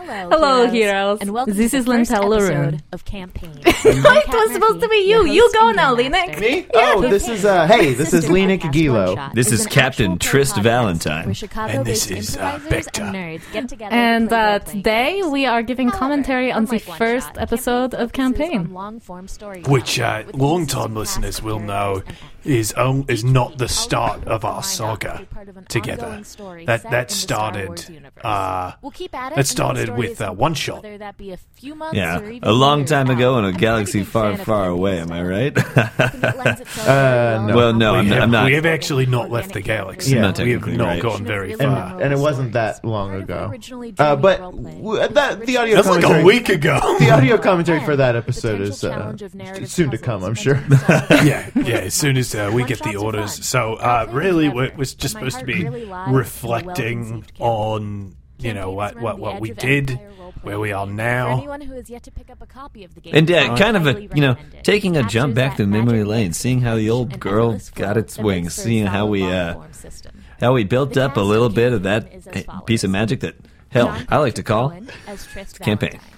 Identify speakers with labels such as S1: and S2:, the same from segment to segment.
S1: Hello,
S2: Hello,
S1: heroes,
S2: heroes.
S1: and welcome
S2: This
S1: to
S2: is
S1: the first
S2: Lintel Laroon.
S1: episode of Campaign.
S2: it was supposed to be you. You go now, Linek.
S3: Me? Oh, this is uh hey, this is Lenik Gilo.
S4: This is Captain Trist Valentine.
S1: and this is uh,
S3: Becca.
S1: And, nerds get together
S2: And
S1: to play
S2: uh,
S1: role-playing
S2: today
S1: games.
S2: we are giving
S1: However, oh
S2: commentary on the
S1: unlike One
S2: first
S1: Shot,
S2: episode of Campaign.
S1: focuses on long-form storytelling
S5: Which uh,
S1: with
S5: long
S1: consistent
S5: time listeners
S1: cast
S5: will
S1: of
S5: know
S1: characters and
S5: is on, is not the
S1: The
S5: start
S1: outcome
S5: of
S1: will
S5: our
S1: wind up to
S5: saga
S1: be part of an
S5: together.
S1: ongoing story
S5: That
S1: set in
S5: that
S1: the Star Wars
S5: started
S1: universe.
S5: uh
S1: We'll keep at
S5: That
S1: it. until the
S5: started
S1: story
S5: with,
S1: is
S5: uh,
S1: complete,
S5: one shot.
S1: Whether that be a few months
S4: Yeah,
S1: or even
S4: a long
S1: years
S4: time ago
S1: out.
S4: in a
S1: I'm
S4: galaxy
S1: pretty big
S4: far,
S1: fan of
S4: far
S1: Campbell's
S4: away. Am I
S1: style.
S4: right?
S1: I think it lends itself very
S5: no.
S4: Well, no,
S5: we
S4: I'm,
S5: have,
S4: I'm not.
S5: we have actually not left the galaxy.
S4: Yeah. Not
S5: we have
S4: technically
S5: not
S4: right.
S5: gone very
S1: And-
S5: far.
S1: Uh,
S3: and it wasn't that long
S1: Part of
S3: ago.
S1: originally
S3: Uh,
S1: dreaming
S3: but
S1: role-playing
S3: w- that the audio
S5: That's like a
S3: commentary-
S5: week ago.
S3: The audio
S1: Well,
S3: commentary for that
S1: the
S3: episode
S1: potential
S3: is uh,
S1: challenge of narrative
S3: soon to
S1: puzzles
S3: come, I'm
S1: and
S3: sure.
S1: solving
S5: yeah, yeah. As soon as uh, we get the
S1: One-shots are
S5: orders,
S1: fun.
S5: so uh,
S1: Completely
S5: really,
S1: clever,
S5: we're, we're just
S1: but my
S5: supposed to
S1: heart
S5: be
S1: really lies in a
S5: reflecting
S1: well-conceived
S5: on you know
S1: campaigns
S5: what
S1: around
S5: what
S1: the
S5: what
S1: edge
S5: we
S1: of
S5: did,
S1: empire role-playing
S5: where we are
S1: games. For
S5: now.
S1: anyone who has yet to pick up a copy of the game,
S4: And
S1: I
S4: uh, kind of a,
S1: highly
S4: you know,
S1: recommend it.
S4: taking a jump
S1: Captures
S4: back
S1: that
S4: to memory
S1: magic
S4: lane, seeing how the
S1: and
S4: old girl
S1: effortless
S4: got
S1: flow
S4: its
S1: that makes
S4: wings,
S1: for a
S4: seeing how
S1: solid
S4: we uh,
S1: long-form system.
S4: how we built
S1: The
S4: up a
S1: cast
S4: little
S1: of
S4: bit of
S1: Campaign
S4: that
S1: is as
S4: eh,
S1: follows.
S4: piece of magic that hell
S1: John
S4: I like to
S1: Patrick
S4: call
S1: Cohen as Trist
S4: campaign.
S1: Valentine.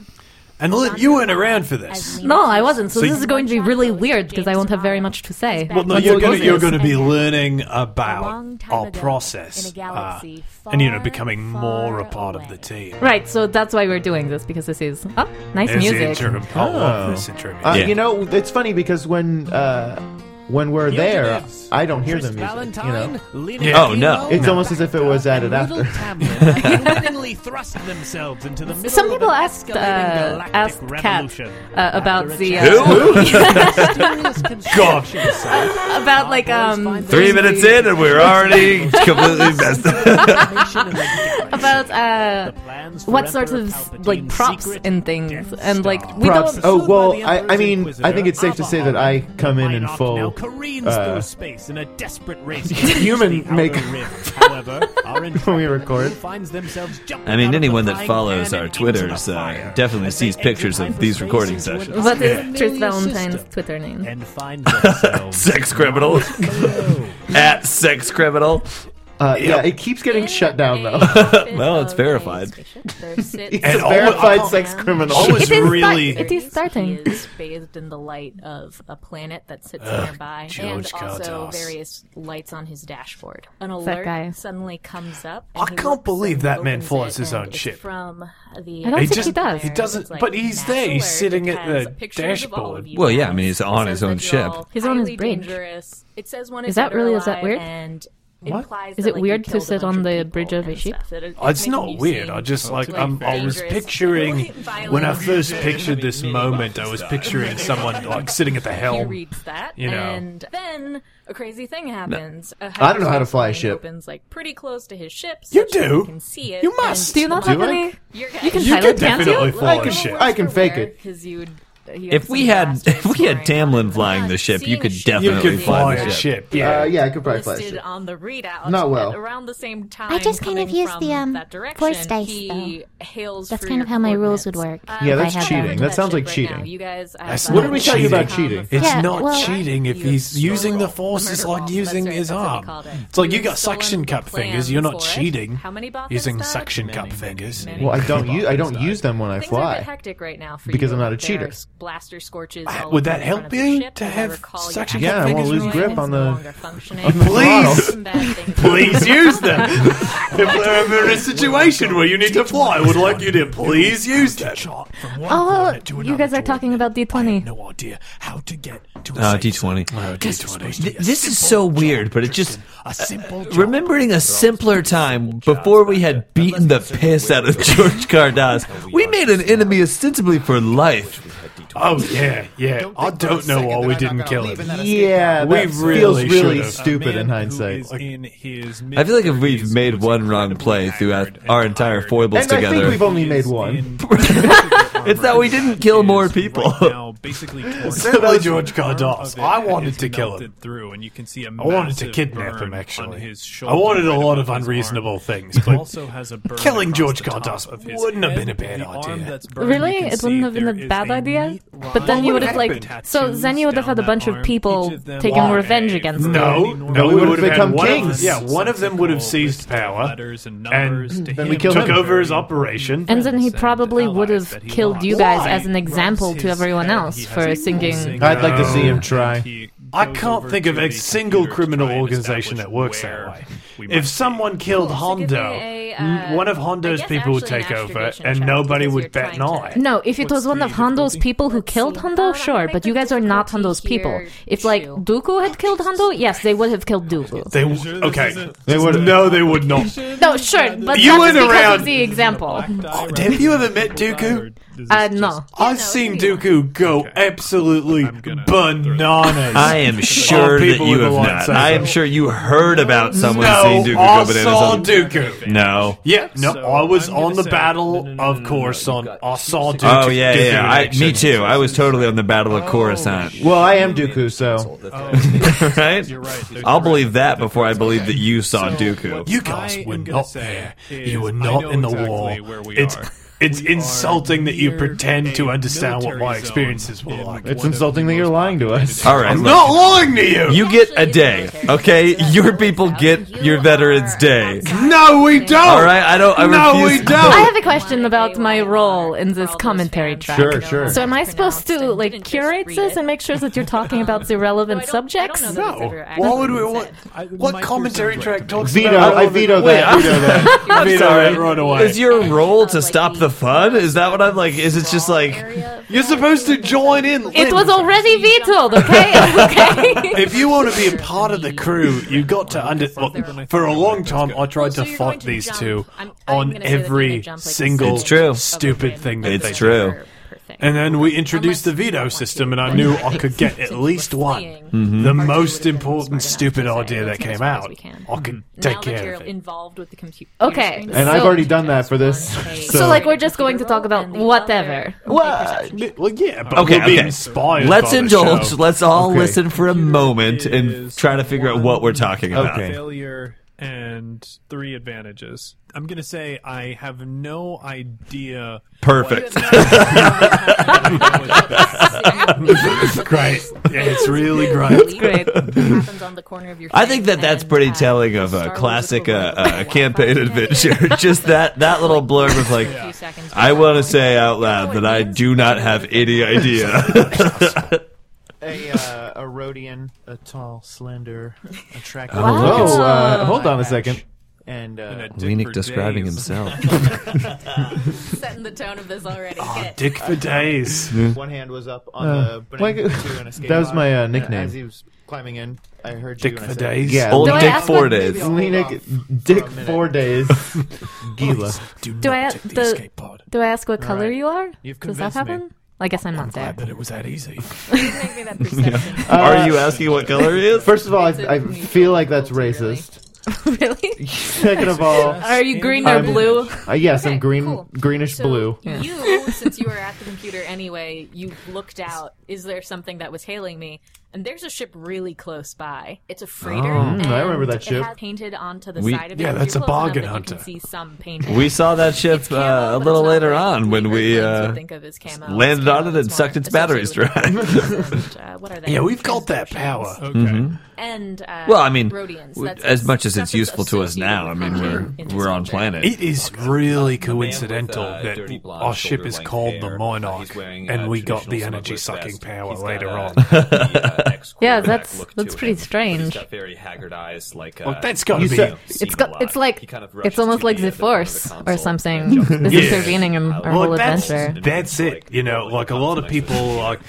S5: And Lynn, you weren't around for this.
S2: No, I wasn't. So,
S5: So
S2: this
S5: you-
S2: is going to be really weird because I won't have very much to say.
S1: Well,
S5: Well, no,
S2: That's
S5: you're
S2: what
S5: going
S2: this
S5: to you're
S2: is.
S5: going to be
S1: And
S5: learning
S1: a long
S5: about
S1: time
S5: our
S1: ago, in
S5: process,
S1: a galaxy
S5: uh, and you know,
S1: far,
S5: becoming more a
S1: far
S5: part of
S1: away.
S5: the team.
S2: Right, so that's why we're doing this because this is oh, nice
S5: There's the
S2: music.
S5: intro. I love
S3: Oh.
S5: this intro.
S3: Uh,
S5: music.
S4: Yeah.
S3: You know, it's funny because when uh, when we're there, I don't hear the music. You know,
S5: Yeah.
S4: Oh, no.
S3: It's almost as if it was added after.
S2: Some people asked uh, asked Kat uh, about the uh,
S4: Who?
S5: God, she's so-
S2: about like um
S4: Three minutes in, and we're already completely messed up.
S2: about uh what sorts of like props and things and like we
S3: Props.
S2: don't
S3: Oh well, I, I mean, I think it's safe to say that I come in in
S6: Now
S3: full.
S6: careens
S3: uh,
S6: through space in a desperate race. to
S3: Human
S6: reach the outer
S3: make-
S6: rim. However, our
S3: When we
S6: intrepid
S3: record.
S6: crew finds themselves jumping
S4: I mean,
S6: out of
S4: anyone
S6: the
S4: that
S6: frying
S4: follows
S6: pan
S4: our
S6: and into the
S4: Twitters uh,
S6: fire
S4: definitely
S6: as they
S4: sees
S6: exit
S4: pictures of
S6: hyperspace
S4: these recording
S6: into an
S4: sessions.
S2: what is
S6: unfamiliar
S2: Trist Valentine's
S6: system
S2: Twitter name?
S6: And find themselves
S4: Sex criminal. At sex criminal.
S3: Uh, yeah, it keeps getting shut down though.
S4: Well, it's verified.
S5: And
S3: It's a
S5: all-
S3: verified
S5: all-
S3: sex criminal.
S5: all is
S2: It is
S5: really
S2: start- it is starting.
S1: He is bathed in the light of a planet that sits nearby, and
S5: George
S1: also
S5: Kardas.
S1: various lights on his dashboard. An
S2: that
S1: alert
S2: guy.
S1: suddenly comes up.
S5: I
S1: And he
S5: can't
S1: looks
S5: believe
S1: and
S5: that man
S1: opens
S5: follows
S1: it,
S5: his
S1: and
S5: own
S1: it's
S5: ship.
S1: from the.
S2: I don't
S5: He
S2: think he
S5: just-
S2: does.
S5: he
S1: It's
S5: doesn't-
S1: like
S5: but he's there. He's
S1: alert.
S5: sitting
S1: It
S5: at the
S1: has pictures of all of
S5: dashboard.
S1: you
S4: Well, yeah, I
S1: guys.
S4: mean, he's
S1: It
S4: on
S1: says
S4: his own
S1: that you're
S4: ship.
S1: all
S2: He's on his
S1: highly
S2: bridge.
S1: dangerous. It says one
S2: Is that
S1: dead or
S2: really- is that
S1: alive,
S2: weird?
S1: And
S5: What?
S1: implies
S2: Is
S1: that,
S2: it
S1: like,
S2: weird
S1: you
S2: to
S1: killed a
S2: sit
S1: bunch
S2: on
S1: of
S2: the
S1: people
S2: bridge of a
S1: and
S2: ship?
S1: stuff. It- it's
S5: It's
S1: making
S5: not
S1: you
S5: weird.
S1: seem
S5: I just like
S1: like
S5: I'm, I was
S1: dangerous,
S5: picturing
S1: violent.
S5: when I first pictured this moment. I was picturing someone like sitting at the
S1: He
S5: helm.
S1: reads that,
S5: you know.
S1: and then a crazy thing happens. A
S3: I don't know how to fly a
S1: hyperspace plane
S3: ship.
S1: Opens like pretty close to his ship.
S5: You
S1: such that
S5: do?
S1: You can see it.
S5: You must.
S1: and
S2: Do you not
S3: Do
S2: have
S3: I?
S2: any?
S1: You're
S2: You can
S5: You
S2: pilot,
S5: could
S2: can't you?
S5: definitely fly
S3: I
S5: a
S3: can-
S5: ship.
S3: I can fake it.
S1: Because you would. you have
S4: If we
S1: some
S4: had
S1: faster
S4: if we had
S1: exploring
S4: Tamlin
S1: on
S4: flying
S1: it.
S4: the ship, you
S1: Seeing
S4: could
S1: a ship
S4: definitely
S5: You could
S4: fly
S5: fly a
S4: the ship.
S5: ship. Yeah.
S3: Uh, yeah, I could probably flash
S1: listed
S3: it.
S1: on the readout.
S3: Not well.
S1: at around the same time.
S7: I just kind
S1: coming
S7: of used
S1: from
S7: the, um,
S1: that direction,
S7: force dice,
S1: He hails
S7: That's
S1: for
S7: kind
S1: your
S7: of how my rules would
S1: coordinates.
S7: work.
S1: Uh,
S3: Yeah,
S7: if I
S3: that's
S7: had
S3: cheating.
S7: them.
S1: back to
S3: That sounds
S1: ship
S3: like
S1: right now.
S3: cheating.
S1: You guys. I
S5: That's
S1: have
S5: not
S3: What did we tell you about
S5: cheating.
S3: cheating?
S5: It's
S7: Yeah,
S5: not
S7: well-
S5: cheating if
S1: You
S5: he's
S1: stole
S5: using the
S1: a
S5: force is
S1: murder
S5: like
S1: ball.
S5: using
S1: That's right,
S5: his
S1: that's what we
S5: arm.
S1: called it.
S5: It's like
S1: You
S5: you got
S1: stole
S5: suction
S1: the
S5: cup
S1: plan
S5: fingers. You're not
S1: for it.
S5: cheating.
S1: How many Bothans
S5: Using
S1: died?
S5: suction cup fingers.
S1: Many.
S3: Well, I don't use I don't use them when I
S1: Things are a bit
S3: fly.
S1: hectic right now for
S3: Because
S1: you.
S3: I'm not a
S1: There
S3: cheater.
S1: are Blaster scorches.
S5: Ah,
S1: all
S5: would
S1: over
S5: that
S1: the
S5: help
S1: front of
S5: you
S1: the ship,
S5: to
S1: and I
S5: have
S1: recall your
S5: suction
S3: cup
S1: actions
S3: Yeah, I won't
S1: are
S3: lose
S1: destroyed,
S3: grip
S1: it's
S3: on
S1: no
S3: the-
S1: longer functioning.
S5: Please.
S1: Some bad things
S5: Please use them. if they're ever in a situation where you need to fly, I would like you to please use them.
S2: Oh, you guys are talking about D20.
S5: No idea how to get to
S4: Oh,
S5: a safe
S4: D20.
S5: zone. Oh, D20.
S4: Th- this is so weird, but it just uh,
S6: A simple job.
S4: remembering a simpler time before we had beaten the piss out of George Cardas. We made an enemy ostensibly for life.
S5: Oh yeah, yeah. I don't know why we didn't kill him.
S3: Yeah,
S5: We
S3: that
S5: really
S3: feels really
S5: should've.
S3: stupid in hindsight.
S4: I feel like if we've made one wrong play throughout our entire foibles
S3: And I think
S4: together,
S3: we've only made one.
S4: it's that we didn't kill more people.
S5: Simply George Cardos. I wanted to kill him.
S8: Through, and you can see a
S5: I wanted to
S8: massive
S5: kidnap
S8: burn
S5: him.
S8: on
S5: Actually,
S8: his
S5: I
S8: shoulder
S5: wanted a
S8: right
S5: lot
S8: above
S5: of
S8: his
S5: unreasonable
S8: arm.
S5: things,
S8: He
S5: but
S8: also has a burn
S5: killing
S8: across
S5: George
S8: the top
S5: Cardos
S8: of his
S5: wouldn't have
S8: head.
S5: been a bad
S8: The arm
S5: idea.
S8: that's burned,
S2: Really?
S8: you can
S2: It
S8: see
S2: wouldn't have
S8: there
S2: been a
S8: is
S2: bad idea?
S8: neat
S2: But then you would have like so Zenya would have had a bunch of people taking revenge against him.
S5: No, no,
S3: we
S5: we would
S3: would've
S5: have
S3: become
S5: had one of-
S3: kings.
S5: yeah, one of them would have seized power
S6: and,
S5: and
S3: then we killed
S5: took
S3: him.
S5: over his operation.
S2: And then he
S6: friends and
S2: probably
S6: allies
S2: would have
S6: that he
S2: killed
S6: lost.
S2: you guys
S5: Why?
S2: as an example to everyone else for singing.
S3: I'd like to see him try.
S5: I can't think of a single criminal organization that works that way. If someone killed
S1: Cool, so give me
S5: Hondo,
S1: a,
S5: n-
S1: uh,
S5: one of
S1: I
S5: Hondo's
S1: guess
S5: people would
S1: actually
S5: take
S1: an
S5: over,
S1: extradition
S5: and
S1: check
S5: nobody
S1: because
S5: would
S1: you're
S5: bat an
S1: trying
S5: eye.
S1: to-
S2: No, if it
S6: What's
S2: was one
S6: the
S2: of Hondo's
S6: difficulty?
S2: people who killed
S1: see.
S2: Hondo,
S1: Um, I
S2: sure,
S1: think
S2: but
S1: the
S2: you guys are not
S1: difficulty
S2: Hondo's people.
S1: here
S2: If like
S1: too. Oh,
S2: Dooku had killed Hondo, yes, they would have killed Dooku.
S5: They w- okay.
S3: They would.
S5: No, they would not.
S2: No, sure, but
S5: You
S2: that's
S5: went
S2: because
S5: around-
S2: of the example.
S5: Have you ever met Dooku?
S2: Uh, no.
S5: I've seen Dooku go absolutely bananas.
S4: I am sure that
S5: people
S4: you
S5: with a
S4: have
S5: lightsaber.
S4: not. I am sure you heard about someone
S5: no,
S4: seeing Dooku
S5: I
S4: go bananas.
S5: saw
S4: on-
S5: Dooku.
S4: no.
S5: Yeah, no,
S6: So,
S5: I was
S6: I'm gonna
S5: on the
S6: say-
S5: battle
S6: no, no, no,
S5: of
S6: no, no,
S5: Coruscant. I saw Dooku.
S4: Oh yeah,
S5: Dooku in
S4: yeah. I,
S5: action.
S4: me too. I was totally on the Battle of Coruscant,
S3: Well, I am Dooku, so
S4: right?
S6: You're right. There's-
S4: I'll believe that before I believe that you saw Dooku.
S5: You guys
S6: I
S5: were
S6: am gonna
S5: not
S6: say
S5: there.
S6: is
S5: You were
S6: I know
S5: not in the
S6: exactly
S5: war.
S6: where we
S5: It's
S6: are.
S5: it's
S6: We are
S5: insulting that you
S6: near
S5: pretend to
S6: a
S5: understand what my
S6: military
S5: experiences
S6: zone
S5: were
S6: in
S5: like.
S6: It's
S3: it's insulting that you're lying to us.
S4: All right,
S5: I'm
S4: look.
S5: not lying to you.
S4: You get a day, okay? Your people get your Veterans Day.
S5: No, we don't.
S4: All right, I don't. I
S5: No,
S4: refuse.
S5: we
S2: I
S5: don't.
S2: have a question about my role in this commentary track.
S3: Sure, sure.
S2: So am I supposed to like curate this and make sure that you're talking about the relevant subjects?
S5: No. Why would we want? What commentary track talks
S3: Veto.
S5: about?
S3: I veto that. Veto that.
S5: I veto
S4: sorry.
S5: that right away.
S4: Is your role to stop the fun? Is that what I'm like? Is it just like?
S5: You're supposed to join in.
S2: It was already vetoed, okay? okay.
S5: If you want to be a part of the crew, you got to under. Look, for a long time, I tried
S1: So
S5: to
S1: you're going
S5: fight
S1: to
S5: these
S1: jump-
S5: two
S1: I'm- I'm
S5: on
S1: gonna say that you're
S5: every
S1: gonna jump, like, a
S5: single
S4: It's true.
S5: stupid thing that
S4: It's
S5: they
S4: true.
S5: did. And then we introduced the veto system, and I knew I could get at least one.
S4: Mm-hmm.
S5: The most important stupid idea that came out, I could take care of it.
S1: Involved with the computer.
S2: Okay,
S1: screen,
S2: And
S3: I've
S1: so-
S3: already done that for this,
S1: Okay.
S3: so-
S2: So like we're just going to talk about
S1: And the
S2: whatever.
S1: other-
S5: Well, uh, well, yeah, but
S4: Okay,
S5: we'll be
S4: okay.
S5: inspired. by
S4: Let's
S5: the
S4: indulge.
S5: show.
S4: Let's all
S3: Okay.
S4: listen for a moment and try to figure out what we're talking about.
S3: Okay.
S6: failure and three advantages. I'm gonna say I have no idea.
S4: Perfect.
S5: great. Yeah, it's really great.
S1: great. Happens on the corner of your
S4: I think that that's pretty telling of a classic uh, uh, campaign adventure. Just that that little blurb of like, I want to say out loud that I do not have any idea.
S3: a, uh, a Rhodian, a tall, slender, attractive.
S2: Wow.
S3: Oh, uh, hold on a second. And
S6: and
S3: uh,
S6: I did for days.
S4: himself.
S1: setting the tone of this already. Get-
S5: Dick for days.
S7: Ah, One hand was up on
S3: Uh,
S7: the banana
S3: like-
S7: to an escape
S3: that was
S7: pod,
S3: my, uh,
S7: and
S3: nickname.
S7: As he was climbing in, I heard you
S5: Dick
S7: and I
S5: for
S7: said,
S5: days.
S3: yeah,
S4: Old
S2: Do I
S4: Dick
S2: ask
S4: Four
S2: what-
S4: Days.
S3: Lenic Dick Four Days, Gila.
S5: Do,
S2: Do
S5: not
S2: I-
S5: take the,
S2: the-
S5: escape pod.
S2: Do I ask what color you are?
S5: You've
S2: Does that
S5: convinced me.
S2: happen? I guess I'm not there.
S5: Glad that it was that easy.
S1: Make me that perception.
S4: Are you asking what color he is?
S3: First of all, I,
S1: It's a
S3: I
S1: neutral
S3: feel like that's
S1: really.
S3: racist.
S2: really?
S3: Second of all,
S2: Are you green or
S3: I'm-
S2: blue?
S3: uh, yes, I'm
S1: Okay,
S3: green,
S1: cool.
S3: greenish
S1: So
S3: blue.
S1: You, since you were at the computer anyway, you looked out. Is there something that was hailing me? And there's a ship really close by. It's a freighter. and
S3: Oh, I remember that
S1: it
S3: ship.
S1: had painted onto the
S4: We-
S1: side of it.
S5: Yeah,
S1: If
S5: that's
S1: you're
S5: a
S1: close enough
S5: bargain
S1: that You
S5: hunter.
S1: can see some painting.
S4: We saw that ship uh, a little later on when we uh, landed on it and sucked its batteries dry.
S1: uh, what are they?
S5: Yeah, we've got that power.
S6: Okay.
S3: Mm-hmm.
S1: And uh,
S4: Well, I mean,
S1: Rhodians,
S4: w-
S1: that's
S4: as much as
S1: stuff
S4: it's
S1: that's
S4: useful to us
S1: associated
S4: now, I
S1: with
S4: mean, we're
S1: Hunter in this
S4: we're on
S1: culture.
S4: planet.
S5: It is really
S8: coincidental
S5: coincidental that our ship is called the Monarch, and we got the energy sucking power later on.
S2: Yeah, that's- that's pretty strange.
S8: very haggard eyes, like. Uh,
S5: Well, that's gotta
S8: he's
S5: be-
S8: seen a
S2: It's got.
S8: lot.
S2: It's like.
S8: He kind of
S2: it's
S8: rushes
S2: almost
S8: to
S2: like the
S8: uh, front of
S2: force
S8: the
S2: or
S8: console.
S2: something is
S5: Yeah.
S2: intervening in our
S5: Well,
S2: whole
S5: that's
S2: adventure.
S5: that's it. You know, like a lot of people like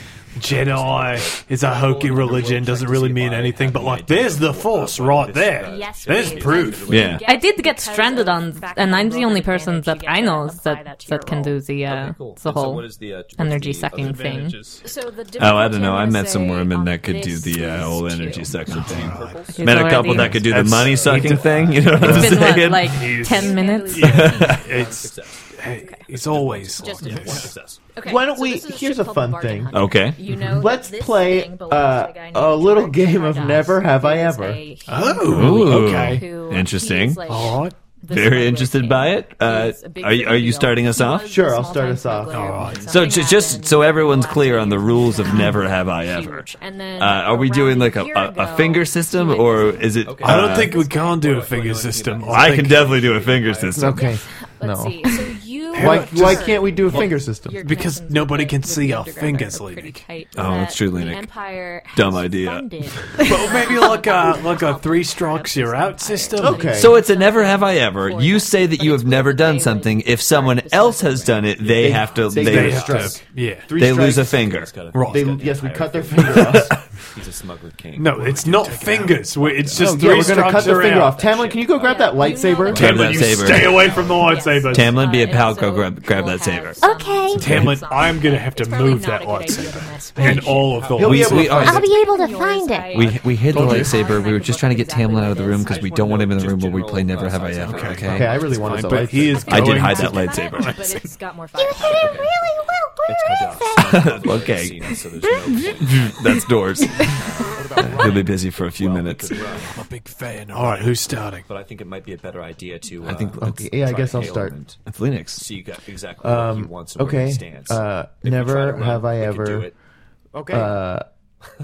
S5: Jedi is a hokey religion, doesn't really mean anything, but like there's the Force right there.
S1: Yes,
S5: There's
S1: please.
S5: proof.
S4: Yeah.
S2: I did get stranded on, and I'm the only person that I know that that can do the uh,
S8: Okay,
S2: the
S8: cool. And so
S2: whole
S8: what is the, uh, what's
S2: energy
S8: the
S2: sucking
S8: other
S2: thing.
S1: So the
S4: Oh, I
S1: difficulty
S4: don't know. I
S1: wanna
S4: met some
S1: say
S4: women
S1: on
S4: that could do
S1: this
S4: the uh,
S1: is
S4: whole
S1: to-
S4: energy sucking thing.
S2: It's
S4: Met a couple
S2: already-
S4: that could do the
S5: That's-
S4: money sucking thing. You know what I'm
S2: It's been what,
S4: saying?
S2: like
S5: He's-
S2: ten minutes.
S5: It's hey, it's always
S1: Just
S5: like
S1: a-
S5: this.
S8: Success.
S1: Okay,
S3: Why don't
S1: so
S3: we-
S1: this is a
S3: here's
S1: ship
S3: a
S1: called
S3: fun
S1: the Bargain
S3: thing.
S1: Hunter.
S4: Okay.
S1: You know that
S3: Let's
S1: this
S3: play,
S1: thing belongs
S3: uh,
S1: to guy named
S3: a little
S1: George
S3: game of
S1: Cardos,
S3: Never Have
S1: who
S3: I
S1: is
S3: Ever.
S1: a human
S5: Oh,
S4: Ooh.
S5: okay.
S1: who-
S4: Interesting.
S1: he's like-
S5: All right.
S1: the
S4: Very
S1: Skyway
S4: interested
S1: King
S4: by it. Uh,
S1: is a big
S4: are, you- are you
S1: deal.
S4: starting us
S1: He
S4: off?
S1: was
S3: Sure,
S1: a
S3: I'll start
S1: small-time
S3: us off.
S1: smuggler,
S6: All right.
S1: and
S4: So
S1: something
S4: j- just
S1: happened.
S4: so everyone's clear on the rules of
S1: Um,
S4: never have I ever.
S1: huge. And then
S4: Uh, are we
S1: around
S4: doing like a,
S1: year
S4: a,
S1: ago,
S4: a finger system
S1: he
S4: or
S1: was-
S4: is it?
S8: Okay.
S5: I don't
S4: uh,
S5: think we can do a
S8: what do you
S5: finger
S8: want to do
S5: system.
S8: about
S5: I
S4: I
S5: think
S4: can definitely do a finger system.
S3: Okay.
S1: Let's
S3: No.
S1: see. So you
S3: Why,
S1: were-
S3: why can't we do a finger
S1: your
S3: system?
S5: Because
S1: connections
S5: nobody
S1: with
S5: can
S1: the
S5: see our
S1: underground
S5: fingers,
S1: are pretty
S5: Lenik.
S1: tight,
S4: Oh,
S1: that
S4: that's true,
S1: the
S4: Lenik.
S1: Empire has
S4: Dumb idea.
S1: funded
S5: But maybe like a like a three strokes you're out system.
S3: Okay.
S4: So it's a never have I ever. You say that
S1: But
S4: you
S1: it's
S4: have never
S1: where
S4: done
S1: they
S4: something.
S1: would
S4: If someone
S1: start the
S4: else
S1: cycle
S4: has done it, they have to.
S3: they-
S4: They,
S5: They
S4: they,
S5: have
S3: Strikes.
S5: to, yeah.
S3: Three
S4: lose a
S3: strikes.
S4: finger.
S8: He's gotta-
S5: Right.
S8: he's
S3: They,
S8: gotta
S3: yes, we
S8: hire
S3: cut their
S8: him.
S3: finger off.
S8: He's a smuggler king.
S5: No, it's not fingers. We- It's just
S3: yeah,
S5: three
S3: we're gonna
S5: strokes
S3: cut their
S5: you're
S3: finger
S5: out.
S3: off. Tamlin, can you go grab that
S1: Yeah.
S3: lightsaber?
S4: Grab
S5: Tamlin,
S4: that
S5: you
S4: saber.
S5: stay away from the
S1: Yes.
S5: lightsaber.
S4: Tamlin, be a
S1: Uh,
S4: pal,
S1: and
S4: go
S1: also
S4: grab, grab
S1: we'll
S4: that
S1: have
S4: saber.
S1: some
S9: Okay.
S5: Tamlin, I'm gonna have to
S1: It's probably
S5: move
S1: not
S5: that
S1: a good idea to
S5: lightsaber
S1: mess with.
S5: and all of the.
S3: He'll be
S5: lightsabers.
S3: able to find
S9: I'll
S3: it.
S9: be able to
S1: Yours,
S9: find
S1: I-
S9: it.
S10: We we hid the
S1: Don't do it.
S10: lightsaber. We were just trying to get
S1: Exactly
S10: Tamlin out of the
S1: what it
S10: room
S1: is.
S10: because we don't want him in the room where we play Never Have I Ever.
S8: Okay.
S10: Okay.
S3: Okay, I really wanted the
S5: But he
S3: lightsaber.
S5: is.
S4: I did
S5: going
S4: hide that
S5: to-
S4: lightsaber.
S1: But it's got more fire.
S9: Hit it really well. Where is it?
S4: Okay.
S8: So there's no point.
S4: That's doors. He'll be busy for a few minutes.
S5: I'm a big fan. All right, who's starting?
S8: But I think it might be a better idea to. Uh,
S4: I think
S3: Okay, yeah, I
S8: try
S3: guess
S8: to
S3: I'll
S8: hail
S3: start.
S8: him and
S4: it's Linux.
S8: See exactly where he
S3: Um,
S8: wants and where he
S3: okay.
S8: stands.
S3: Uh,
S8: If we try to
S3: never
S8: run,
S3: have I
S8: we can do
S3: ever
S8: it.
S7: Okay.
S3: uh,
S5: All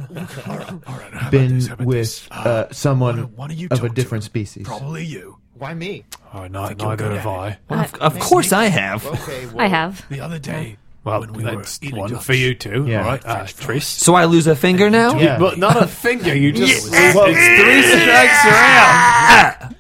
S5: right, how about
S3: been
S5: this, how about
S3: with
S5: this?
S3: uh,
S5: why
S3: someone
S5: don't- why don't you
S3: of a
S5: talk to
S3: different
S5: him?
S3: species.
S5: probably you.
S7: Why me?
S5: Oh, no, neither have I.
S4: Of, of course I have.
S7: Okay. Well,
S2: I have.
S5: The other day, well, when we were eating one for you two,
S3: Yeah.
S5: all right, uh, Tris.
S4: So I lose a finger now?
S3: Yeah.
S5: But not a finger. You just
S3: Well,
S4: Three strikes around.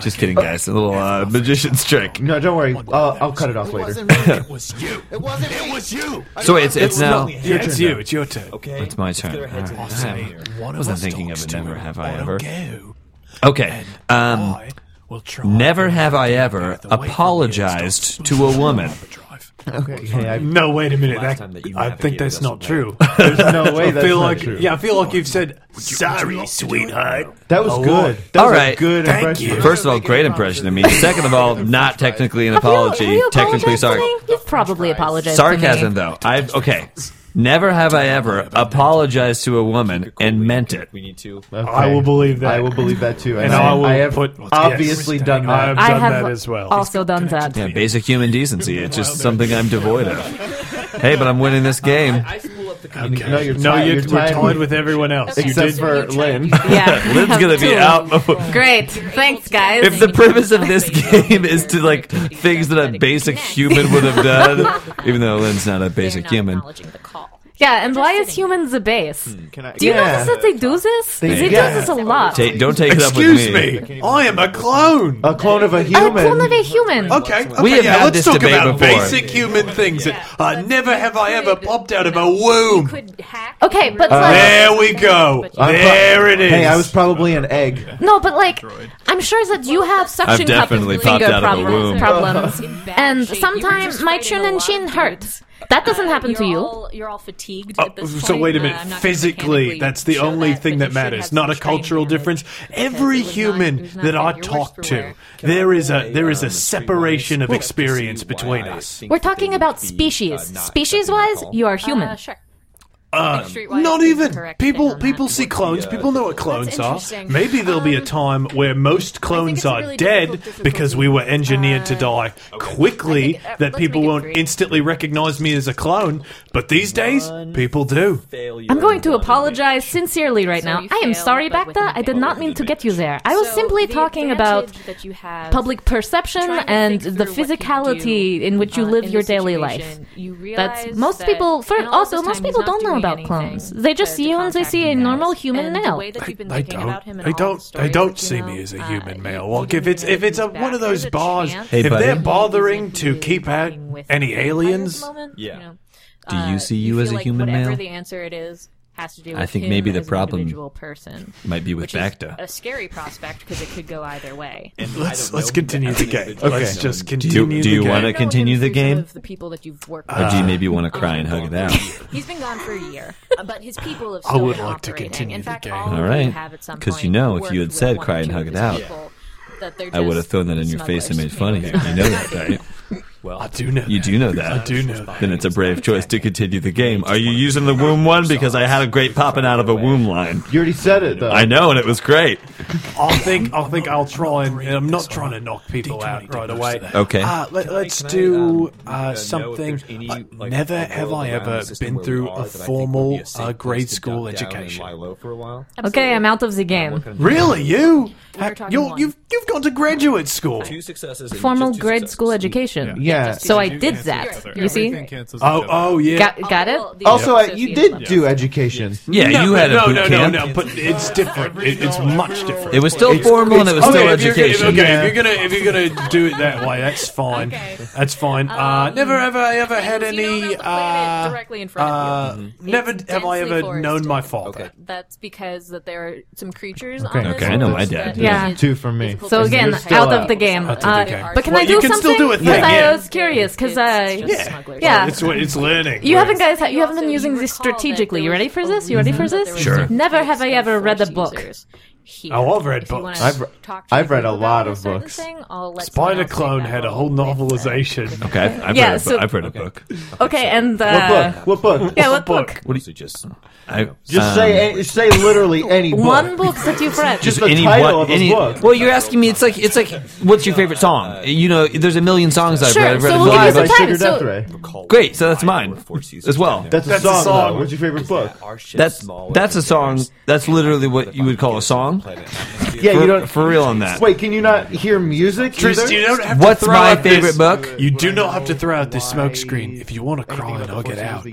S4: Just kidding, guys. A little uh, magician's trick.
S3: no, don't worry. I'll, I'll cut it off later.
S7: wasn't me.
S5: it was you.
S7: It wasn't me. It was
S5: you.
S4: So wait, it's it's now.
S5: Yeah, it's you. It's your turn.
S8: Okay.
S4: It's my
S8: if
S4: turn.
S8: their heads
S4: All
S8: are
S4: right.
S8: down
S4: Damn.
S8: here,
S5: One of
S4: Wasn't
S5: us
S4: thinking
S5: talks
S4: of it,
S5: to
S4: never
S5: him
S4: have I
S5: on a
S4: ever.
S5: go.
S4: Okay. Um,
S5: I will try
S4: never
S5: and
S4: have I
S5: get
S4: ever
S5: out of the way from here and
S4: apologized
S5: stop
S4: to a
S5: pushing
S4: woman.
S5: up a drive.
S3: Okay, hey, I,
S5: No, wait a minute.
S8: Last
S5: That,
S8: time that you
S5: I think
S8: navigated
S5: that's
S8: us
S5: not
S8: away.
S5: true.
S3: there's no way
S5: I
S3: that's
S5: feel
S3: not
S5: like
S3: true.
S5: yeah, I feel like you've said sorry, sweetheart.
S3: That was
S5: a lot.
S3: good. That
S4: All
S3: was a
S4: right.
S3: good
S5: Thank
S3: impression.
S5: you.
S4: First of all, great impression of me. Second of all, not technically an apology. Technically, sorry.
S2: You probably apologized.
S4: Sarcasm,
S2: to me.
S4: though. I've okay. Never have I ever apologized to a woman and meant it.
S8: We need to.
S3: Okay.
S5: I will believe that.
S3: I will believe that too.
S5: And I will
S3: have
S5: put-
S3: obviously
S5: Yes.
S3: done
S5: I
S3: that.
S5: have
S2: I
S5: done
S2: have
S5: that as well.
S2: also done that.
S4: Yeah, basic human decency. It's just something I'm devoid of. Hey, but I'm winning this game.
S8: I spool up the communication.
S3: No, you're
S5: No,
S3: tied-
S5: you're,
S3: you're
S5: we're
S3: tied
S5: tied with everyone else.
S1: Okay.
S5: You
S3: Except
S5: did-
S3: for Lynn.
S2: Yeah.
S4: Lynn's gonna be out.
S2: Great. Thanks, guys.
S4: If the premise of this game is to like things that a basic human would have done, even though Lynn's not a basic human,
S2: Yeah, and why is
S1: sitting
S2: humans a base?
S7: Can I,
S2: Do you
S3: Yeah.
S2: notice that they do this? They, do
S3: yeah.
S2: this a lot.
S4: Ta- don't take it up with
S5: Excuse me. I am a clone.
S3: A clone of a
S2: I'm a
S3: human.
S2: clone of a human.
S5: Okay, okay
S4: We have
S5: yeah,
S4: had
S5: let's
S4: this
S5: talk
S4: debate
S5: about
S4: before.
S5: basic human things. that
S1: Yeah.
S5: uh, never have I ever
S1: Could-
S5: popped out of a
S1: you know,
S5: womb.
S1: could hack
S2: Okay,
S1: the
S2: but
S1: remote
S2: like-
S5: There we go.
S1: But you-
S3: pro-
S5: There it is.
S3: Hey, I was probably an egg.
S2: No, but like, I'm sure that you have suction cup and
S4: definitely popped
S2: finger
S4: out of a womb.
S2: problems. problems.
S1: In bad
S2: and
S1: shape. You were
S2: sometimes
S1: just
S2: my
S1: fighting
S2: chin
S1: a
S2: and
S1: lot
S2: shin
S1: of
S2: hurts.
S1: dudes.
S2: That doesn't
S1: Uh,
S2: happen to
S1: you're
S2: you.
S1: all- you're all fatigued
S5: Oh,
S1: at this
S5: so
S1: point.
S5: wait a
S1: Uh, I'm
S5: minute.
S1: not gonna
S5: Physically,
S1: mechanically
S5: that's the
S1: show
S5: only
S1: that,
S5: thing
S1: but you
S5: that
S1: should
S5: matters,
S1: have
S5: not a
S1: some training
S5: cultural
S1: damage
S5: difference.
S1: because
S5: Every
S1: it was not-
S5: human
S1: it was not
S5: that I
S1: like your worst
S5: talk
S1: for
S5: to,
S1: wear.
S5: there is a
S8: Hey,
S5: there
S8: uh,
S5: is a
S8: Miss Sweetwater,
S5: separation of
S8: look to
S5: experience
S8: see why
S5: between
S8: I
S5: us.
S8: think
S2: We're
S8: that they
S2: talking
S8: need
S2: about
S8: to be, uh,
S2: species.
S8: not
S2: Species
S8: accepting
S2: wise,
S8: the call.
S2: you are
S1: Uh,
S2: human.
S1: sure.
S5: Uh,
S1: Streetwise
S5: not
S1: is
S5: even
S1: the correct thing
S5: people.
S1: on
S5: People
S1: that.
S5: see clones.
S8: uh,
S5: people know what clones are.
S1: interesting. Um,
S5: Maybe there'll be a time where most clones
S1: it's a
S5: are
S1: really
S5: dead
S1: difficult Uh,
S5: because we were engineered to die quickly.
S1: I think, uh,
S5: that
S1: let's
S5: people
S1: make it
S5: won't
S1: three.
S5: instantly recognize me as a clone. But these days, people do.
S8: Failure
S2: I'm going to
S8: and
S2: apologize sincerely right
S1: So
S2: now.
S1: you
S2: I am
S1: fail,
S2: sorry,
S1: but with
S2: Bacta.
S1: an
S2: I did not mean to get you there. I was
S1: So
S2: simply
S1: the
S2: talking about
S1: advantage that you have
S2: public perception
S1: trying to
S2: and
S1: think
S2: the
S1: through what you
S2: physicality
S1: do,
S2: in which you
S1: uh,
S2: live
S1: in
S2: your
S1: this
S2: daily
S1: situation,
S2: life.
S1: you
S2: That's
S1: realize
S2: most
S1: that-
S2: people. For
S1: and all
S2: also,
S1: this
S2: most
S1: time he's
S2: people
S1: not
S2: don't know
S1: doing
S2: about
S1: anything
S2: clones. They just
S1: to-
S2: see
S1: to
S2: you and they
S1: contact
S2: see a
S1: you guys.
S2: normal human
S1: And The
S2: male.
S1: way that you've been
S5: They
S1: thinking
S5: don't.
S1: about him and
S5: They
S1: all the
S5: don't. They
S1: stories
S5: don't
S1: that you
S5: see
S1: know,
S5: me as a
S1: uh,
S5: human
S1: you-
S5: male.
S1: you
S5: Like
S1: didn't
S5: if it's
S1: really
S5: if it's a
S1: think
S5: one of
S1: back.
S5: those
S1: There's a
S5: bars,
S1: chance
S4: Hey,
S5: if
S4: buddy.
S5: they're
S1: that
S5: bothering
S1: he
S5: to
S1: was
S5: keep out
S1: working with
S5: any
S1: the Empire at the
S5: aliens,
S1: moment,
S8: Yeah.
S1: know.
S4: Do you
S1: Uh,
S4: see you as a
S1: feel like
S4: human
S1: Whatever
S4: male?
S1: the answer it is has to do. With
S4: I think
S1: him
S4: maybe the
S1: as an
S4: problem
S1: individual person
S4: might be with
S1: which is
S4: Bacta.
S1: A scary prospect because it could go either way.
S5: let's
S8: don't
S5: let's
S8: know.
S5: continue the
S8: Yeah, I
S5: game.
S8: think
S5: Let's
S3: Okay.
S5: just
S4: you-
S5: continue.
S4: do
S5: the
S4: you wanna
S5: game.
S1: I don't know if
S4: continue the
S1: inclusive
S4: game?
S1: of The people that you've worked with.
S5: Uh,
S4: or do you maybe want to cry and hug it out?
S1: He's been gone for a year, but his people have
S5: I
S1: still
S5: would
S1: been
S5: like to
S1: operating.
S5: continue
S1: In
S5: the
S1: fact,
S5: game.
S1: all,
S4: All right. 'Cause you know, if you had said, "Cry and hug it out," I would have thrown that in your face and made fun of you. You know that, right?
S8: Well,
S5: I do know.
S4: You
S5: that.
S4: do know that.
S5: I do know.
S4: Then it's a brave choice to continue the game. Are you using the womb one? Because I had a great popping out of a womb line.
S3: You already said it though.
S4: I know, and it was great.
S5: I think I think I'll try and, and I'm not trying to knock people out right away.
S4: Okay.
S5: Uh, let, us
S8: Can I,
S5: do
S8: um, uh, know
S5: uh,
S8: if
S5: something.
S8: there's any,
S5: Uh,
S8: like,
S5: never
S8: a
S5: have I
S8: world around
S5: ever
S8: the system
S5: been
S8: where we
S5: through
S8: are
S5: a
S8: that I think would be
S5: formal
S8: a safe
S5: uh,
S8: place
S5: grade
S8: to
S5: school
S8: duck down and lie
S5: education.
S8: low for a while.
S2: Okay, I'm out of the game.
S5: Really, you?
S1: We were talking
S5: You
S1: one.
S5: you've you've gone to graduate school.
S8: Two successes. and
S2: Formal
S8: just two
S2: grade
S8: successes.
S2: school education.
S3: Yeah.
S1: just
S2: So I
S1: two
S2: did
S1: cancels each
S2: that.
S1: other.
S2: You see?
S6: Everything cancels
S5: Oh
S6: each other.
S5: oh yeah.
S2: Got got it?
S1: Well, the
S3: Also, I, you
S1: associate
S3: did
S1: level.
S3: do education.
S4: Yeah, you had a
S5: no,
S4: boot
S5: no,
S4: camp.
S5: no, no, but it's different. It, it's much different.
S4: It was still formal and it was still
S5: if you're gonna-
S4: education.
S5: okay, if you're gonna if you're gonna do it that way, that's fine.
S1: Okay.
S5: That's fine. uh, never have I ever had
S1: Things you don't
S5: any.
S1: know about the planet
S5: Uh,
S1: directly in front
S5: uh,
S1: of you.
S5: Never
S1: It's
S5: have I
S1: densely
S5: ever
S1: forested.
S5: known my father.
S8: Okay.
S1: That's because that there are some creatures
S3: Okay.
S1: on this
S4: Okay, I know
S1: world
S4: my
S1: that
S4: dad.
S2: Yeah.
S1: is
S3: Two for me.
S1: physical
S2: So
S1: creatures.
S2: again,
S3: You're
S2: out,
S3: still
S2: of
S3: out.
S2: the game.
S5: Out of the
S2: Uh,
S5: game.
S2: But can
S5: Well,
S2: I do
S5: you can
S2: something?
S5: still do a
S2: Because
S5: thing,
S2: I
S5: yeah.
S2: was curious. Because
S1: It's
S2: I
S1: just
S5: Yeah.
S1: smugglers.
S2: Yeah.
S5: It's what it's learning.
S2: You haven't guys.
S1: But
S2: You haven't
S1: also
S2: been
S1: you
S2: using this
S1: recall that
S2: strategically.
S1: there
S2: You
S1: was
S2: ready for
S1: a
S2: this? You ready for
S1: reason that there
S2: this?
S1: was
S4: Sure.
S1: different
S2: Never have I
S1: types of
S2: ever read a
S1: force
S2: book.
S1: users here.
S5: Oh, I've read
S1: If you wanna
S5: books.
S3: I've-
S1: talk to
S3: I've read a
S1: people
S3: lot
S1: about
S3: of
S1: certain
S3: books.
S1: thing, I'll let someone
S5: Spider
S1: else take
S5: Clone
S1: that
S5: had a
S1: role
S5: whole
S1: with, uh,
S5: novelization.
S4: Okay, I've, I've,
S2: Yeah,
S4: read, a
S2: so-
S4: bu- I've read a book.
S2: Okay, and
S3: What
S2: uh,
S3: book? What book?
S2: yeah, what
S5: book?
S2: book?
S4: What do you just? I,
S3: Just
S4: um,
S3: say a- say literally any book.
S2: One book that you've read.
S3: Just the title of a book.
S10: Well, you're asking me. It's like it's like, what's your favorite
S4: Uh,
S10: song? You know, there's a million songs I've
S2: Sure,
S10: read. I've read
S2: so
S10: a
S2: we'll
S10: million
S2: give you
S3: by
S10: books.
S2: some time,
S3: Sugar
S2: so-
S3: Death Ray.
S8: Call
S4: Great, so that's
S8: I
S4: mine
S8: were forced users
S4: as well.
S8: down there.
S3: That's a
S5: That's a
S3: song.
S5: song.
S3: though. What's your favorite book?
S8: Our ship's
S4: That's
S8: small
S4: that's a
S8: and
S4: song. That's literally what you would call a song.
S3: Yeah, you
S4: For,
S3: don't.
S4: for real on that.
S3: Wait, can you not hear music?
S5: Tris,
S3: either?
S5: you don't have
S10: What's
S5: to throw
S10: my
S5: out this-
S10: favorite book?
S5: You do not have to throw out this smoke screen. If you want to cry and hug it out,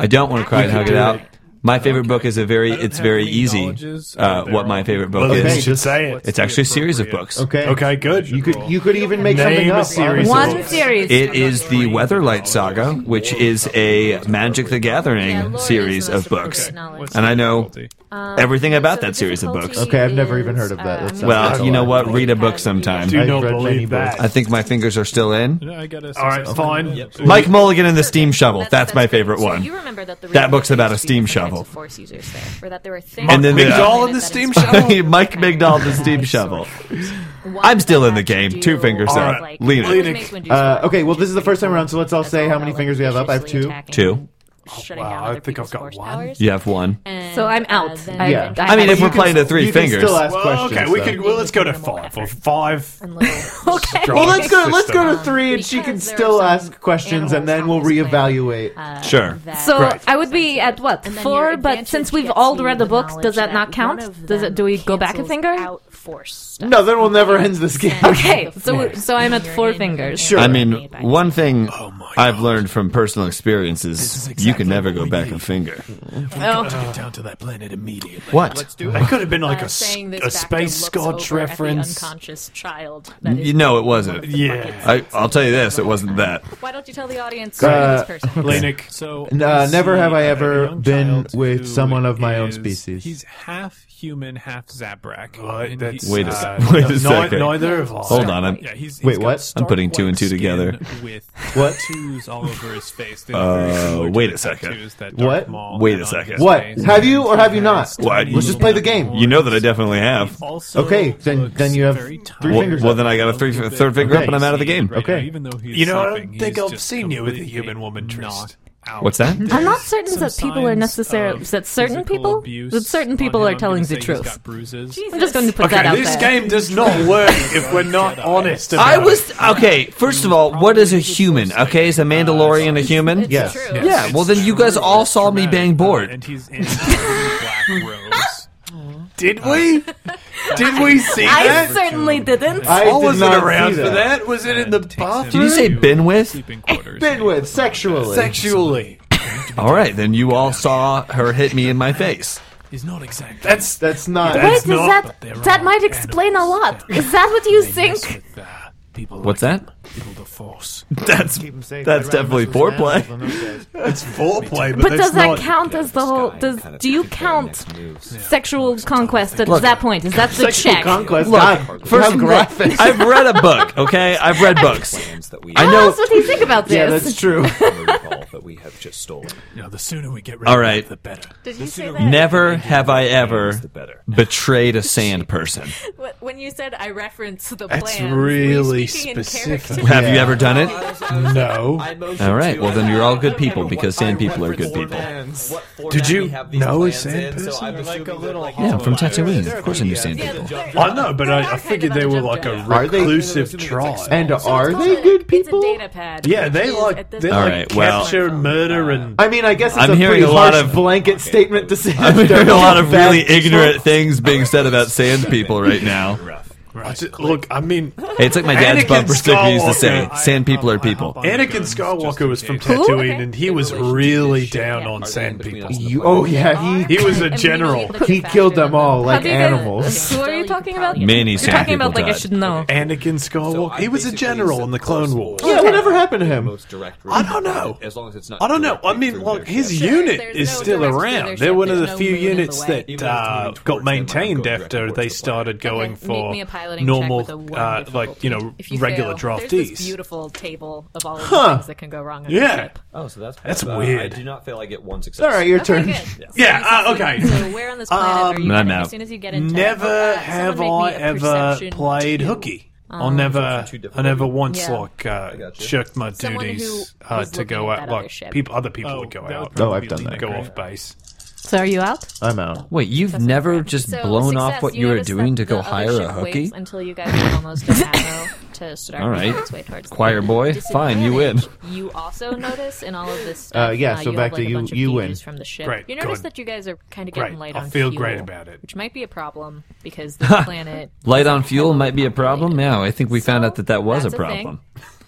S4: I don't want to cry and hug it out. My favorite book is a very.
S6: I don't
S4: It's
S6: have
S4: very
S6: any
S4: easy.
S6: knowledges
S4: Uh,
S6: of their
S4: what my
S6: own.
S4: favorite book
S5: well, then
S3: Okay,
S5: you
S4: is.
S5: should say it.
S4: It's actually a series of books.
S3: Okay.
S5: Okay, good.
S3: You could you could even make
S5: Name
S3: something
S5: a
S3: up.
S5: series of
S2: One
S5: books.
S2: series.
S4: It is the Weatherlight Saga, which is a Magic the
S1: Yeah,
S4: Gathering
S1: Laura is
S4: series
S1: the most
S4: of books.
S1: appropriate knowledge.
S4: And I know
S1: Um,
S4: everything about
S1: so
S4: that
S1: the
S4: series of
S1: difficulty
S4: books.
S3: Okay, I've never even heard of that.
S1: is,
S3: That
S1: uh,
S3: sounds
S4: Well,
S1: I'm
S4: you know
S1: not
S4: what?
S1: sure
S4: Read a
S1: how
S4: book
S1: you
S4: sometime.
S5: do
S3: I've
S5: not
S3: read many
S5: believe
S3: books.
S5: that.
S4: I think my fingers are still in.
S6: No, I got a
S5: All right,
S6: success.
S5: fine.
S4: Mike Mulligan and the Steam Shovel.
S1: That's,
S4: That's my favorite
S1: so
S4: one.
S1: You remember that the
S4: That
S1: reason
S4: book's
S1: there
S4: about
S1: used
S4: a
S1: to be
S4: steam
S1: different types
S4: shovel.
S1: of Force users there, or that there were things
S4: And then
S1: that
S4: the-
S5: McDowell
S1: were
S5: and the
S1: that
S5: steam
S1: inspired
S5: shovel?
S4: Mike
S1: different kinds
S4: McDowell and the
S1: of
S4: steam
S1: sorts.
S4: shovel.
S1: One
S4: I'm still
S1: that
S4: in the
S1: had to
S4: game.
S1: do-
S4: Two fingers
S1: All
S4: up.
S1: right.
S4: Lean it.
S1: Lean
S5: it.
S1: makes one do
S3: Uh,
S1: something,
S3: okay, well, this is the
S1: which is
S3: first time around, so let's all
S1: that's
S3: say
S1: all
S3: how many
S1: about,
S3: fingers
S1: like,
S3: we have up. I have
S1: viciously
S3: two.
S1: attacking
S4: Two.
S1: shutting
S5: Wow,
S1: down
S5: I
S1: other
S5: think I've
S1: people's
S5: got
S1: force
S5: one.
S1: powers.
S4: You have one.
S1: And,
S2: So I'm
S1: uh,
S2: out.
S1: then
S2: I,
S3: Yeah.
S4: I mean, if
S3: You
S4: we're
S3: can
S4: playing to
S3: still-
S4: three
S3: you can
S4: fingers.
S3: still ask
S5: Well,
S3: questions.
S5: okay, we
S3: though.
S5: could. Well, let's go to five or five.
S1: and little-
S2: okay.
S5: Strong.
S3: Well, let's go. Let's go to
S1: Um,
S3: three, and she can
S1: because there
S3: still
S1: are some
S3: ask questions, and
S1: animals
S3: then we'll
S1: on this planet,
S3: reevaluate.
S1: uh,
S4: Sure.
S1: that-
S2: So
S5: Right.
S2: I would be at what
S1: And then
S2: four?
S1: your
S2: But
S1: advantage
S2: since we've
S1: gets
S2: all
S1: you
S2: read the
S1: knowledge
S2: books, does that not
S1: one
S2: count?
S1: of
S2: Does
S1: them
S2: it? Do we go back a
S1: cancels
S2: finger?
S1: out force stuff.
S3: No, then we'll never end this game.
S2: Okay, so so I'm at four fingers.
S1: Sure.
S4: I mean, one thing
S5: Oh my
S4: I've learned from personal experiences:
S5: is
S4: you
S5: exactly
S4: can never
S5: what
S4: go
S5: we
S4: back
S5: need.
S4: a finger.
S5: Got to get down to that planet immediately.
S4: What?
S5: That could have been like
S1: Uh,
S5: a, s-
S1: saying this
S5: a
S1: back
S5: space
S1: looks over
S5: scotch
S1: at the
S5: reference.
S1: unconscious child. that is
S4: You know, it
S1: one of
S4: wasn't.
S1: the
S5: Yeah.
S4: I, I'll tell you this: it wasn't that.
S1: Why don't you tell the audience
S3: Uh,
S1: who this person? is?
S5: Lenik.
S6: So
S3: N- uh,
S6: I
S3: never
S6: see
S3: have I
S6: a
S3: ever
S6: young
S3: been
S6: child
S3: with
S6: who
S3: someone of my own
S6: is-
S3: species.
S6: He's half human, half Zabrak.
S5: Well,
S6: And
S5: that's,
S6: he-
S4: Wait a
S5: uh,
S4: sec- wait a
S5: no-
S4: second.
S5: Neither of us.
S4: Hold on, I'm
S6: Yeah, he's, he's
S3: Wait,
S6: got
S3: what? I'm
S6: stark
S4: putting two and two
S6: white skin
S4: together.
S6: With
S3: What?
S6: Twos all over his face. They
S4: Uh, wait a second.
S3: What?
S4: Wait a second.
S3: What? Have you or have you not?
S4: Why do you-
S3: Let's just play the game.
S4: You know that I definitely have.
S3: Okay, then- then you have three
S4: Well,
S3: fingers
S4: well,
S3: up.
S4: then I got a three, third finger up, and I'm out of the game.
S3: Okay.
S6: Even though he's
S5: You know, I
S6: sleeping,
S5: don't think
S6: he's
S5: I've
S6: just
S5: seen you with a
S6: completely
S5: human woman,
S6: knocked
S5: Trist.
S6: out.
S4: What's that?
S2: I'm not certain
S6: Some
S2: that people are
S6: signs
S2: necessarily
S6: of
S2: that certain
S6: physical
S2: people
S6: abuse
S2: that certain
S6: on
S2: people
S6: him.
S2: are
S6: I'm
S2: telling
S6: gonna say
S2: the
S6: he's
S2: truth.
S6: got bruises.
S2: I'm just going to put that
S5: Okay,
S2: out
S5: this
S2: there.
S5: game does not work if we're not honest about
S10: I was okay. First of all, what is a human? Okay, is a Mandalorian a human?
S3: Yes.
S1: True.
S10: Yeah. Well, then you guys all saw me bang
S6: Uh,
S10: board.
S6: and he's in black robes.
S5: Did we? Did we see
S2: I
S5: that?
S2: certainly didn't.
S3: I
S5: I
S3: did
S5: wasn't
S3: not
S5: around
S3: see
S5: for that. Was it in the
S6: And takes him
S5: bathroom?
S10: Did you say
S6: to
S10: been with?
S6: Sleeping quarters.
S3: Been with sexually.
S5: Sexually.
S4: All right, then you all saw her hit me in my face.
S6: He's not exactly.
S5: That's
S3: That's not.
S2: Wait,
S5: That's-
S2: is
S5: not-
S2: that
S5: they're
S2: that
S5: all
S2: might explain a
S5: animals.
S2: lot? Is that what you think?
S5: with, uh, people
S4: What's
S5: like
S4: that?
S5: People the force.
S4: That's that's definitely foreplay.
S5: It's foreplay, but,
S2: But
S5: that's
S2: does that
S5: not-
S2: count as the whole? Does do you count sexual conquest at
S10: Look,
S2: that point? Is that the
S3: Sexual
S2: check?
S3: conquest.
S10: Look,
S3: God,
S10: first
S3: how
S10: of all-
S3: graphic.
S4: I've read a book. Okay, I've read books. I
S2: What
S4: know.
S2: else would he think about this?
S3: Yeah, that's true.
S8: that we have just stolen.
S5: No, the sooner we get rid
S4: All
S5: of
S4: right.
S5: it, the better.
S1: Did you say that?
S4: Never have I ever
S8: The better.
S4: betrayed a sand person.
S1: Wh- When
S2: when you said I referenced the plan,
S5: That's really specific.
S4: Have you ever done it?
S5: No.
S4: All right. Well, then you're all good people because sand people are good people.
S5: Did you know a sand person?
S4: Yeah, I'm from Tatooine. Of course, I knew sand
S2: Yeah,
S4: people.
S2: they're-
S5: I know, but I, I figured they were like a
S3: Are they-
S5: reclusive tribe.
S3: And are
S2: It's
S3: they
S2: a-
S3: good people?
S2: It's a data pad.
S5: yeah, they
S2: It's
S5: like
S2: at
S5: they
S2: this
S5: like
S2: point-
S4: Alright, well-
S5: capture, murder, and
S3: I mean, I guess it's
S4: I'm
S3: a
S4: hearing
S3: pretty
S4: a lot
S3: harsh
S4: of-
S3: blanket statement to say.
S4: I'm
S3: that they're
S4: hearing a lot of
S3: bad
S4: really
S3: people.
S4: ignorant things being said about sand people right now.
S5: I just- look. I mean,
S4: Hey, it's like my dad's
S5: Anakin
S4: bumper sticker used to say,
S5: Skywalker.
S4: "Sand people are people."
S5: Anakin Skywalker was from
S2: Who?
S5: Tatooine,
S2: Okay.
S5: and he was really down on sand people.
S3: You- oh yeah, he
S5: He was a
S2: And we
S5: general.
S2: need to look
S3: he
S2: at
S3: killed
S2: faster
S3: them all
S2: than-
S3: like
S1: you guys-
S3: animals.
S1: Who are you talking about?
S4: Many
S1: You're
S4: sand
S1: talking about
S4: people
S1: like I
S4: died.
S1: should
S2: Oh.
S1: know.
S5: Anakin Skywalker. He was a general in the Clone Wars.
S3: Yeah, whatever happened to him?
S8: Most direct
S5: I don't know.
S8: As long as it's not.
S5: I don't know. I mean,
S8: look,
S5: look, his
S2: Sure,
S5: unit
S2: there's
S5: is
S2: no
S5: still
S2: direct
S5: around.
S2: leadership,
S5: They're one of the
S2: there's no
S5: few
S2: moon in the
S5: units
S2: way.
S5: that
S8: Even if it's
S5: uh,
S8: moving
S5: got
S8: towards them, I'm
S5: maintained
S8: going
S5: after
S8: direct
S5: they
S8: towards the
S5: started going
S2: Make me
S5: for
S2: a piloting check
S5: normal,
S2: with a one
S5: uh,
S2: difficulty.
S5: like you know,
S2: If you
S5: regular
S2: fail, There's this
S5: draftees.
S2: beautiful table of all of the
S3: Huh.
S2: things that can go wrong. On
S5: Yeah.
S2: the ship.
S8: Oh, so that's
S5: That's
S8: uh, I
S5: weird.
S8: do not feel I get one success.
S3: All right, your
S2: Okay,
S3: turn.
S2: good.
S5: Yeah. Uh, okay.
S2: So where on this planet are you?
S4: Um, I'm
S2: headed
S4: out.
S2: As soon as you get into
S5: Never
S2: uh,
S5: have I
S2: someone make me a
S5: ever
S2: perception
S5: played
S2: two.
S5: hooky. I'll never,
S8: too difficult.
S5: I never once
S2: Yeah.
S5: like uh,
S8: gotcha.
S5: shirked my
S2: Someone who
S5: duties uh,
S2: was
S5: to
S2: looking
S5: go
S2: at
S5: out.
S2: that other
S5: Like
S2: ship.
S5: people, other people would go
S9: that
S5: out,
S9: would
S3: Oh, I've done that.
S5: go off base.
S1: So are you out?
S3: I'm out.
S4: Wait, you've never just
S2: So,
S4: blown
S2: success,
S4: off what you were
S2: notice
S4: doing
S2: that
S4: to go
S2: the other
S4: hire a
S2: ship waits
S4: hooky?
S2: Until you guys are almost at Admiral to start
S4: All right.
S2: making its way towards the
S4: Choir boy, fine, you win.
S2: disadvantage. You also notice in all of this stuff.
S3: Uh, yeah, so
S2: you
S3: back
S2: have, like,
S3: to
S2: a
S3: you-
S2: bunch of
S3: you
S2: views
S3: win.
S2: from the ship.
S5: Great,
S2: You notice
S5: good.
S2: that you guys are kind of getting
S5: Great,
S2: light
S5: I
S2: on
S5: feel
S2: fuel,
S5: great about it.
S2: which might be a problem because the planet
S4: Light on fuel might be a problem. Yeah, I think we found out that that was a
S2: That's a thing.
S4: problem.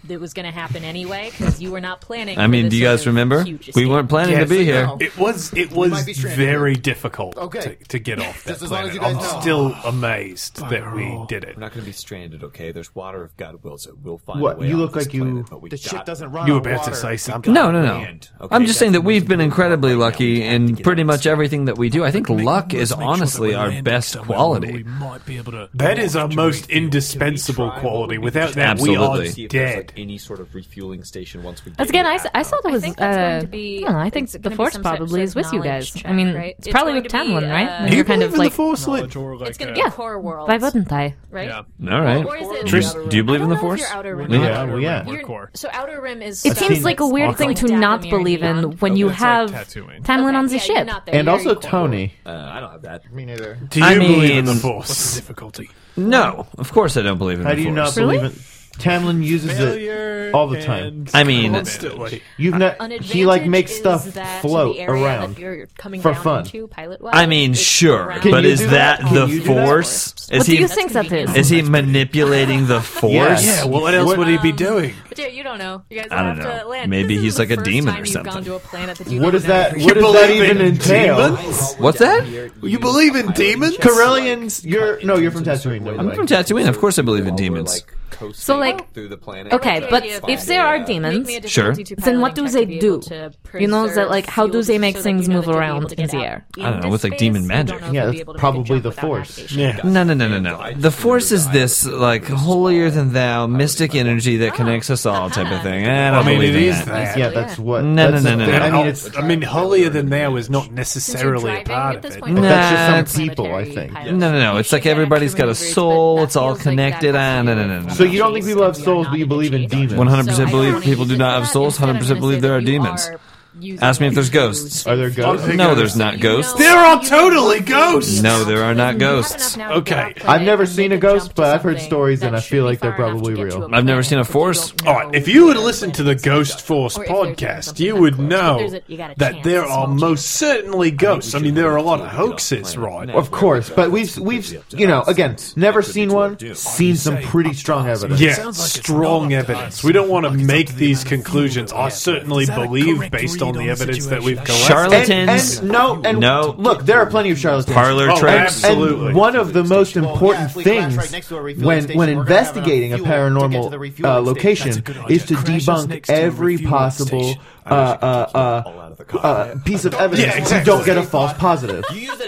S2: that was going to happen anyway because you were not planning.
S4: I
S2: for
S4: mean,
S2: this
S4: do you
S2: sort
S4: guys
S2: of
S4: remember?
S2: huge
S4: We
S2: escape.
S4: weren't planning to
S5: Yes,
S4: be
S5: I
S4: here.
S11: know.
S5: It was it was
S11: might be stranded.
S5: very difficult
S11: Okay.
S5: to, to get off that
S11: Just as long
S5: planet.
S11: as you guys
S5: I'm
S11: know.
S5: still amazed that we did it.
S8: We're not going to be stranded, okay? There's water if God wills it. We'll find
S3: What,
S8: a way
S3: you
S8: out
S3: look
S8: of this
S3: like you-
S8: planet, but we
S11: The ship
S8: got-
S11: doesn't run
S5: You were
S11: on
S5: about
S11: water.
S5: to say something?
S4: No, no, no.
S8: Land. Okay,
S4: I'm just saying that
S8: that's
S4: we've been
S8: amazing.
S4: incredibly
S8: Right now, we
S4: lucky
S8: have to
S4: in
S8: get
S4: pretty
S8: out.
S4: much everything that we do. I think luck
S9: Let's make
S4: is
S9: sure that
S4: honestly
S9: we're
S4: our
S9: landing
S4: best
S9: somewhere where we
S4: quality.
S9: might be able to-
S5: That is our most
S9: Refuel.
S5: indispensable quality. Without that,
S4: Absolutely.
S8: See
S5: we are
S8: if there's, like,
S5: dead.
S8: any sort of refueling station once we.
S1: That's
S8: get
S1: again. I,
S8: here.
S1: s- I saw that
S2: I
S1: was.
S2: think that's going
S1: uh,
S2: to be-
S1: I don't know. I think
S2: it's
S1: the
S2: gonna be
S1: force
S2: some sort of
S1: probably is with you
S2: knowledge
S1: guys.
S2: check,
S1: I mean,
S2: right?
S1: it's,
S2: It's
S1: probably
S2: going
S1: with
S2: to be,
S1: Tamlin, right?
S2: uh,
S1: And
S5: Do you
S1: you're kind
S5: believe
S1: of
S5: in
S1: like,
S5: the Force Link?
S9: Knowledge or like
S2: It's going
S9: a-
S2: to be core worlds,
S1: why wouldn't I?
S2: right?
S9: Yeah.
S4: All right.
S2: Or is it
S4: Tris,
S2: outer
S4: do you
S2: rim?
S4: believe
S2: I don't
S4: in
S2: know
S4: the
S2: if
S4: force?
S2: you're outer rim.
S3: Yeah,
S2: Outer
S3: well,
S2: rim.
S3: yeah.
S2: You're-
S9: Core.
S2: So outer rim is.
S1: It
S2: stuff
S1: seems like a weird
S2: that's
S1: thing to
S2: down
S1: not
S2: near and
S1: believe in
S2: beyond.
S1: when you
S9: It's like
S1: have
S9: Tatooine.
S1: Tamlin
S2: Okay,
S1: on
S2: yeah,
S1: the
S2: you're
S1: ship.
S2: not there.
S3: And
S2: You're
S3: also
S2: equal.
S3: Tony.
S8: Uh, I don't have that.
S11: Me neither.
S5: Do you
S4: I
S5: believe in the
S4: mean-
S5: Force?
S9: difficulty.
S4: No, of course I don't believe in
S3: How
S4: the
S3: do you not
S4: force.
S1: Really?
S3: believe it? Tamlin uses it all the time.
S9: and
S4: I mean-
S9: constantly.
S3: You've
S2: An
S3: not. He like
S2: advantage
S3: makes
S2: is
S3: stuff
S2: that
S3: float
S2: the area
S3: around.
S2: that you're coming
S3: for
S2: down
S3: fun.
S2: Into, pilot-wise,
S4: I mean,
S2: is
S4: sure,
S2: around-
S3: Can
S4: but
S3: you
S4: is
S3: do
S4: that,
S3: that? Can
S4: the
S3: you do that?
S4: force? Is
S1: What
S4: he
S1: do you think that
S2: convenient.
S1: is?
S4: is he manipulating the force?
S3: Yes.
S5: Yeah, well, what else would he be doing?
S2: But yeah, you don't know. You guys
S4: I
S2: have
S4: don't
S2: to
S4: know.
S2: land.
S4: Maybe
S2: This is
S4: he's
S2: the
S4: like a
S2: first
S4: demon
S2: time
S4: or
S2: you've Gone
S4: something.
S2: to a planet that you
S3: What
S2: don't
S3: does
S2: know.
S3: that? What does that
S5: believe
S3: even
S5: in
S3: entail?
S8: While we're
S4: What's
S8: down
S4: that?
S8: here,
S5: You believe in
S8: pilot
S5: demons?
S8: checks, like,
S3: Corellians, you're-
S8: cut
S3: no, you're
S8: into
S3: from
S8: the
S3: Tatooine,
S8: circle
S3: by the
S8: and
S3: way.
S4: I'm from Tatooine. Of course I believe in
S8: while we're,
S4: demons.
S8: coasting
S1: So, like-
S8: through the planet.
S1: Okay,
S2: Yeah,
S1: but
S2: yeah,
S1: if there
S8: fine.
S1: are
S8: Yeah.
S2: Make
S1: demons,
S2: me a
S4: Sure.
S2: difficulty to
S1: Then what
S2: piloting
S1: do
S2: check to
S1: they
S2: be able
S1: do?
S2: to
S1: You know, is that,
S2: preserve
S1: like, how do
S2: fuel
S1: they make
S2: so that
S1: things
S2: you know
S1: move
S2: that you'll be
S1: around
S2: able to
S1: in
S2: get
S1: the
S2: out
S1: air?
S4: I don't know,
S2: into
S4: it's like
S2: space,
S4: demon
S2: so you don't
S4: magic.
S2: know if
S3: Yeah,
S2: you'll
S3: that's
S2: be able to make a
S3: probably
S2: jump
S3: the
S2: without
S3: Force.
S2: navigation.
S5: Yeah.
S4: No, no, no, no, no. The force is this like holier than thou mystic energy that connects us all type of thing. I don't
S5: I mean,
S4: believe
S5: it
S4: in
S5: is
S4: that.
S5: that.
S3: Yeah, that's what.
S4: No,
S3: that's
S4: no,
S3: the
S4: no, no,
S3: thing.
S4: no.
S3: I mean, it's
S5: I mean, holier than thou is not
S2: Since you're
S5: necessarily a
S2: driving
S5: part
S2: at
S5: of
S2: this
S5: it.
S2: point,
S4: Nah,
S2: you're
S4: that's
S2: not
S4: just
S3: some
S2: a
S3: people,
S2: planetary
S3: I think.
S2: pilot.
S4: No, no, no.
S2: You
S4: It's like
S2: should have
S4: everybody's got a
S2: maneuvers, but
S4: soul.
S2: that
S4: It's all
S2: feels like
S4: connected.
S2: that's
S4: Ah, no, no, no, no.
S2: not
S3: So you don't think
S2: chase,
S3: people have
S2: and we are
S3: souls,
S2: not
S3: but you
S2: in
S3: believe in
S2: chase.
S3: demons?
S4: 100%
S2: So I don't
S4: believe
S2: wanna
S4: people
S2: use
S4: do
S2: it
S4: not
S2: for
S4: have
S2: that.
S4: souls.
S2: Instead, I'm
S4: 100%
S2: gonna
S4: believe
S2: say
S4: there
S2: that
S4: are
S2: you
S4: demons.
S2: are using
S4: Ask me if
S2: it
S4: there's
S2: to
S4: ghosts.
S2: save
S3: Are there
S2: fuel.
S5: ghosts?
S4: No, there's not ghosts.
S5: There are totally ghosts!
S4: No, there are not ghosts.
S5: Okay.
S3: I've never seen a ghost, but I've heard stories, and I feel like they're probably real.
S4: I've never seen a force.
S5: All right, if you would listen to the Ghost Force
S2: Or if there's
S5: podcast,
S2: something
S5: you
S2: that
S5: would
S2: close.
S5: know
S2: There's a- you got a
S5: that
S2: chance,
S5: there
S2: a
S5: are
S2: small
S5: most certainly ghosts. I mean, there are a lot of hoaxes, right?
S3: Of course, but we've we've you know again never seen one, seen some pretty strong evidence.
S5: Yeah, strong evidence. We don't want to make these conclusions. I certainly believe, based on the evidence that we've collected.
S3: And,
S4: Charlatans,
S3: and no, and
S4: No.
S3: Look, there are plenty of charlatans.
S4: parlor
S5: Oh,
S4: tricks.
S5: absolutely.
S3: And one of the most
S11: Well, yeah,
S3: important
S11: if we crash
S3: things
S11: right next to a refueling
S3: when
S11: station,
S3: when
S11: we're gonna have enough
S3: investigating a
S11: fuel to get to the
S3: paranormal
S11: refueling
S3: uh,
S11: station.
S3: location is to
S9: Crash us next
S3: debunk
S9: to a
S3: every
S9: refueling
S3: possible
S9: station.
S3: uh, uh,
S8: All out of the
S3: uh,
S8: car.
S11: Oh,
S3: uh, piece of evidence so
S5: exactly.
S3: you don't get a false positive.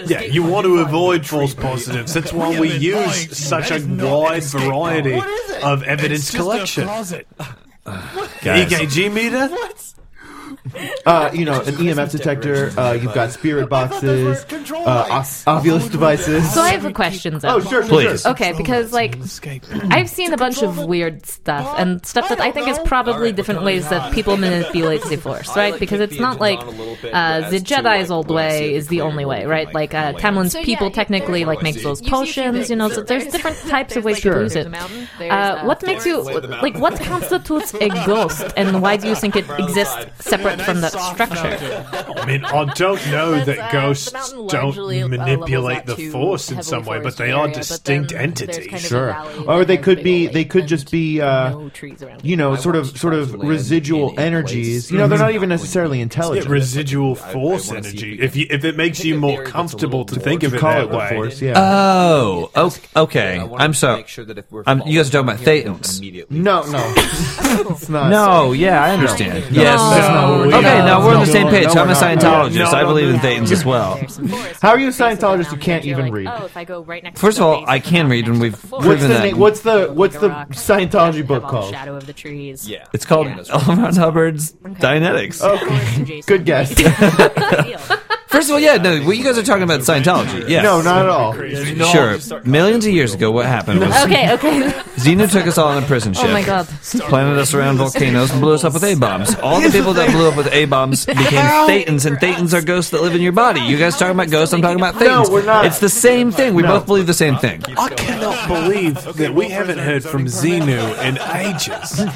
S5: Yeah, you want to avoid false positives. That's why we use such a wide variety of evidence collection.
S9: Closet.
S4: Guys,
S5: EKG meter?
S3: Uh, you know, an EMF detector. Uh, you've got spirit boxes, uh, o- ovulus devices.
S2: So I have a question. Though.
S3: Oh, sure, sure,
S12: Please.
S3: sure.
S2: Okay,
S9: Oh,
S2: because like I've seen a bunch of weird stuff and stuff that I think is probably different ways that people manipulate the force, right? Because it's not like uh, the Jedi's old way is the only way, right? Like
S3: "Oh,
S2: uh, Tamlin's
S1: So, yeah,
S2: people
S1: yeah,
S2: technically
S1: there's-
S2: like make those
S1: You see a few
S2: potions, you know.
S1: things.
S2: So there's different types of
S1: There's,
S2: ways
S1: like,
S2: people use
S1: there's
S2: it.
S1: a mountain, there's,
S2: Uh, what makes you like? What constitutes a ghost, and why do you think it exists separate from the structure?
S5: I mean, I don't know
S1: That's,
S5: that
S1: uh,
S5: ghosts
S1: the mountain largely, uh,
S5: don't manipulate
S1: levels
S5: the
S1: out to
S5: force in
S1: heavily
S5: some way, but
S1: forested
S5: they are
S1: area, but then
S5: distinct
S1: there's
S5: entities.
S1: kind of a
S3: Sure.
S1: valley
S3: Or
S1: that
S3: they
S1: has
S3: could
S1: big
S3: be.
S1: old
S3: They could
S1: lake
S3: just
S1: and
S3: be. Uh,
S1: no trees around.
S3: you know, sort of, sort of residual energies. You know, they're not even necessarily
S5: Get
S3: intelligent.
S5: residual force
S8: wanna see if we
S5: energy
S8: can-
S5: if you, if it makes you more comfortable to think of it
S3: Call it
S5: that
S3: the
S5: way.
S3: force. Yeah.
S4: Oh, o- okay. I'm so.
S8: Make sure that if we're
S4: I'm- you guys are talking
S8: following
S4: about
S8: here, we
S4: Thetans.
S8: immediately-
S3: no, no, it's not.
S4: No, yeah, I understand. Yes.
S5: No, we-
S4: okay, now we're on the
S3: no,
S4: same
S3: no,
S4: page.
S3: we're
S4: I'm a
S3: not.
S4: Scientologist.
S5: No, no,
S4: I believe in
S5: no,
S4: Thetans as well.
S1: There's some forest
S3: How are you
S1: with places
S3: Scientologists
S1: around
S3: who
S1: it,
S3: can't
S1: you're
S3: even
S1: like,
S3: read?
S1: "Oh, if I go right next
S4: First
S1: to
S4: of
S1: the
S4: all,
S1: base
S4: I
S1: and
S4: can
S1: not
S4: read,
S1: next
S4: and
S1: to
S4: we've
S1: the forest,
S3: What's the
S4: Proven that.
S3: name? What's the what's
S1: like a
S3: the
S1: rock,
S3: Scientology
S1: have
S3: book
S1: all the
S3: called?
S1: Shadow of the Trees.
S8: Yeah.
S4: It's called L. Ron Hubbard's Dianetics.
S1: Okay.
S3: Good guess.
S4: First of all, yeah, no, what you guys are talking about Scientology. Yes.
S3: No, not at all.
S4: Sure. Millions of years ago, what happened was
S2: Okay, okay.
S4: Xena took us all on a prison ship.
S2: Oh my god.
S4: Planted us around volcanoes and blew us up with A bombs. All the people that blew up with A bombs became Thetans, and Thetans are ghosts that live in your body. You guys talking about ghosts? I'm talking about Thetans.
S3: we're not.
S4: It's the same thing. We both believe the same thing.
S5: I cannot believe that we haven't heard from Xenu in ages.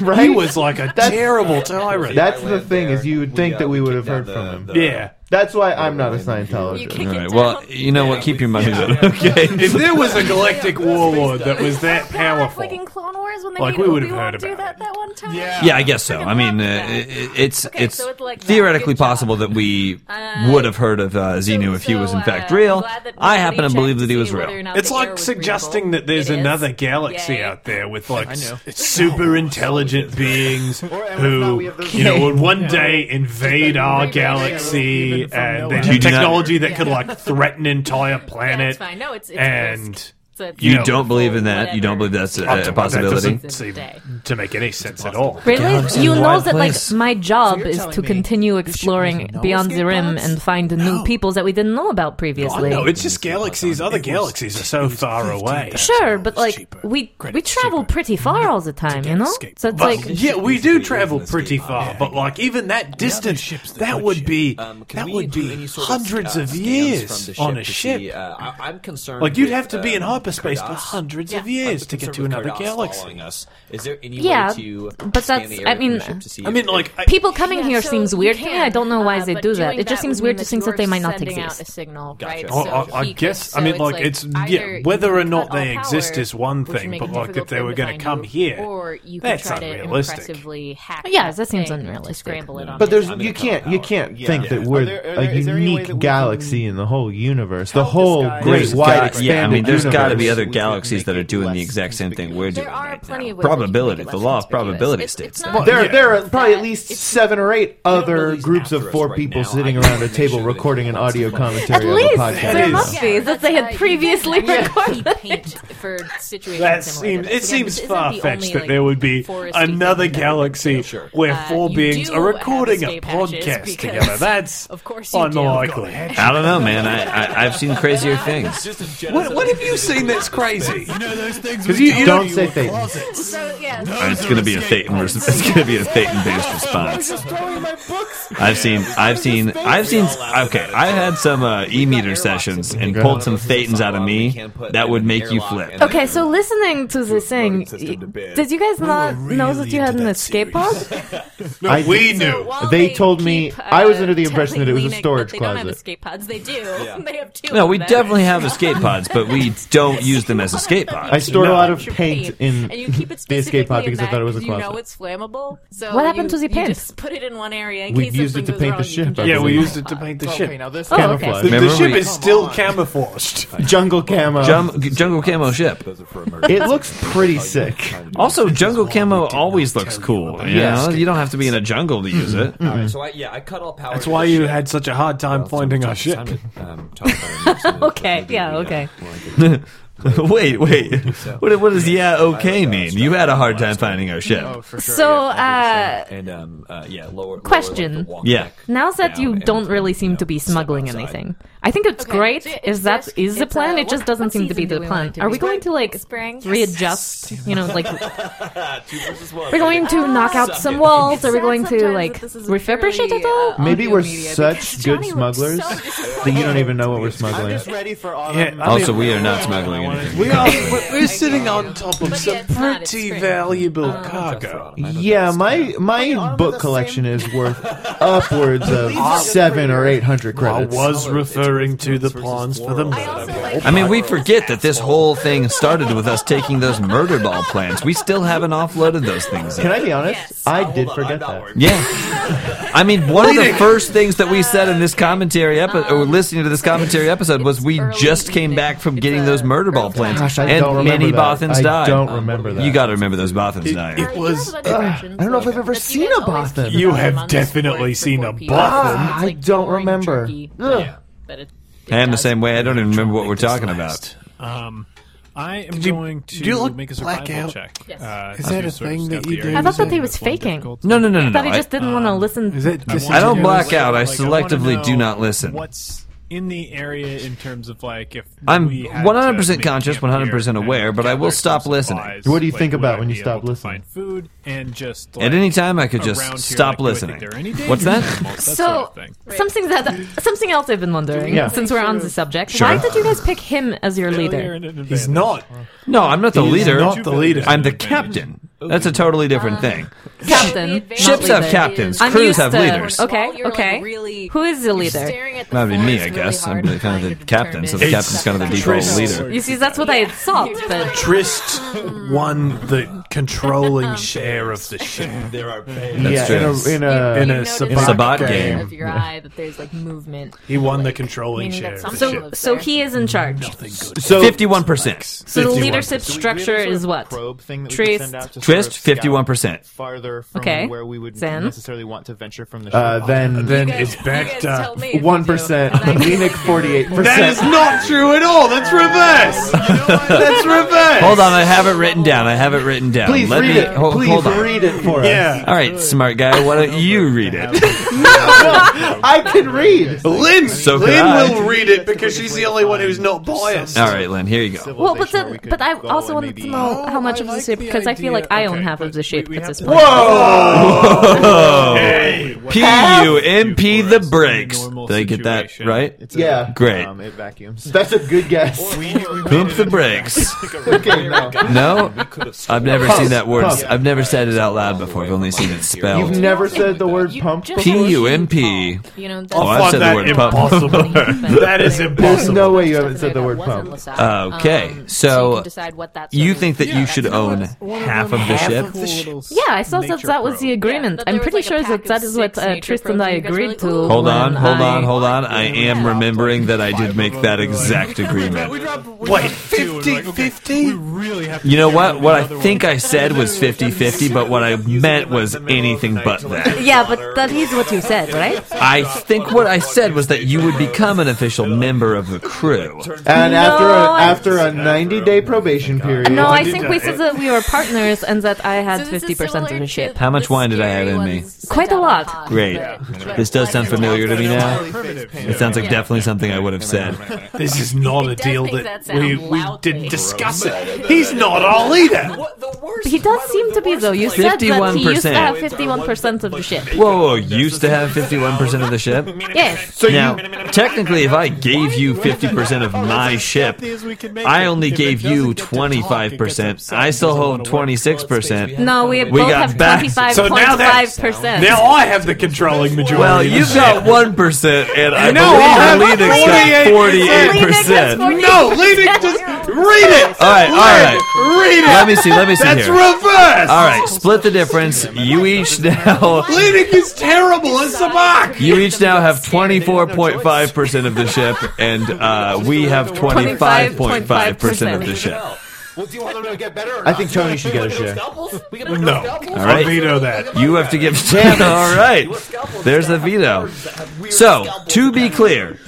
S3: Right?
S5: He was like a terrible tyrant.
S3: That's the thing is you would think that we would have heard
S8: the-
S3: from him.
S5: yeah.
S3: That's why I'm not a
S1: You
S3: Scientologist.
S1: kick
S4: All right.
S1: it
S4: Well,
S1: down.
S4: you know what? Keep your money then. Okay.
S5: If there was a galactic warlord that was that powerful,
S1: Fucking Clone Wars when they
S5: Like,
S1: made
S5: we would've
S1: Obi-Wan
S5: heard
S1: do
S5: about
S1: that
S5: it.
S1: that one time.
S4: Yeah, I guess so. I mean, uh, it, it's
S1: Okay,
S4: it's
S1: so it's like that.
S4: theoretically
S1: Good job.
S4: possible that we
S1: Uh,
S4: would have heard of uh, Xenu if he was in fact real. I happen to believe that he was real.
S1: Um,
S5: it's like suggesting that there's another galaxy
S1: Yeah.
S5: out there with like super intelligent beings who,
S3: we have those-
S5: you know, would one day invade our galaxy and they
S4: You
S5: have
S4: do not-
S5: technology that could like threaten entire
S1: Yeah,
S5: planet.
S1: it's fine. No, it's, it's
S5: And
S1: it's a-
S5: You
S4: You
S5: know,
S4: don't believe in that. You don't believe that's a, a
S5: that
S4: Uh, possibility.
S5: doesn't
S1: It's a
S5: seem to make any sense at all.
S2: Really?
S4: Galaxy
S2: you
S4: in
S2: know
S4: one
S2: that like
S4: place.
S2: my job
S13: you're
S2: is
S13: telling
S2: to
S13: me
S2: continue
S13: ship
S2: exploring
S13: doesn't know
S2: beyond
S13: escape
S2: the rim
S13: pods?
S2: and find the new peoples that we didn't know about previously.
S5: No, it's just galaxies. Other galaxies are so far away.
S2: sure, but like we we travel pretty far all the time, you know.
S14: escape
S2: So it's
S5: But
S2: like
S5: yeah, we do travel pretty far, but like even that distance, that would be that would be hundreds of years on a ship.
S8: I, am concerned.
S5: Like you'd
S8: with,
S5: have to be in
S8: um,
S5: hyperspace for
S8: Cardass.
S5: hundreds of
S8: I'm
S5: years to get
S8: concerned
S5: to
S8: with
S5: another
S8: Cardass
S5: galaxy.
S8: following us. Is there any
S2: Yeah,
S8: way to
S2: but
S8: scan
S2: that's-
S8: the
S2: I
S8: area from
S2: mean-
S8: the ship to see
S5: I
S8: if
S5: mean,
S8: it-
S5: like I,
S2: people coming
S1: Yeah,
S2: here
S1: so
S2: seems
S1: you
S2: weird to me.
S1: can,
S2: I don't know why
S1: uh,
S2: they
S1: but
S2: do that.
S1: doing
S2: It just
S1: would
S2: seems
S1: mean
S2: weird to think that they might not
S1: you're sending out a
S2: exist.
S1: signal,
S8: Gotcha.
S1: right?
S8: Oh,
S5: I,
S1: So
S5: I, I
S1: he could-
S5: guess
S1: so
S5: I mean like
S1: like,
S5: it's
S1: either
S5: yeah.
S1: you
S5: Whether or
S1: can
S5: not
S1: cut
S5: they
S1: all
S5: exist
S1: power,
S5: is one
S1: which
S5: thing,
S1: make
S5: but
S1: it
S5: like if
S1: difficult
S5: they
S1: for
S5: were
S1: them
S5: going
S1: find
S5: to come
S1: you,
S5: here,
S1: or you could
S5: that's
S1: try to
S5: unrealistic.
S1: impressively hack.
S2: Yeah,
S1: that
S2: that seems
S1: thing and
S2: unrealistic.
S1: Scramble it on.
S3: But
S1: their
S3: there's
S1: own.
S3: you can't you can't think that
S13: Are
S3: we're
S13: there- are
S3: a
S13: there- is there any way that we
S3: unique
S13: can
S3: galaxy in the whole universe, the
S13: help
S3: whole
S13: this guy?
S3: great
S4: There's
S3: wide
S4: got-
S3: expanded
S4: yeah, I mean, there's
S3: universe.
S4: got to be other
S13: We could
S4: galaxies
S13: make
S4: that are
S13: it
S4: doing the
S13: less
S4: exact same thing we're doing
S1: There are
S4: right
S1: plenty
S4: now.
S1: of ways that you can
S4: probability.
S1: make it
S4: The
S1: less
S4: law of
S1: conspicuous.
S4: probability
S1: It's-
S4: states
S1: it's
S4: that.
S1: not-
S3: There,
S5: Yeah.
S3: there are probably at
S1: But
S3: least
S1: it's-
S3: seven or eight other
S8: nobody's
S3: groups
S8: after
S3: of
S8: us
S3: four
S8: right
S3: people
S8: now.
S3: sitting
S8: I
S3: around a
S8: make
S3: table
S8: sure that
S3: recording an
S8: it's-
S3: audio commentary
S2: At
S3: of
S2: least
S3: the podcast.
S2: there
S5: is-
S2: must be that they
S1: Uh,
S2: had
S1: you
S2: previously
S1: can actually
S2: recorded.
S1: paint for situations
S5: That seems it
S1: similar to this. Again, this
S5: seems
S1: isn't the
S5: far
S1: only,
S5: fetched that
S1: like,
S5: there would be
S1: foresty thing
S5: another
S1: that we
S5: galaxy
S8: Sure.
S5: where
S1: Uh,
S5: four
S1: you
S5: beings
S1: do
S5: are recording
S1: have
S5: a
S1: escape hatches
S5: podcast
S1: because-
S5: together. That's
S1: Of course you do.
S5: unlikely.
S4: I don't know, man. I, I, I've seen crazier things.
S5: What, what have you seen that's crazy?
S14: Because
S5: Because you, you
S3: Don't say things.
S1: So yeah,
S12: It's gonna be a Thetan versus. It's gonna be a Thetan based response.
S4: I've seen, I've seen, I've seen. Okay, I had some uh, e meter
S8: airlocks
S4: sessions
S8: and
S4: and
S8: we
S4: pulled
S8: got
S4: some
S8: one of those
S4: Thetans out of
S8: on
S4: me
S8: we can put
S4: that
S8: in
S4: would
S8: an
S4: make you
S8: airlock
S4: flip.
S8: and-
S2: Okay, so listening to this thing,
S8: system to bed.
S2: did you guys not know that you had an
S14: that
S2: escape pod?
S3: I
S5: we
S3: did-
S5: knew.
S3: They told me- I
S1: uh,
S3: was under the impression that it was a storage
S1: They don't have
S3: closet.
S1: escape pods. They do. they have two.
S4: No,
S1: of
S4: we
S1: them.
S4: definitely have escape pods, but we don't use them as escape pods.
S3: I stored a lot of
S1: Your
S3: paint in
S1: and you keep it
S3: the escape pod
S1: specifically in
S3: because I thought it was a
S1: that You know
S3: closet.
S1: it's flammable. So
S2: What happened to
S1: you-
S2: the
S1: You
S2: paint?
S1: just put it in one area. In
S3: We
S1: case
S3: used
S1: something
S3: it to
S1: goes
S3: paint
S1: wrong,
S3: the
S1: you can
S3: ship, I
S1: just
S5: Yeah, we
S1: put
S5: used it to
S1: on.
S5: paint the
S13: Okay,
S5: ship.
S13: now this
S2: Oh,
S3: Camouflage.
S2: okay.
S5: The, the
S4: Remember
S5: ship
S4: we-
S5: is still camouflaged.
S3: Jungle camo.
S4: Jum- jungle camo ship.
S8: Those are for
S3: it
S8: emergency.
S3: looks pretty sick.
S4: Also, jungle camo always looks cool. You
S3: Yes.
S4: know, you don't have to be in a jungle to use it.
S8: All right, so I, yeah, I cut all power.
S5: That's
S8: to
S5: why
S8: the
S5: you
S8: ship.
S5: had such a hard time finding our
S8: Time
S5: ship.
S8: to, um, talk about our next move.
S2: Okay,
S8: Maybe
S2: yeah,
S8: we, uh,
S2: okay.
S8: well, I could-
S15: wait, wait. What, what does yeah okay mean? You had a hard time finding our ship.
S8: for
S2: So,
S8: yeah,
S2: uh,
S8: 100%. and um, uh, yeah, lower- lower. like,
S2: question.
S8: the walk
S15: Yeah.
S8: back
S2: Now that
S8: down
S2: you
S8: and,
S2: don't really seem
S8: you
S2: to
S8: know,
S2: be
S8: step
S2: smuggling
S8: outside.
S2: anything, I think it's
S1: Okay,
S2: great.
S1: so it-
S2: Is that
S1: it's-
S2: is the
S1: it's,
S2: plan?
S1: uh,
S2: It just
S1: what-
S2: doesn't
S1: what
S2: seem to be
S1: season do
S2: the
S1: we
S2: plan.
S1: want it to
S2: Are
S1: be?
S2: we going to like
S1: Spring?
S2: readjust? You know, like
S8: Two versus one.
S2: we're going to knock out some walls. Are we
S1: Sad
S2: going to
S1: sometimes
S2: like
S1: that this is
S2: refurbish it
S1: purely,
S2: at all?
S1: uh,
S3: Maybe
S1: audio
S3: we're
S1: media
S3: such
S1: because
S3: good
S1: Johnny looks
S3: smugglers
S1: so
S3: that you don't even know what we're
S16: I'm
S3: smuggling.
S16: just ready for all
S5: Yeah,
S16: of
S5: I
S16: them.
S15: Also, we are not smuggling anything.
S5: We are we're, we're sitting on top of
S1: But
S5: some
S1: yeah, it's not, it's
S5: pretty
S1: great. Um,
S5: valuable
S8: Just
S5: cargo.
S8: throw them.
S3: Yeah, my my
S16: all the
S3: book
S16: same-
S3: collection is worth upwards of seven or eight hundred
S5: I
S3: credits.
S5: was referring to the
S8: versus
S5: pawns for
S8: world.
S5: the
S1: I also
S5: murder.
S1: like.
S4: I mean, we forget that this whole thing started with us taking those murder ball plants. We still haven't offloaded those things.
S3: Can
S4: Yet.
S3: I be honest?
S1: Yes.
S3: I did
S8: Hold on, I'm
S3: forget
S8: not
S3: that.
S8: worried.
S4: Yeah. I mean, one of the first things that we said in this commentary episode, or listening to this commentary episode, was we
S1: Um, early
S4: just came back from
S1: evening.
S4: getting
S1: It's, uh,
S4: those murder ball
S1: early
S4: plants,
S1: time. Gosh,
S3: I don't
S4: and
S3: remember
S4: many
S3: that.
S4: Bothans
S3: I
S4: died.
S3: don't remember that.
S4: You got to remember those Bothans dying.
S5: It was.
S3: I don't know if I've ever seen a Bothan.
S5: You have definitely seen a Bothan.
S3: I don't remember. Ugh.
S4: I am the same way. I don't even remember what we're talking about.
S6: Um, I am
S5: you-
S6: going to
S5: do you look
S6: make a survival
S5: black out?
S6: check.
S1: Yes.
S6: Uh,
S5: Is
S6: to
S5: that a
S6: sort of
S5: thing that
S6: scout
S5: you
S6: the
S5: do?
S6: area.
S2: I thought that he
S5: Is
S2: was
S6: With one
S2: faking.
S6: difficult-
S4: No, no, no, no,
S2: Thought
S4: no.
S2: he
S4: I,
S2: just didn't want to listen.
S5: Is it?
S4: I don't
S6: wanna
S4: black
S6: know,
S4: out. I
S6: like, wanna
S4: selectively
S6: know
S4: do not listen.
S6: What's in the area in terms of like if
S4: I'm
S6: we had to
S4: 100%
S6: make
S4: conscious,
S6: camp
S4: 100%
S6: here
S4: aware,
S6: and
S4: but I will
S6: gather
S4: stop
S6: some
S4: listening.
S6: supplies,
S3: What do you think
S6: would
S3: about
S6: I
S3: when you
S6: be
S3: stop
S6: able to
S3: listening?
S6: Find food and just
S4: At
S6: like,
S4: any time, I could just
S6: around here, like,
S4: stop
S6: do I think
S4: listening.
S6: there are any
S4: What's
S6: dangers?
S4: that?
S6: Well, that
S2: So
S6: sort of thing.
S2: something that something else I've been wondering
S3: Yeah.
S2: since we're on the subject.
S4: Sure.
S2: Why did you guys pick him as your
S6: Failure
S2: leader?
S6: and an
S5: He's
S6: advantage.
S5: not.
S4: No, I'm not the leader.
S5: not the leader.
S4: I'm the captain. That's a totally
S1: Uh,
S4: different thing.
S2: Captain. not
S4: Ships have
S2: leader.
S4: captains.
S2: I'm
S4: crews
S2: used
S4: have
S2: to-
S4: leaders.
S2: Okay,
S1: You're, like,
S2: okay.
S1: really-
S2: Who is the
S1: You're
S2: leader?
S1: staring at the
S4: That'd be me,
S1: forest
S4: I
S1: really
S4: guess.
S1: hard
S4: I'm really kind of
S1: trying
S4: the
S1: to
S4: captain, so the
S1: determine
S4: captane's kind of the
S1: stuff.
S4: default
S5: Trace.
S4: leader.
S2: You see, that's what I had thought, but
S5: Trist won the controlling share of the ship.
S8: There are
S3: Yeah,
S4: true.
S3: in a
S5: In
S3: in a
S5: a
S1: You notice
S5: Sabat
S1: in the
S4: Sabat
S1: corner
S4: game.
S1: Of your eye that there's like movement.
S5: He won the
S1: like,
S5: controlling
S1: meaning
S5: share
S1: that
S5: of the
S1: something
S5: ship.
S2: so
S1: lives
S2: so
S1: there.
S2: he is in charge.
S3: so
S4: Fifty-one percent.
S2: So the leadership
S5: 51%.
S16: Do we- do we have
S2: structure
S16: sort of
S2: is what?
S16: Probe thing that we
S2: Trist.
S16: could send out to sort
S4: Twist.
S16: of scout
S4: Fifty-one percent.
S16: Farther from
S2: Okay.
S16: where we would
S2: Zen.
S16: necessarily want to venture from the ship.
S3: uh, then
S5: Then
S1: You guys-
S5: it's back
S1: you guys tell
S5: to.
S1: me if you do,
S3: one percent.
S1: and I can-
S3: Lenik forty eight
S5: That is
S3: percent.
S5: not Oh, true at all. That's reverse. That's reverse.
S4: Hold on, I have it written down. I have it written down.
S3: Please
S4: Let
S3: read
S4: me
S3: it.
S4: Hold,
S3: Please
S4: hold on.
S3: read it for us.
S5: Yeah.
S4: All right, smart guy. Why don't you read it?
S3: I can read.
S5: Lynn,
S4: So could
S5: Lynn
S4: I.
S5: will read it because she's the only one who's
S4: Oh,
S5: not biased.
S4: All right, Lynn. Here you go.
S2: Well, but
S16: civilization where
S2: then,
S16: we could
S2: but I
S16: go
S2: also
S16: and
S2: wanted to
S16: maybe-
S2: know
S6: Oh,
S2: how much
S6: I
S2: of the
S6: like
S2: ship
S6: the
S2: because I feel like I
S6: idea.
S2: own half
S6: Okay,
S2: of the
S6: but
S2: ship
S6: we- we
S2: at
S6: have
S2: this
S6: to-
S2: point.
S4: P U M P the brakes.
S6: Normal
S4: They get that
S6: situation.
S4: right.
S16: It's
S3: Yeah.
S4: Great.
S16: Um, it vacuums.
S3: That's a good guess.
S4: Pump the brakes.
S3: Okay, no.
S4: No, I've never seen that word.
S3: Pump.
S4: I've never said it out loud before. I've only seen it
S3: You've
S4: spelled.
S3: never said the word
S1: You
S3: pump
S1: just-
S3: before.
S4: P U M P.
S1: You know,
S4: Oh,
S1: that's
S4: I've said the
S5: that
S4: word pump.
S5: impossible. that is
S3: There's
S5: impossible.
S3: no way you haven't said the word pump.
S4: Okay, so
S1: you can decide what that
S4: You
S1: sort of-
S4: think that you should own half of the ship?
S2: Yeah, I saw that that was the agreement.
S1: that
S2: I'm
S1: there
S2: pretty
S1: was, like,
S2: sure
S1: a
S2: that
S1: pack
S2: that
S1: of
S2: is what
S1: six
S2: uh,
S1: nature
S2: Tristan and I
S1: pros. You guys were
S2: agreed
S1: like,
S2: to.
S1: "Ooh."
S4: Hold
S2: when
S4: on, hold
S2: I-
S4: on, hold on. I am remembering that I did make that exact
S6: We
S4: agreement.
S6: dropped we
S5: Wait,
S6: dropped two, and we're
S5: 50,
S6: like, okay,
S5: 50?
S6: We really have to
S4: You know
S6: get
S4: what?
S6: rid of
S4: What I
S6: another
S4: think
S6: one.
S4: I said was 50 50, but what I meant was anything but that.
S2: Yeah, but that is what you said, right?
S4: I think what I said was that you would become an official member of the crew.
S3: And after
S2: No,
S3: a,
S2: I-
S3: after a 90 day probation period,
S2: No, I
S5: did
S2: think we
S5: that.
S2: said that we were partners and that I had
S1: So this is
S2: 50% of
S1: similar
S2: the ship.
S1: to
S4: How much
S1: the
S4: wine did I have
S1: scary
S4: in me?
S1: ones sent
S2: Quite a
S1: out on
S2: lot.
S1: pod,
S4: Great.
S1: but-
S4: This does sound familiar to me now. It sounds like
S1: Yeah.
S4: definitely something I would have said.
S5: This is not a
S1: does
S5: deal
S1: make
S5: that,
S1: that sound
S5: we, we
S1: loudly.
S5: didn't discuss it. He's not our leader.
S2: He does seem to be, though. You said that he used to
S4: 51%.
S2: have 51% of the ship.
S4: Whoa, whoa, used to have 51% of the ship?
S2: Yes.
S3: so
S4: Now,
S3: you
S4: technically, if I gave you 50% of my ship, I only gave you 25%. I still hold 26%.
S2: No, we,
S4: We
S2: both
S4: got
S2: have
S4: back-
S2: 25.5%.
S5: So now that's- Now I have the controlling majority.
S4: Well,
S5: of the
S4: you've
S5: ship.
S4: got 1%, and I
S5: No, I
S4: believe
S5: have
S4: Lenix got 48%. All
S5: No, leave it. Oh, Just read it.
S4: right, all right.
S5: Read it.
S4: Let me see, let me see
S5: That's
S4: here.
S5: reverse.
S4: All right, split the difference. You each now.
S5: Leading is terrible as Sabak.
S4: You each now have 24.5% of the ship, and uh, we have 25.5% of the ship.
S8: Well, do you want them to get better? Or
S3: I think Tony should get a share.
S5: No.
S4: All right.
S5: I veto that.
S4: You have to give. Damn. All right. There's the veto. So, to be clear,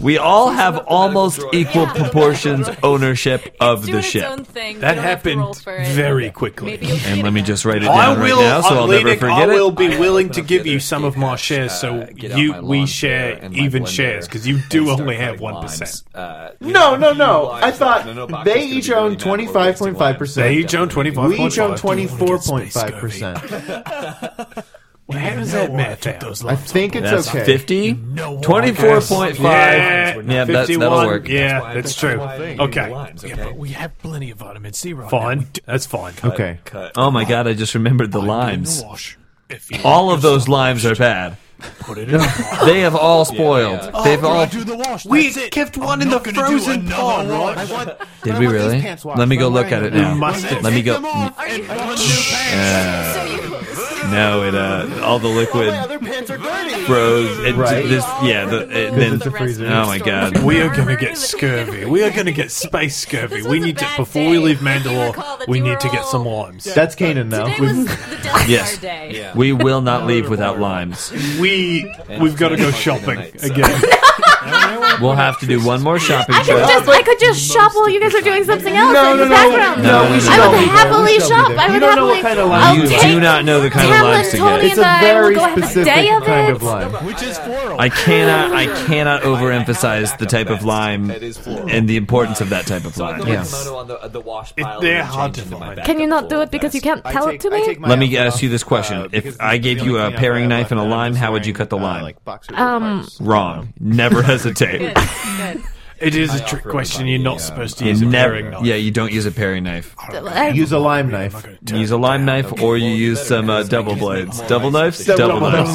S4: We all have almost equal proportions ownership of
S1: doing
S4: the
S1: its
S4: ship.
S1: own thing.
S5: That
S1: You don't have to roll
S5: happened
S1: for it.
S5: very quickly.
S1: Maybe you'll get
S4: And
S1: it
S4: let me
S1: back.
S4: just write it down right now so I'll never
S5: Lady,
S4: forget
S5: I will
S4: it.
S5: be
S8: I
S5: willing
S8: open
S5: to
S8: up
S5: give
S8: the
S5: you
S8: other
S5: some of my
S8: Steam
S5: shares,
S8: hash,
S5: so
S8: uh, get out
S5: you
S8: my
S5: we
S8: lawn
S5: share
S8: chair and my
S5: even
S8: blender
S5: shares because you do
S8: and start
S5: only have
S8: cutting
S5: one
S8: lines.
S5: percent.
S8: Uh, you
S3: No, no,
S8: know, you
S3: no.
S8: realize
S3: I
S8: that-
S3: thought
S8: no, no, Bach
S3: they
S8: is gonna
S3: each
S8: be
S3: own
S8: doing that. We're
S3: twenty
S8: wasting
S3: five point five
S8: lines.
S5: They
S3: percent.
S5: each own twenty five.
S3: We each own twenty four point five percent.
S5: What happens to that math out?
S3: I think it's
S4: That's
S3: okay.
S4: 50? 24.5.
S5: Yeah,
S4: Yeah, that, that'll
S5: 51.
S4: work.
S8: why
S5: Yeah,
S8: I
S5: that's
S8: think
S5: true.
S8: why I think
S5: Okay.
S8: the lines,
S6: Yeah,
S8: okay?
S6: but we have plenty of vitamin C right
S5: Fine. That's fine.
S3: Okay.
S8: Cut.
S4: Oh my god, I just remembered the
S6: now. Put it in the
S4: limes.
S6: wash. If you
S4: All of those limes are bad.
S6: put it in the wash.
S4: They have all spoiled. They've all.
S6: do the wash.
S5: We
S6: That's it.
S5: kept one in
S6: I'm
S5: the
S6: not gonna do
S5: frozen
S6: another
S5: pond,
S6: wash.
S5: right?
S4: Did we really? Let me go look at it now.
S5: must have.
S4: Let me go. Mm.
S1: Are you- so you-
S4: No, it. Uh, all the liquid
S3: pants are dirty.
S4: froze. It,
S3: Right.
S4: This. Yeah. The, it,
S1: Because
S4: then.
S3: it's a freezer.
S4: Oh my god.
S5: We are going to get scurvy. We are going to get space scurvy.
S1: This
S5: We
S1: was a
S5: need to,
S1: bad
S5: before we
S1: day.
S5: leave
S1: If you recall
S5: Mandalore,
S1: that
S5: we
S1: you
S5: need
S1: were
S5: to get
S1: all-
S5: some limes.
S3: That's Canaan now.
S1: Today
S3: We've-
S1: was the Death
S4: Yes.
S1: Star Day.
S8: Yeah.
S4: We will not leave without limes.
S5: We, we've got to go
S8: it's
S5: shopping
S8: night, so-
S5: again.
S4: We'll have to do one more shopping
S2: I could
S4: trip.
S2: just, I could just shop while you guys are doing something else
S3: No,
S2: in
S3: no,
S2: the
S3: no.
S2: background.
S4: No, we
S2: I
S4: shall
S2: would
S4: be there.
S2: happily
S3: We shall
S2: shop.
S3: be there.
S2: I
S3: You
S2: would
S3: don't know
S2: happily.
S3: what kind of lime
S2: I'll
S4: You
S3: do
S2: take
S4: do not know the kind of
S2: Talon,
S4: limes to
S2: Tony,
S4: get.
S3: It's a
S2: and I will
S3: very
S2: go have a
S3: specific
S2: day of
S3: kind
S2: it.
S3: of lime.
S6: Which is floral.
S4: I cannot. I cannot overemphasize the type of lime
S8: That is floral.
S4: and the importance of that type of
S8: So I
S4: lime.
S8: go with
S3: Yes.
S8: the moto on the, the wash pile.
S5: they're
S8: and
S5: hard
S8: change
S5: to
S8: into my
S5: find.
S8: backup
S2: Can you not do
S8: full
S2: it because you
S8: vest.
S2: can't tell it to me?
S4: Let me ask you this
S3: uh,
S4: question: If I gave you a paring knife and a lime, how would you cut the lime?
S2: Um,
S4: Wrong. Never hesitate.
S1: Good. Good.
S5: It is a
S8: I
S5: trick
S8: offer
S5: question.
S8: everybody,
S5: You're not
S8: uh,
S5: supposed to
S4: You
S5: use a
S4: never.
S5: paring knife.
S4: Yeah, you don't use a paring knife.
S2: I-
S3: Use a lime knife.
S4: Use a lime knife, or you use some uh, double blades. Double knives.
S3: Double,
S4: Double
S3: double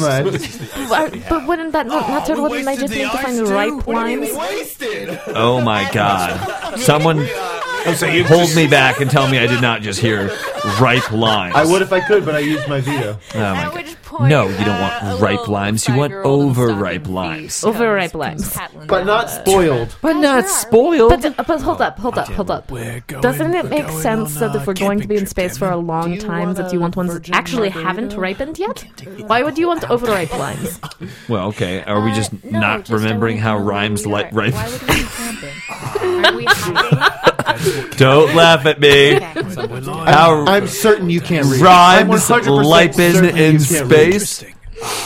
S4: knives.
S3: knife.
S2: but- but wouldn't that not matter? Wouldn't I just need to find the ripe limes?
S4: Oh my god! Someone
S5: you
S4: hold me back and tell me I did not just hear ripe limes.
S3: I would if I could, but I used my veto.
S1: At which point,
S4: No, you don't want
S1: uh, a
S4: ripe
S1: little
S4: limes. You want
S1: five-year-old in
S4: overripe
S1: stocking feet
S4: limes.
S1: comes-
S2: Overripe
S1: comes
S2: limes.
S1: paddling
S3: But
S1: down
S3: not
S1: the-
S3: spoiled.
S2: But not spoiled. But, but hold up, hold up, hold up.
S6: We're going-
S2: Doesn't it
S6: we're
S2: make
S6: going
S2: sense
S6: on
S2: that
S6: a
S2: if we're going to be in
S6: camping trip,
S2: space for a
S6: Kevin.
S2: long time, that you want ones that actually haven't ripened yet? Why would you want overripe limes?
S4: Well, okay. Are we just
S1: Uh, no,
S4: not
S1: just I
S4: remembering
S1: wanna
S4: how
S1: know where
S4: rhymes
S1: we
S4: li-
S1: are.
S4: ripe?
S1: Why would we be camping? Are we having-
S4: Don't laugh at me.
S1: okay.
S6: We're lying.
S4: How
S3: I'm certain you can't read. I'm
S4: rhymes
S3: 100%
S4: lipen
S3: certain you
S4: in
S3: can't read.
S4: space?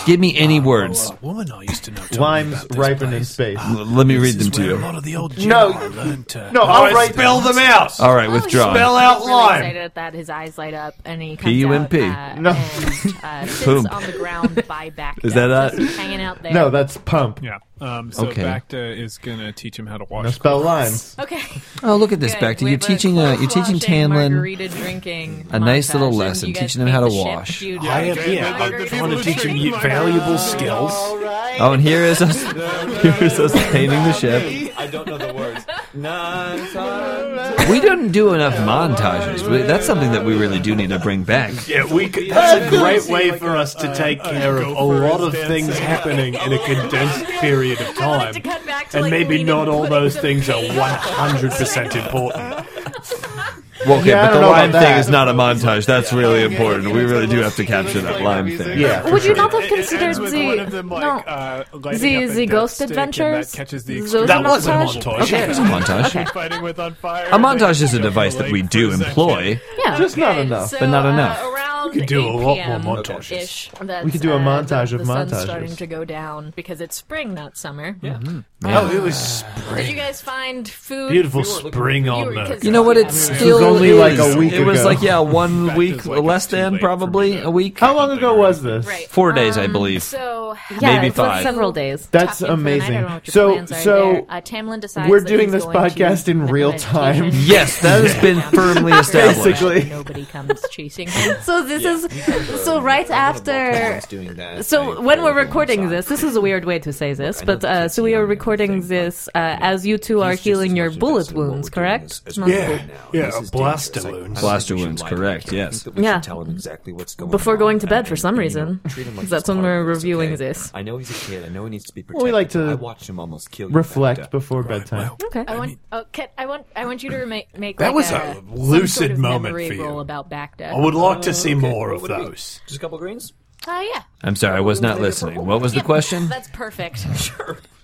S4: Give me any words.
S6: A woman I used to know. told me
S3: Limes
S6: about this
S3: ripen in
S6: place.
S3: space.
S4: L- Let me read them
S6: This is
S4: to
S6: where A
S4: you.
S6: lot of the old
S3: No.
S6: Jedi learned to-
S3: No, I'll write
S5: Spell them out.
S4: All
S1: Oh,
S4: right,
S5: Spell
S4: withdraw.
S5: out
S1: He's really
S5: lime.
S1: excited that his eyes light up and he comes
S4: P-U-M-P.
S1: out, uh,
S3: No.
S1: and, uh, sits
S4: Boom.
S1: on the ground by back.
S4: Is that
S1: deck,
S4: that?
S1: just hanging out there?
S3: No, that's pump.
S6: Yeah. Um, so
S4: Okay.
S6: Bacta is gonna teach him how to wash.
S3: No spell lime.
S1: Okay.
S10: Oh, look at this,
S1: Good.
S10: Bacta.
S1: We
S10: You're
S1: have a
S10: teaching, uh, you're
S1: cloth
S10: teaching
S1: washing,
S10: Tanlin.
S1: margarita drinking
S10: a nice little
S1: montage, and
S10: lesson,
S1: you guys
S10: teaching them
S1: made
S10: how to
S1: the ship
S10: wash.
S1: do
S5: I am,
S1: the
S5: yeah, I'm
S1: margarita
S5: trying to
S1: drinking.
S5: teach him valuable skills.
S4: Oh, and here is us. Here is us painting the ship.
S8: I don't know the words. None.
S10: We don't do enough montages. We- That's something that we really do need to bring back.
S5: Yeah, we could, that's a Uh, great way for us to take care of a lot of things happening in a condensed period of
S1: I wanted
S5: time.
S1: to cut back to,
S5: And
S1: like,
S5: maybe
S1: cleaning
S5: not all
S1: putting
S5: those
S1: some
S5: things are
S1: paint
S5: 100% important.
S4: Well, okay,
S3: Yeah, I
S4: but
S3: don't
S4: the
S3: know about
S4: lime
S3: that.
S4: thing is not a montage. That's really important. We really do have to capture that lime thing.
S3: Yeah.
S2: Would you
S3: sure.
S2: not have considered the no?
S5: uh,
S2: the- the Ghost Adventures? Those are
S5: That
S2: not
S5: was a
S2: montage?
S5: montage.
S2: Okay.
S5: Yeah, it was
S10: a montage.
S6: Fighting with on fire.
S10: A montage is a device that we do employ.
S2: Yeah.
S3: Just not
S1: Okay,
S3: enough.
S1: so,
S10: but not
S1: uh,
S10: enough.
S1: around
S5: could do a
S1: 8
S5: lot
S1: PM
S5: more montages.
S1: ish, that's,
S3: We could do a
S1: uh,
S3: montage
S1: the,
S3: of
S1: the sun's
S3: montages.
S1: starting to go down because it's spring, not summer. Yeah.
S5: Oh, it was
S1: Did you guys find food?
S5: beautiful spring on
S1: were- 'cause
S5: the.
S10: You know what? It's
S1: Yeah.
S10: still
S3: only
S10: is.
S3: like a week
S10: It was
S3: ago.
S10: like yeah, one week
S6: is like
S10: less
S6: it's too
S10: than
S6: late for
S10: probably
S6: me to-
S10: a week.
S3: How long ago was this?
S1: Right.
S10: Four days,
S2: Um,
S10: I believe.
S1: So
S2: Yeah,
S10: Maybe
S2: it was
S10: five.
S2: several days.
S3: That's
S1: tuck in for the night. I don't know
S3: amazing.
S1: what your
S3: So,
S1: plans are
S3: so
S1: there. Uh, Tamlin decides
S3: we're
S1: that
S3: doing
S1: he's
S3: this
S1: going to
S3: podcast in
S1: medical
S3: real
S1: education.
S3: time.
S10: Yes, that has been firmly
S1: Sure.
S10: established.
S3: Basically.
S1: nobody comes chasing him.
S2: So this is so right after.
S8: Doing that.
S2: So when we're recording this, this is a weird way to say this, but uh, so we are recording this uh, as you two are healing your bullet wounds, correct?
S5: Yeah, yeah, a blaster wound.
S4: Blaster wounds, correct? Yes.
S2: Yeah.
S8: Yeah. Tell him exactly what's going
S2: Before
S8: on.
S2: going to bed for
S8: And-
S2: some
S8: and, you know,
S2: reason.
S8: treat him like
S2: That's
S8: he's
S2: when
S8: part
S2: we're
S8: of this,
S2: reviewing
S8: okay?
S2: this.
S8: I know he's a kid. I know he needs to be protected.
S3: Well, we like to
S8: I watched him almost kill you.
S3: Reflect
S8: Bacta.
S3: before bedtime.
S2: Okay.
S1: I want, oh, Kat, I want, I want you to make, make
S5: That was
S1: like
S5: a lucid
S1: some sort of
S5: moment
S1: memory
S5: for you. Oh,
S1: roll about Bacta.
S5: I would like to see
S8: Okay,
S5: more
S8: what
S5: of
S8: would it be?
S5: those.
S8: Just a couple greens.
S2: Uh, yeah.
S4: I'm sorry, I was not listening. What was the question?
S2: That's perfect.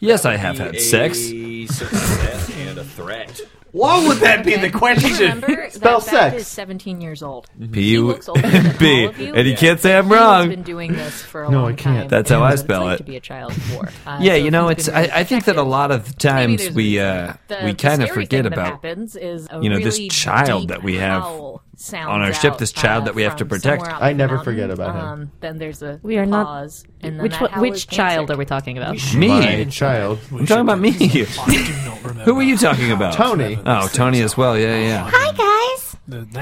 S4: Yes, I have had sex.
S8: A success and a threat.
S3: Why would that be the
S2: You
S3: question?
S2: remember
S3: Spell
S2: that
S3: sex.
S2: Beth is 17 years old.
S4: P
S2: He
S4: U
S2: looks older than
S4: M B.
S2: all of you.
S4: And you can't say I'm
S2: He's
S4: wrong.
S2: been doing this for a
S3: No,
S2: long
S3: I can't.
S2: time.
S4: That's
S2: He
S4: how
S2: knows
S4: I
S2: what
S4: spell
S2: it's like
S4: it.
S2: To be a child of war. Uh,
S4: Yeah,
S2: so
S4: you know,
S2: he's
S4: it's
S2: been
S4: I,
S2: really
S4: I think that a
S2: protective.
S4: lot of
S2: Maybe
S4: times
S2: there's
S4: we
S2: reason.
S4: uh,
S2: The-
S4: we
S2: the
S4: kind of
S2: scary
S4: forget
S2: thing that
S4: about
S2: happens is a
S4: you know, this
S2: really
S4: child
S2: deep
S4: that we have
S2: howl sounds
S4: on our ship,
S2: out,
S4: this child
S2: uh,
S4: that we have to
S2: from
S4: protect.
S2: somewhere up
S3: I
S2: the
S3: never
S2: mountain.
S3: forget about him.
S2: Um, then there's a
S1: We are not-
S2: pause, and then
S1: Which
S2: that
S1: one,
S2: howl is
S1: which child
S2: answered.
S1: are we talking about?
S3: My
S4: me.
S3: child.
S4: I'm talking about me. Who are you talking about?
S3: Tony.
S4: Oh, Tony as well. Yeah, yeah.
S9: Hi, guys.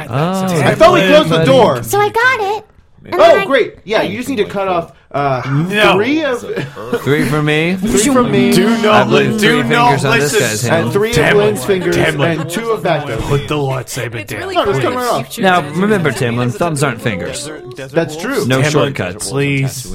S4: Oh,
S3: I thought we closed the
S4: buddy.
S3: door.
S9: So I got it. And then I-
S3: Oh, great. Yeah, you just need to cut off uh, three of
S4: Three for me.
S3: three from me,
S6: Do
S4: I
S6: not,
S4: believe
S6: li-
S4: three
S6: do
S4: fingers
S6: not
S4: on this guy's
S6: listen.
S4: hand.
S3: and three of
S6: Tamlin.
S3: Lynn's fingers,
S6: Tamlin.
S3: and two of Vacto's.
S6: Put the lightsaber
S2: It's
S6: down.
S2: really
S3: No,
S2: cool
S3: just come
S2: that
S3: right off.
S2: you choose
S4: Now
S2: it.
S4: remember, Tamlin, thumbs aren't fingers.
S3: That's true.
S4: No
S6: Tamlin,
S4: shortcuts.
S6: Please put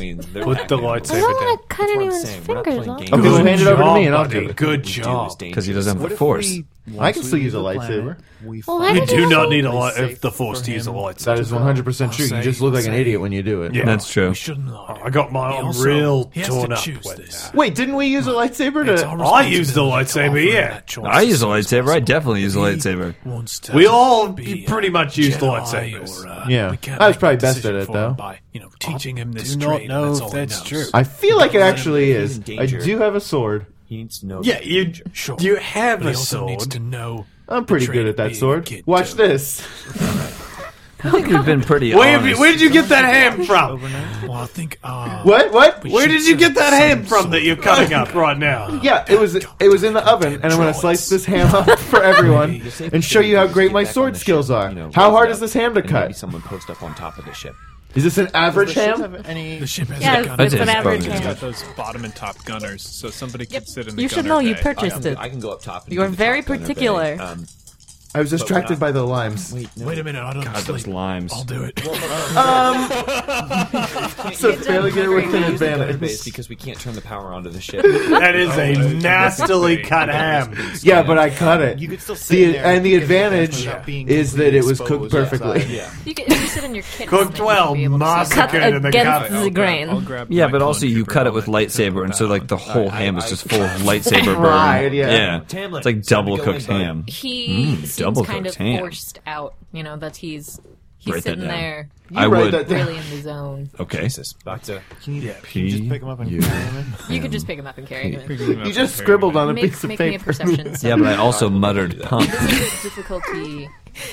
S6: the
S9: I
S6: lightsaber
S9: don't
S6: down.
S9: want to cut anyone's fingers off.
S3: Okay, so hand it over to me and I'll do it.
S6: Good job.
S4: Because he doesn't have the force.
S3: I can still use a lightsaber.
S9: Well, why
S6: You
S9: did you
S6: do not
S9: say-
S6: need a light if the force to use a lightsaber.
S3: That is 100% true. You just look like an idiot when you do it.
S6: Yeah.
S4: That's true.
S6: Oh, I got my arm real torn up. with that.
S3: Wait, didn't we use a lightsaber to.
S6: I used the lightsaber, yeah.
S4: I use a lightsaber. I definitely use a lightsaber.
S6: We all pretty much used the lightsabers.
S5: uh,
S3: Yeah. I was probably best at it, though.
S5: teaching him this
S6: do not
S5: trade.
S6: know
S5: that's
S6: if
S5: all
S6: that's
S5: he
S6: true.
S5: knows.
S3: I feel like it actually is.
S8: in
S3: I
S8: danger.
S3: do have a sword.
S8: He needs to know.
S6: Yeah, you
S5: Sure.
S6: you have
S5: But he
S6: a
S5: also needs
S6: sword.
S5: to know.
S3: I'm pretty
S5: Betrayed
S3: good at that
S5: being a
S3: sword.
S5: kid,
S3: Watch
S5: too.
S3: this.
S4: I think we've been pretty
S6: Where, have you-
S4: honest.
S6: where did you get that ham from?
S5: Well, I think. Uh,
S3: What? What?
S6: Where did you get that ham from that you're cutting up right now?
S3: Yeah, it was it was in the oven, and I'm gonna slice this ham up for everyone and show you how great my sword skills are. How hard is this ham to
S8: Maybe
S3: cut?
S8: someone post up on top of the ship.
S3: Is this an average ham?
S5: The ship has
S1: Yeah,
S5: a gun.
S1: it's
S4: That
S1: an
S4: is
S1: average
S4: probably-
S5: It's got
S1: hand.
S5: those bottom and top gunners, so somebody could sit in the
S1: You should
S5: gunner
S1: know you
S5: bay.
S1: purchased it.
S8: I can go up top. And
S1: You
S8: do
S1: are
S8: the
S1: very
S8: top gunner bay.
S1: particular.
S8: Um,
S3: I was distracted by the limes.
S5: Wait a minute, I don't
S4: God, those
S5: sleep.
S4: limes.
S5: I'll do it.
S3: So failing it with an
S8: gunner bay is
S3: advantage.
S8: because we can't turn the power onto the ship.
S6: That is a nastily cut ham.
S3: Yeah, but I cut it.
S17: You could still sit
S3: The,
S17: there
S3: and the
S17: get the
S3: advantage
S17: benefit without being
S3: is that it was
S17: completely
S3: cooked
S17: exposed
S3: perfectly.
S17: outside.
S2: You can, if you sit in your kitchen,
S6: Cooked
S2: you
S6: well,
S2: should be able to see that.
S6: massive.
S1: Cut
S6: Okay, then they got
S1: against
S6: it.
S1: the
S5: I'll
S1: grain.
S5: grab
S4: Yeah,
S5: my
S4: but also you
S5: clone
S4: cut it
S5: trooper
S4: with
S5: and I'll
S4: lightsaber, and so like the whole ham is
S8: I-
S4: just full of lightsaber burn.
S3: Right, yeah.
S8: Tamlin,
S4: it's like
S8: it's time to
S4: double
S8: go
S4: cooked
S8: in, buddy.
S4: ham.
S2: He seems
S4: double
S2: kind
S4: cooked
S2: of
S4: ham.
S2: forced out. You know that he's he's
S4: Write that
S2: sitting
S4: down.
S2: there
S4: I
S3: write
S4: would.
S3: that down.
S2: really in the zone.
S4: Okay.
S8: Jesus, back to
S4: P-
S17: Just pick him up and
S4: you-
S17: carry him in.
S2: You could just pick him up and carry him. in.
S5: pick him up
S3: You
S5: and
S3: just
S5: carry
S3: scribbled
S5: him in.
S3: on a
S2: Make,
S3: piece of
S2: make me a
S3: paper.
S2: perception.
S4: Yeah, but I also muttered pump.
S2: difficulty.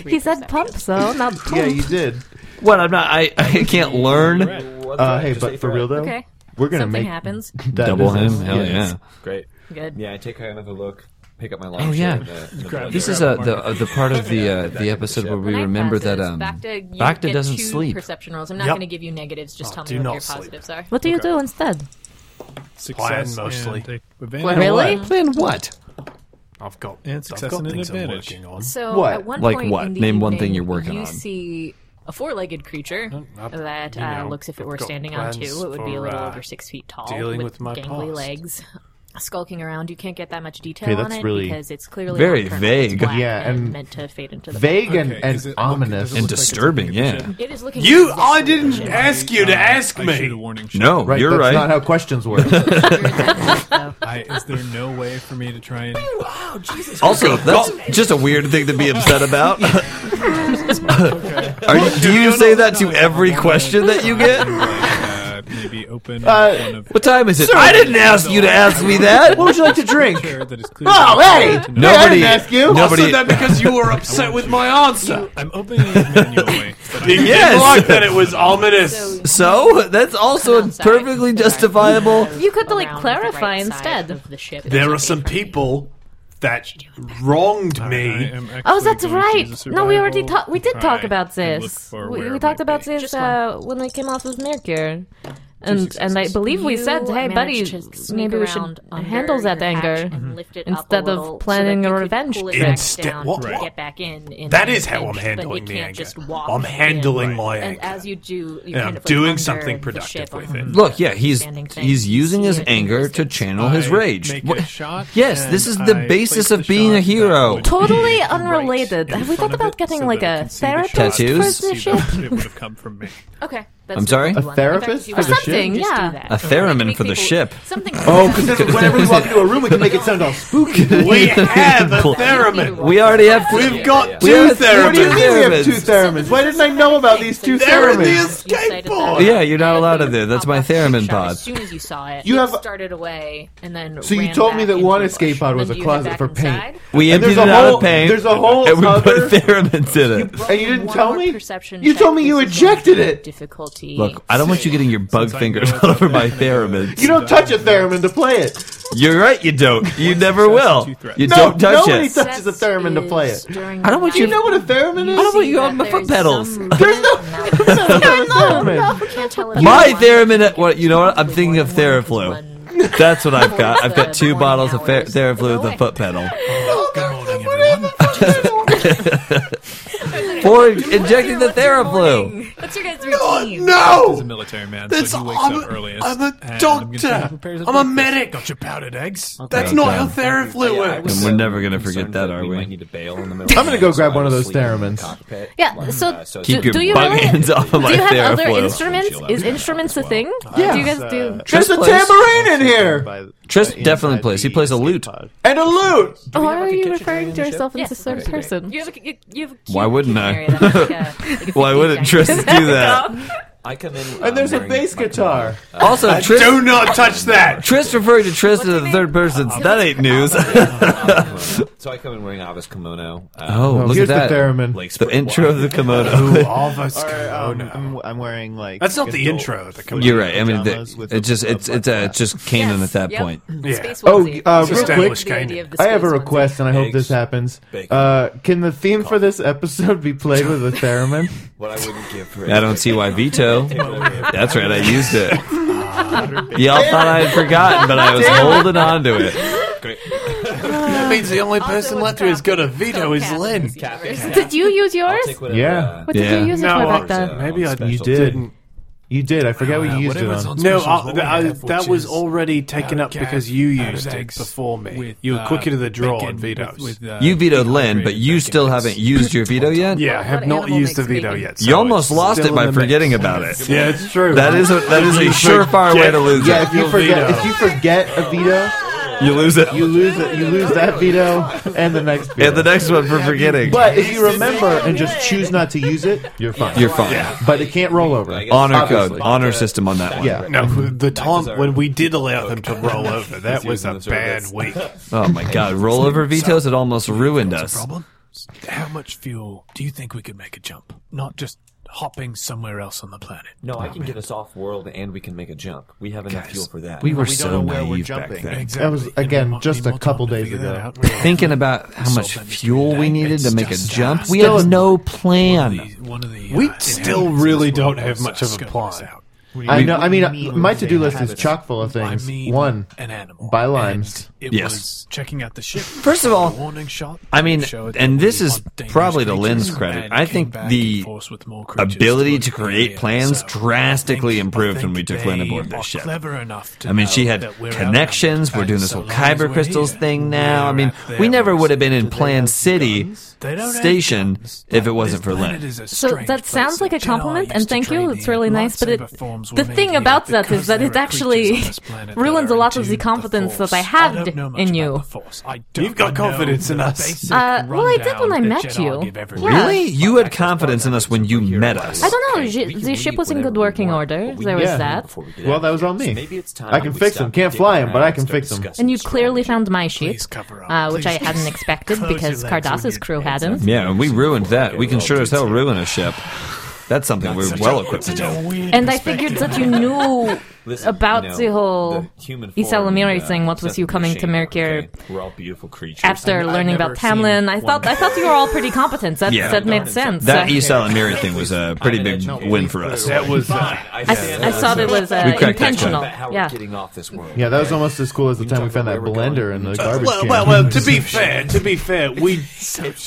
S1: He said pump, so not pump.
S3: Yeah, you did.
S4: What? I'm not. I, I can't learn.
S3: Uh, hey, but for real though,
S2: Okay.
S3: we're gonna
S2: Something
S3: make
S2: happens.
S3: that
S4: Double ham.
S3: business.
S4: Hell
S3: Yes.
S4: yeah.
S8: Great.
S2: Good.
S8: Yeah, I take another look, pick up my lunch.
S4: yeah.
S8: and, uh, and
S5: Grab
S4: This is uh, the uh, the part of the uh, the episode where we
S2: When I
S4: remember
S2: passes,
S4: that um
S2: Bacta, you
S4: Bacta
S2: get
S4: doesn't
S2: two
S4: sleep.
S2: Perception rolls. I'm not
S6: Yep.
S2: going to give you negatives. Just tell
S6: do
S2: me what
S6: not
S2: your
S6: sleep.
S2: positives are.
S1: What do you do instead?
S5: Success
S6: Plan mostly.
S5: and a advantage.
S3: Plan
S1: Really?
S3: what?
S4: plan what?
S6: I've got
S5: And success
S6: I've got
S5: and an
S6: things I'm
S5: advantage.
S6: working on.
S2: So
S3: What?
S2: at one
S4: Like
S2: point
S4: what?
S2: in the
S4: Name one
S2: evening,
S4: thing you're working
S2: you
S4: on.
S2: see a four-legged creature
S6: I've-
S2: that
S6: you
S2: uh,
S6: know,
S2: looks if it
S6: I've
S2: were
S6: got
S2: standing on two,
S6: plans
S2: it would be a
S6: for,
S2: little
S6: uh,
S2: over six feet tall,
S6: dealing with my
S2: gangly
S6: past.
S2: legs, skulking around. You can't get that much detail
S3: Okay,
S2: on
S3: that's
S2: it
S3: really-
S2: because it's clearly
S4: Very
S2: nocturnal. It's
S4: vague.
S2: black
S3: Yeah, and
S2: meant to fade into the
S3: Vague and,
S5: Okay, is
S3: and
S5: it-
S3: ominous.
S4: And disturbing. Yeah.
S2: It is looking.
S6: You,
S2: exactly
S6: I
S2: like a
S6: didn't
S2: ship.
S6: ask you to ask
S5: I shoot a
S6: me.
S5: warning shot.
S4: No,
S3: right,
S4: you're
S3: that's
S4: right.
S3: not how questions work.
S5: I, is there no way for me to try and?
S4: also, that's just a weird thing to be upset about. Are you, do you say that to every question that you get?
S5: Uh, maybe open one of
S4: What time is it? I didn't ask you to ask me that.
S3: what would you like to drink?
S5: chair that is clear.
S3: Oh, hey!
S5: To know.
S4: Nobody-
S3: I didn't ask you.
S4: nobody-
S6: I said that because you were upset with my answer.
S5: I'm opening the menu away, but I
S6: You
S4: Yes.
S6: like that it was ominous.
S2: So
S4: So that's also
S2: outside,
S4: perfectly
S2: the dark
S4: justifiable.
S2: of
S1: You could, like,
S2: around the
S1: clarify
S2: right side
S1: instead.
S2: of the ship.
S6: There are some people that wronged
S5: I
S6: me.
S5: am
S1: Oh,
S5: actually
S1: that's
S5: going to
S1: right.
S5: use a
S1: No, we already
S5: survival
S1: talked. We did
S5: try
S1: talk about
S5: and look
S1: this.
S5: for
S1: We,
S5: where
S1: we
S5: it
S1: talked
S5: might
S1: about
S5: be.
S1: this
S2: Just
S1: uh, when we came off of Mercure, and and I believe we
S2: You
S1: said, "Hey, buddy,
S2: managed to sneak
S1: maybe we should
S2: around under
S1: handle that
S2: your hatch
S1: anger."
S6: Mm-hmm.
S2: and lift it up
S1: instead
S2: a
S1: of
S2: little so
S1: planning
S2: that
S1: a
S2: you could
S1: revenge
S2: pull it
S1: trip.
S2: back
S6: Instead-
S2: down
S6: what?
S2: to get back in. in
S6: That
S2: an
S6: is how I'm
S2: inch,
S6: handling
S2: but you
S6: the
S2: can't
S6: anger.
S2: Just walk
S6: I'm
S2: in.
S6: handling my
S2: And
S6: anger.
S2: as you do, you
S6: And
S2: kind
S6: I'm
S2: of like
S6: doing
S2: under
S6: something
S2: the
S6: productive
S2: ship
S6: with
S2: on
S6: it.
S2: the
S4: Look, yeah, he's
S2: standing thing.
S4: he's using
S2: See
S4: his
S2: it in
S4: anger to
S2: distance.
S4: channel his
S5: I
S4: rage.
S5: make
S4: What-
S5: a shot
S4: Yes, this is
S5: and
S4: the
S5: I
S4: basis
S5: place
S4: of
S5: the
S4: being
S5: shot
S4: a hero.
S5: that would
S1: Totally
S5: be right
S1: unrelated.
S5: in
S1: Have we
S5: front
S1: talked
S5: of
S1: about
S5: it
S1: getting,
S5: so
S1: like,
S5: that I
S1: a
S5: can see the
S1: therapist
S5: shot
S4: Tattoos?
S5: and
S1: for the
S5: see that
S1: ship?
S5: It would have come from me.
S2: Okay.
S1: That's
S4: I'm sorry?
S1: the
S4: A
S1: one that affects
S3: therapist
S1: you
S3: for the
S1: out.
S2: ship?
S1: Just do
S2: Something,
S1: that.
S4: A theremin
S1: Make
S4: for the
S1: people-
S4: ship.
S1: Something.
S3: Oh, because whenever we walk into a room, we can make it sound all spooky.
S6: We have a
S4: Cool.
S6: theremin.
S4: We already have.
S6: We've got
S4: We have
S6: two
S4: a
S3: what do you mean
S4: theremin.
S6: theremins.
S3: we have
S4: Theremins.
S3: two theremins? Why didn't I know about these two
S6: They're in the
S3: theremins?
S1: You cited that.
S6: skateboard.
S4: Yeah, you're not allowed in there. That's my
S1: Pop-up ship
S4: theremin
S1: shot
S4: pod.
S1: As soon as you saw it,
S3: You
S1: you
S3: have-
S1: have started away and then.
S3: So you
S1: ran
S3: told me
S1: back
S3: that
S1: into
S3: one
S1: the
S3: escape
S1: bush.
S3: pod was
S1: Then
S3: a
S1: you head
S3: closet
S1: back
S3: for paint.
S1: inside?
S4: We
S3: And
S4: emptied
S3: there's
S4: it
S3: a
S4: out
S3: whole-
S4: of paint.
S3: there's a whole
S4: And we
S3: other-
S4: put theremins in it.
S1: Roll
S3: And you didn't
S1: one
S3: tell
S1: more
S3: me?
S1: perception
S3: You
S1: check.
S3: told me you
S1: This is one
S3: ejected it.
S1: Difficulty.
S4: Look, I don't want you getting your bug
S5: Since I
S4: fingers
S5: know
S4: all over
S5: about
S4: my
S5: that,
S4: theremins.
S3: You don't touch a theremin to play it.
S4: You're right, you don't. You never will.
S5: two threats.
S4: You
S3: No,
S4: don't touch
S3: nobody
S4: it.
S3: does- touches a theremin to play it.
S4: I don't want
S3: Do you know what a theremin is?
S4: don't want you on my foot pedals.
S1: There's no.
S3: There's no theremin.
S4: My theremin. What you know? What I'm thinking of Theraflu. That's what I've got. I've got two
S1: One
S4: bottles of
S1: hour
S4: Ther-
S1: is the
S4: Theraflu with a
S1: way.
S4: foot pedal. For injecting the Theraflu.
S1: What's your guys'
S6: Oh,
S1: routine?
S5: He's a
S6: no!
S5: military man,
S6: That's-
S5: so he wakes
S6: I'm
S5: up
S6: a-
S5: earliest.
S6: I'm a
S5: and gonna
S6: doctor.
S5: see if he prepares his
S6: I'm a
S5: breakfast.
S6: medic.
S5: Got your powdered eggs.
S6: That's
S4: Okay.
S6: not how
S4: Okay.
S6: Theraflu works.
S4: And we're never gonna forget that, are we?
S8: might need to bail in the middle
S3: I'm gonna go
S8: of the
S3: grab
S8: night, so
S3: one of
S8: I
S3: those
S8: sleep in the
S3: theremins.
S8: cockpit.
S2: Yeah,
S8: Um,
S2: so
S8: uh, so
S4: Keep
S2: Do-
S4: your
S2: do you
S4: bug
S2: really-
S4: hands off of
S2: Do
S4: my
S2: you have other
S4: Theraflu.
S2: instruments? Is instruments a thing?
S3: Yeah.
S2: Do you guys do?
S3: There's a
S4: Just plays-
S3: tambourine in here!
S18: By the-
S4: Tris
S18: by
S4: definitely
S18: inside
S4: plays. He
S18: the
S4: plays a lute.
S18: escape pod.
S3: And a lute!
S2: Or are you referring to yourself as
S1: Yes.
S2: a certain
S1: Okay.
S2: person?
S1: You have a, you, you have a
S4: Why
S1: cute
S4: wouldn't
S1: kitchen
S4: I?
S1: area that's like a- like a
S4: Why
S1: big
S4: wouldn't
S1: dining
S4: Tris do
S1: room.
S4: that?
S8: I come in. um,
S3: And there's a
S8: wearing
S3: bass
S8: my
S3: guitar.
S4: Also, Tris,
S6: Do not touch that!
S4: Tris referring to Tris in
S1: What's
S4: the
S1: his
S4: third
S1: name?
S4: person. That ain't news.
S8: kimono. So I come in wearing Avis kimono. um,
S4: Oh, look
S3: Here's
S4: at
S3: Uh-huh. the
S4: that.
S3: theremin.
S8: like
S4: the
S8: split
S4: intro of
S8: wide.
S4: the kimono.
S6: All of us.
S3: Uh,
S5: Oh,
S18: All right, um, I'm, I'm wearing like.
S6: That's not the
S18: adult-
S6: intro. The com-
S4: You're right. I mean,
S18: Pajamas
S4: the,
S18: with
S4: it
S18: a-
S4: just
S18: a
S4: it's it's uh,
S18: black
S4: it just canon
S1: Yes,
S4: at that
S1: yep.
S4: point.
S6: Yeah.
S1: Space
S3: Oh,
S1: onesie.
S3: uh,
S1: It's
S3: real
S1: the
S6: quick,
S1: idea of the
S3: I have a
S1: space onesie.
S3: request, and I hope this
S8: Eggs,
S3: happens.
S8: bacon,
S3: Uh, can the theme for this episode be played with a theremin?
S8: What I wouldn't give for it.
S4: I don't see why veto. That's right. I used it. Y'all thought I had forgotten, but I was holding on to it.
S6: That means the only person
S1: it's
S6: left who has got a veto is
S1: Captain.
S6: Lynn.
S1: Captain.
S2: Did you use
S8: I'll
S2: yours?
S8: take whatever,
S3: Yeah.
S8: uh,
S2: What did
S4: Yeah.
S2: you use it
S6: No,
S2: for
S6: I-
S2: back then?
S6: Maybe I
S8: Special.
S3: You did. You did. I forget what you used it
S5: whatever's
S3: on.
S5: on-
S6: No,
S5: Specials
S6: I,
S5: that we
S6: I-
S5: have,
S6: that
S5: which
S6: was
S5: is
S6: already taken up
S5: Cat
S6: because you
S5: out of
S6: used it
S5: eggs
S6: before me.
S5: with,
S6: you were
S5: uh,
S6: quicker to the draw
S5: bacon
S6: on vetoes.
S5: with- with, uh,
S4: You vetoed
S5: dehydrated
S4: Lynn, but you
S5: bacon
S4: still
S5: bits.
S4: haven't used your veto yet.
S6: yeah, I have
S1: What
S6: not
S1: animal
S6: used the
S1: makes
S6: veto
S1: bacon?
S6: yet.
S4: You
S6: so
S4: almost
S6: it's
S4: lost
S6: still
S4: it by
S6: in the mix.
S4: forgetting about it.
S6: Yeah, it's true.
S4: That is a, that is a
S6: You
S4: surefire way
S6: forget-
S4: to lose
S3: Yeah,
S4: it.
S3: if you
S6: Your
S3: forget,
S6: veto.
S3: if you forget a veto,
S4: You lose it.
S3: you lose it. You lose that veto and the next veto.
S4: And the next one for forgetting.
S3: but if you remember and just choose not to use it, you're fine.
S4: You're fine.
S3: But it can't roll over.
S8: I guess-
S4: Honor
S3: Obviously.
S4: code, honor system on that one.
S3: Yeah.
S6: No, the time
S8: are-
S6: when we did allow them to roll over, that was a
S8: using the
S6: bad
S8: service.
S6: week.
S4: Oh my god, rollover vetoes, it almost ruined us.
S5: Problem? How much fuel do you think we could make a jump? Not just hopping somewhere else on the planet.
S8: No, I can get us off world and we can make a jump. We have enough fuel for that.
S4: We were
S18: don't
S4: so
S18: know where we're
S4: naive back
S18: jumping.
S4: then.
S5: Exactly.
S3: That was, again, just a couple days ago.
S4: Thinking about how much
S5: Solvent
S4: fuel we
S5: thing.
S4: needed to
S5: It's
S4: make a
S5: just, uh,
S4: jump, we
S5: still
S4: had
S5: a-
S4: no plan.
S6: We
S5: uh,
S6: still really don't have much of a plan.
S3: I know. I mean, uh, my
S18: when you
S3: to-do
S18: say
S3: list is
S18: habits?
S3: chock full of
S5: I
S3: things.
S5: mean,
S3: One,
S5: an animal.
S3: buy limes.
S5: And it
S4: Yes.
S5: was checking out the ship.
S4: First of all,
S5: warning shot.
S4: I mean,
S5: showed that
S4: and this
S5: we
S4: is
S5: want dangerous
S4: probably to
S5: creatures
S4: Lynn's credit.
S5: and
S4: I
S5: came
S4: think
S5: back and
S4: the
S5: forth with more creatures
S4: ability
S5: towards
S4: to
S5: the
S4: create
S5: area.
S4: plans
S5: So I
S4: drastically
S5: think-
S4: improved
S5: I
S4: when we
S5: think
S4: took Lynn
S5: they
S4: aboard this
S5: are
S4: ship.
S5: Clever enough to
S4: I mean, she
S5: know
S4: had
S5: that we're
S4: connections.
S5: outnumbered,
S4: We're doing
S5: and
S4: this
S5: so
S4: whole
S5: long as
S4: Kyber
S5: we're
S4: crystals
S5: here,
S4: thing now. I
S5: we're
S4: mean,
S5: at
S4: we
S5: their
S4: never would
S5: mercy.
S4: have been in Plan City
S5: They don't have
S4: Station
S5: guns,
S4: if it
S5: but
S4: wasn't
S5: this
S4: for
S5: planet
S4: Lynn.
S5: is a
S2: So
S5: strange
S2: that
S5: place,
S2: sounds like a
S5: Jedi
S2: compliment,
S5: used
S2: and
S5: to
S2: thank you.
S5: train
S2: It's
S5: here.
S2: really nice, but it,
S5: Lightsaber forms were
S2: the
S5: made
S2: thing
S5: here
S2: about that
S5: because
S2: is that
S5: there
S2: it
S5: are
S2: actually
S5: creatures on this planet that
S2: ruins
S5: are
S2: a lot of
S5: into
S2: the confidence
S5: Force.
S2: that I
S5: I
S2: had
S5: don't know much
S2: in
S5: about
S2: you.
S5: the Force. I don't
S6: You've got
S5: know
S6: confidence in
S5: the
S6: us.
S5: basic
S2: Uh, well, I did when I
S5: rundown that
S2: met
S5: Jedi
S2: you.
S5: give everyone.
S2: Yeah.
S4: Really? You had confidence in us when you met us.
S2: I don't know.
S8: Okay,
S2: j-
S8: we can
S2: the ship
S8: leave
S2: was in
S8: whenever
S2: good
S8: we
S2: working
S8: want,
S2: order.
S8: but we
S2: There was
S8: need to
S3: Yeah.
S2: that.
S8: before we get
S3: Well,
S8: out
S3: that
S8: of
S3: was
S8: here.
S3: on
S8: So
S3: me.
S8: maybe it's time
S3: I can
S8: we
S3: fix
S8: stop
S3: them. Can't
S8: dicking
S3: fly 'em, but
S8: around
S3: I can
S8: start
S3: fix 'em.
S8: discussing
S2: And you clearly
S8: strategy.
S2: found my sheet,
S5: cover up.
S2: uh, which I
S5: Please
S2: hadn't expected
S5: Close your
S2: because
S5: legs when
S2: Cardass's
S5: you-
S2: crew hadn't.
S4: Yeah, and we ruined that. We can
S8: well,
S4: sure as hell
S8: dudes.
S4: ruin a ship. That's something we're well equipped to do.
S2: And I figured that you knew
S8: Listen,
S2: about
S8: you know,
S2: the whole
S8: the human
S2: Issa
S8: form,
S2: Lamiri
S8: uh,
S2: thing. What was
S8: nothing
S2: you coming to
S8: shame,
S2: Mercure
S8: okay? We're all beautiful creatures.
S2: after learning about
S18: never seen
S2: Tamlin? I thought I thought you were all pretty competent. That
S4: Yeah.
S2: that
S4: No,
S2: made
S8: it's-
S2: sense.
S4: That
S2: Uh,
S4: East Alamiri thing was a pretty
S8: I'm an
S4: big
S8: educated-
S4: win for us.
S6: That was. Uh,
S2: I, s- I saw that was
S4: We
S2: uh,
S4: cracked that code.
S2: intentional.
S8: About how
S2: Yeah.
S8: we're getting off this world.
S3: Yeah, that was almost as cool as the
S8: can
S3: time we
S8: talk
S3: found that
S8: about where we're
S3: blender
S8: going.
S3: in the garbage
S6: well,
S3: can.
S6: well, well. To be fair, to be fair, we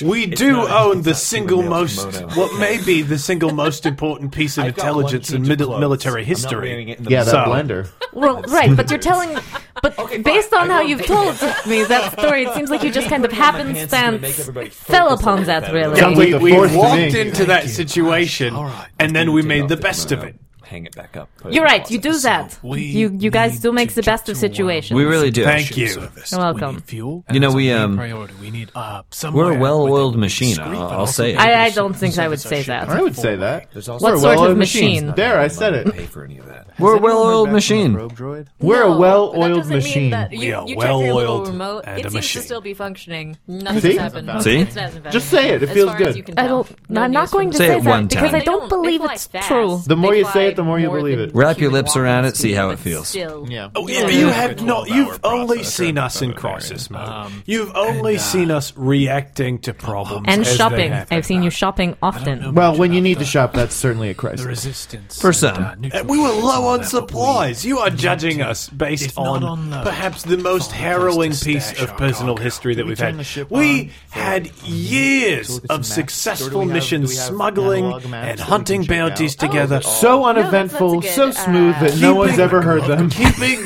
S6: we do
S8: not-
S6: own the
S8: it's not
S6: single
S8: human male's
S6: most,
S8: kimono.
S6: what may be the single most important piece of
S8: I've got one
S6: intelligence in
S8: change of
S6: mid-
S8: clothes.
S6: military
S8: I'm not wearing
S6: history.
S8: it in the
S3: yeah, that
S6: So-
S3: blender.
S2: Well, right, but you're telling. But based on how you've told me that story, it seems like you just kind of happenstance fell upon that, really.
S3: Sounds like
S6: We,
S3: the
S6: we
S3: force to
S6: walked
S3: me.
S6: into that situation, and then we made the best of it.
S8: hang it back up. put it
S2: You're
S8: in the
S2: right. You
S8: closet.
S2: do that. You you guys do make the best of situations.
S4: We really do.
S5: Thank you.
S2: You're welcome.
S19: Fuel.
S4: You know, we um,
S19: Priority. We need uh, some.
S4: we're a well-oiled machine. I'll, I'll say it.
S2: I, I don't think I would say that.
S3: I would say that.
S8: There's also
S2: What
S3: We're
S2: sort
S3: well-oiled
S2: of machine?
S3: machines. There, I said it.
S8: pay for any of that.
S4: We're a well-oiled machine.
S20: Rogue droid.
S3: We're
S1: No,
S3: a
S1: but that
S3: well-oiled
S1: doesn't mean
S3: machine.
S1: that
S19: We
S1: You,
S19: are
S1: you check your little
S19: well-oiled
S1: remote.
S19: and
S1: It
S19: a
S1: seems
S19: machine.
S1: to still be functioning. Nothing's
S3: See?
S1: happened.
S4: See?
S1: It's not been
S3: Just say it. It
S1: as
S3: feels
S1: far
S3: good.
S1: As you can
S2: I
S1: tell.
S2: don't.
S1: No
S2: I'm
S1: news
S2: not
S1: from
S2: going to
S1: them.
S4: Say
S2: say
S4: it
S2: that
S4: one
S2: because
S4: time.
S2: I
S1: They
S2: don't
S1: they
S2: believe
S1: fly
S2: it's
S1: fast.
S2: true.
S3: The more
S1: They
S3: you say it,
S1: fly
S3: the more you
S1: more
S3: believe
S1: than
S3: it.
S4: Wrap your
S1: human
S4: lips around
S1: walking
S4: it, see how
S1: speed,
S4: it
S1: but
S4: feels.
S1: Still,
S20: Yeah.
S5: Oh, you, you have not. You've only seen us in crisis mode. you've only seen us reacting to problems
S2: And
S5: as they
S2: shopping.
S5: happen.
S2: I've seen you shopping often.
S3: Well, when you need to shop, that's certainly a
S19: The
S3: crisis.
S19: resistance
S4: For
S19: and,
S4: some.
S19: uh, neutral
S5: Uh, We were
S19: forces
S5: low
S19: and
S5: on
S19: that, but we-
S5: supplies. You are judging us based
S19: If not
S5: on,
S19: on load,
S5: perhaps the most
S19: find a place
S5: harrowing
S19: to
S5: piece
S19: stash
S5: of
S19: our
S5: personal
S19: cargo.
S5: history that
S20: Oh, we
S5: we've
S20: turn
S5: had.
S20: the ship on
S5: we
S20: for-
S5: had years
S20: look at some
S5: of
S20: maps? Or do
S5: successful
S20: we have-
S5: missions
S20: do we have
S5: smuggling
S20: analog maps
S5: and
S20: that we
S5: hunting
S20: can check
S5: bounties
S20: out? Oh,
S5: together.
S3: So
S1: No,
S3: uneventful,
S1: that's-
S3: so
S20: uh,
S1: that's a good,
S3: smooth that no
S5: Keeping-
S3: one's ever heard them.
S5: Keeping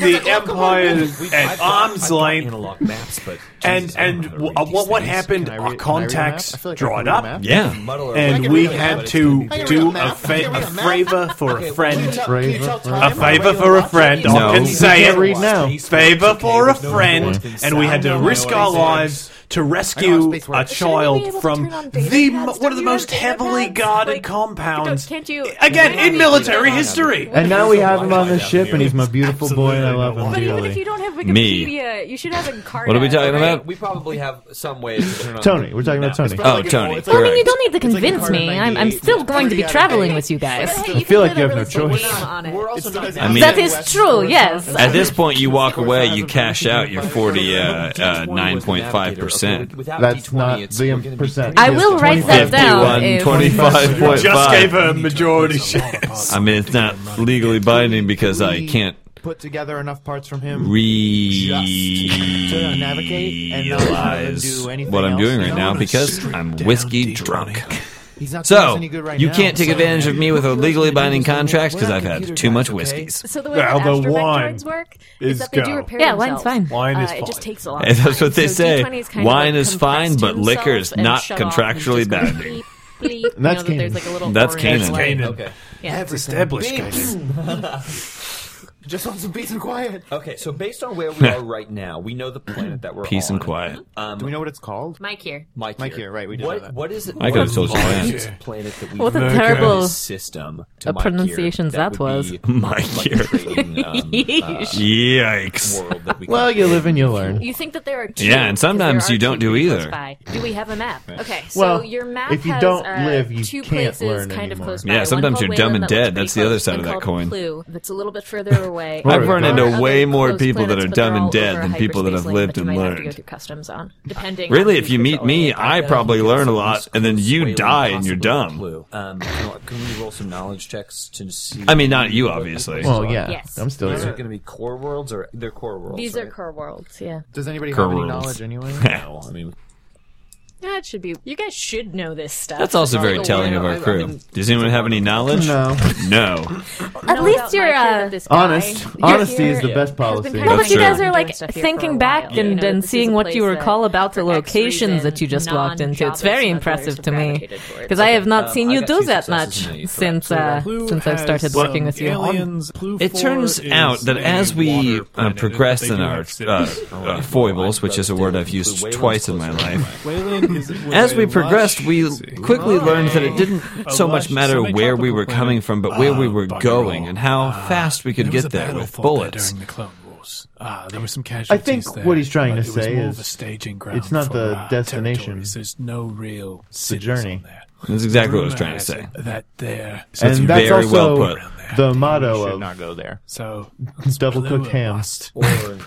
S5: the empire at arm's length
S8: Analog maps, but
S5: and
S8: Jesus, I don't
S5: and
S8: know how to
S5: w- uh,
S8: read these
S5: what what
S8: things.
S5: happened?
S20: Can I
S5: our
S20: read- can I read a
S5: contacts
S20: map? I feel like I
S5: dried
S20: can read a
S5: up,
S20: map.
S4: Yeah.
S8: Muddle around.
S5: and we had
S8: it's
S5: to
S8: gonna be
S5: do
S8: tough.
S5: a, fa- a favor for a friend.
S3: Brave.
S5: A favor for a friend.
S4: No.
S5: I can
S4: You
S5: say
S3: can't
S5: it.
S3: read now.
S5: Favor for a
S8: no
S5: friend,
S8: voice.
S5: and we had to
S8: Sound
S5: risk
S8: no
S5: our
S8: voice.
S5: lives to rescue
S20: space
S5: a
S20: works.
S5: child
S21: able to
S5: from
S21: turn on data
S5: the
S21: pads?
S5: m- one
S21: Don't
S5: of the
S21: you have
S5: most
S21: data
S5: heavily
S21: pads?
S5: guarded
S1: Like,
S5: compounds.
S1: can't you-
S5: Again,
S1: why don't
S5: in
S1: you
S5: military
S1: turn on-
S5: history.
S3: And now we have him on the
S8: Down
S3: ship,
S8: here.
S3: and he's my beautiful boy, and I love him
S1: But even if
S3: dearly.
S1: you don't have
S4: Me.
S1: Wikipedia, you should have Encarta.
S4: What are we talking
S1: right?
S4: about?
S8: We probably have some ways to turn on
S3: Tony, we're talking about Tony.
S4: Oh, Tony.
S2: Well, I mean, you
S4: correct.
S2: don't need to convince
S20: Carter
S2: me. I'm, I'm
S20: 98.
S2: still going to be
S20: Pretty
S2: traveling
S20: out
S2: with you guys.
S1: But hey, you
S3: feel
S1: can
S3: like
S1: play
S3: you
S1: the
S3: have no choice.
S1: realistic game on it.
S4: I mean,
S2: That is true, yes.
S4: At this point, you walk away, you cash out your 40, uh, uh, 9.5%.
S3: That's not the percent.
S2: I will write that down. if-
S4: 51,
S5: Just
S4: 25.5.
S5: gave her majority shares.
S4: I mean, it's not legally binding because I can't
S20: Put together enough parts from him. to navigate and not
S4: realize
S20: do anything
S4: what I'm
S20: else.
S4: doing right now
S20: No,
S4: because
S5: straight
S4: I'm
S5: down
S4: whiskey
S5: deep
S4: drunk.
S20: He's not doing us
S4: So,
S20: any good right
S4: you
S20: now,
S4: can't take
S20: so-
S4: advantage of me with a legally binding contract because I've had too much whiskeys.
S1: So the way
S5: Now
S1: that
S5: the
S1: astromech
S5: wine
S1: droids work
S5: is
S1: is that they
S5: go.
S1: do repair
S2: Yeah,
S1: themselves.
S2: wine's fine.
S5: Wine
S1: uh,
S5: is
S1: It
S5: fine.
S1: just takes a long
S4: Hey,
S1: time.
S4: that's what they
S1: So
S4: say.
S1: D20 is kind of
S4: Wine
S1: like
S4: is fine,
S1: compressed
S4: but
S1: to
S4: liquor
S1: themselves
S4: is
S1: and
S4: not
S1: shut off
S4: contractually
S1: and just go
S4: bad.
S1: bleep, bleep. You know
S3: That's
S1: that there's
S3: Kanan.
S1: like a little
S4: That's
S1: orange
S4: Kanan.
S1: light.
S5: Kanan.
S8: Okay.
S1: Yeah.
S5: That's established, Kanan.
S20: Just on some peace and quiet.
S8: Okay, so based on where we are right now, we know the planet that we're
S4: Peace and
S8: on.
S4: quiet.
S8: Um,
S20: Do we know what it's called?
S1: Mike here.
S8: Mike,
S20: Mike here, right, we did know
S8: what,
S20: that.
S8: what is it?
S4: I could've
S8: what
S4: told you
S8: is
S5: that.
S8: the planet that we
S2: What a
S8: know
S2: terrible,
S8: this system to
S2: uh,
S8: Mike
S2: pronunciations
S8: here,
S2: that
S8: would
S2: was.
S8: be
S4: My
S8: like
S4: year.
S8: a trading, um, uh,
S4: Yikes.
S8: world that we
S3: Well,
S8: could-
S3: you live and you learn.
S1: You think that there are two?
S4: Yeah, and
S1: 'cause there
S4: sometimes
S1: are
S4: you don't
S1: two
S4: do
S1: pretty
S4: either.
S1: close by. Do we have a map? Okay, so
S3: Well,
S1: your map
S3: if you
S1: has,
S3: don't
S1: uh,
S3: live, you
S1: two
S3: can't
S1: places
S3: learn
S1: kind of
S3: anymore.
S1: close
S4: Yeah,
S1: by.
S4: sometimes
S1: One
S4: you're
S1: called
S4: dumb and
S1: Wayland that
S4: dead.
S1: looks pretty
S4: That's the other
S1: close,
S4: side
S1: one
S4: of that
S1: called
S4: coin.
S1: Clue, that's a little bit further away.
S3: I've
S4: I've run
S3: There
S4: into
S1: are
S4: way
S1: other
S4: more
S1: close
S4: people that
S1: planets,
S4: are
S1: but they're
S4: dumb and
S1: all
S4: dead
S1: over
S4: than people that
S1: hyperspace
S4: have
S1: link
S4: lived
S1: you
S4: and
S1: might have to go
S4: learned.
S1: through customs on, depending
S4: Really,
S1: on
S4: if
S1: who
S4: you meet
S1: control
S4: me,
S1: it.
S4: I probably learn a lot, and then you die and you're dumb.
S8: Clue. Um, can can we roll some knowledge checks to see?
S4: I mean, not you, obviously.
S3: Well, yeah,
S1: Yes.
S3: I'm still
S8: These are
S3: here.
S8: going to be core worlds or they're core worlds.
S1: These are
S8: right?
S1: core worlds, yeah.
S20: Does anybody have any
S4: Curls.
S20: knowledge anyway?
S8: No, I mean,
S1: That should be. You guys should know this stuff.
S4: That's also very telling of our crew. Does anyone have any knowledge?
S3: No.
S4: No.
S2: at least you're uh,
S3: Honest. Honesty is the best policy.
S4: That's
S2: No, but you
S4: true.
S2: guys are like thinking back and, and seeing what you recall about the locations that you just walked into. It's very impressive to me because I have not seen
S8: I
S2: you
S8: got
S2: do
S8: two
S2: that
S8: successes
S2: much
S8: and a threat.
S2: since uh,
S19: Clue
S2: since I've
S19: has
S2: started working
S19: some
S2: with you.
S19: aliens. Clue
S4: It
S19: four
S4: turns
S19: is
S4: out that
S19: a
S4: as we
S19: water
S4: uh,
S19: planet.
S4: progress
S19: They
S4: in
S19: do
S4: our
S19: have
S4: uh,
S19: cities.
S4: uh, foibles, which is a word I've used twice in my life,
S19: Wayland is
S4: as we
S19: lush
S4: progressed, we
S19: city.
S4: quickly learned that it didn't so
S19: lush
S4: much matter where we
S19: semi-tropical
S4: were
S19: planet. Ah,
S4: coming from, but where we were
S19: bugger
S4: going
S19: all.
S4: and how fast we could
S19: There Ah, was
S4: get
S19: a
S4: there
S19: battle
S4: with
S19: fought there
S4: bullets.
S19: during the Clone Wars. Ah, there were some casualties there,
S3: what he's trying
S19: but
S3: to
S19: it was
S3: say
S19: more of
S3: is
S19: a staging ground
S3: it's not
S19: for,
S3: the
S19: uh,
S3: destination.
S19: territories. There's no real it's
S3: journey.
S4: That's exactly what I was trying to say.
S19: That there. So,
S4: That's
S3: And that's
S4: very well
S3: also
S4: put.
S3: the
S20: We
S3: motto
S20: should
S3: of
S20: not go there.
S19: so
S3: double
S19: Clue
S3: cooked ham.
S19: lost.
S8: or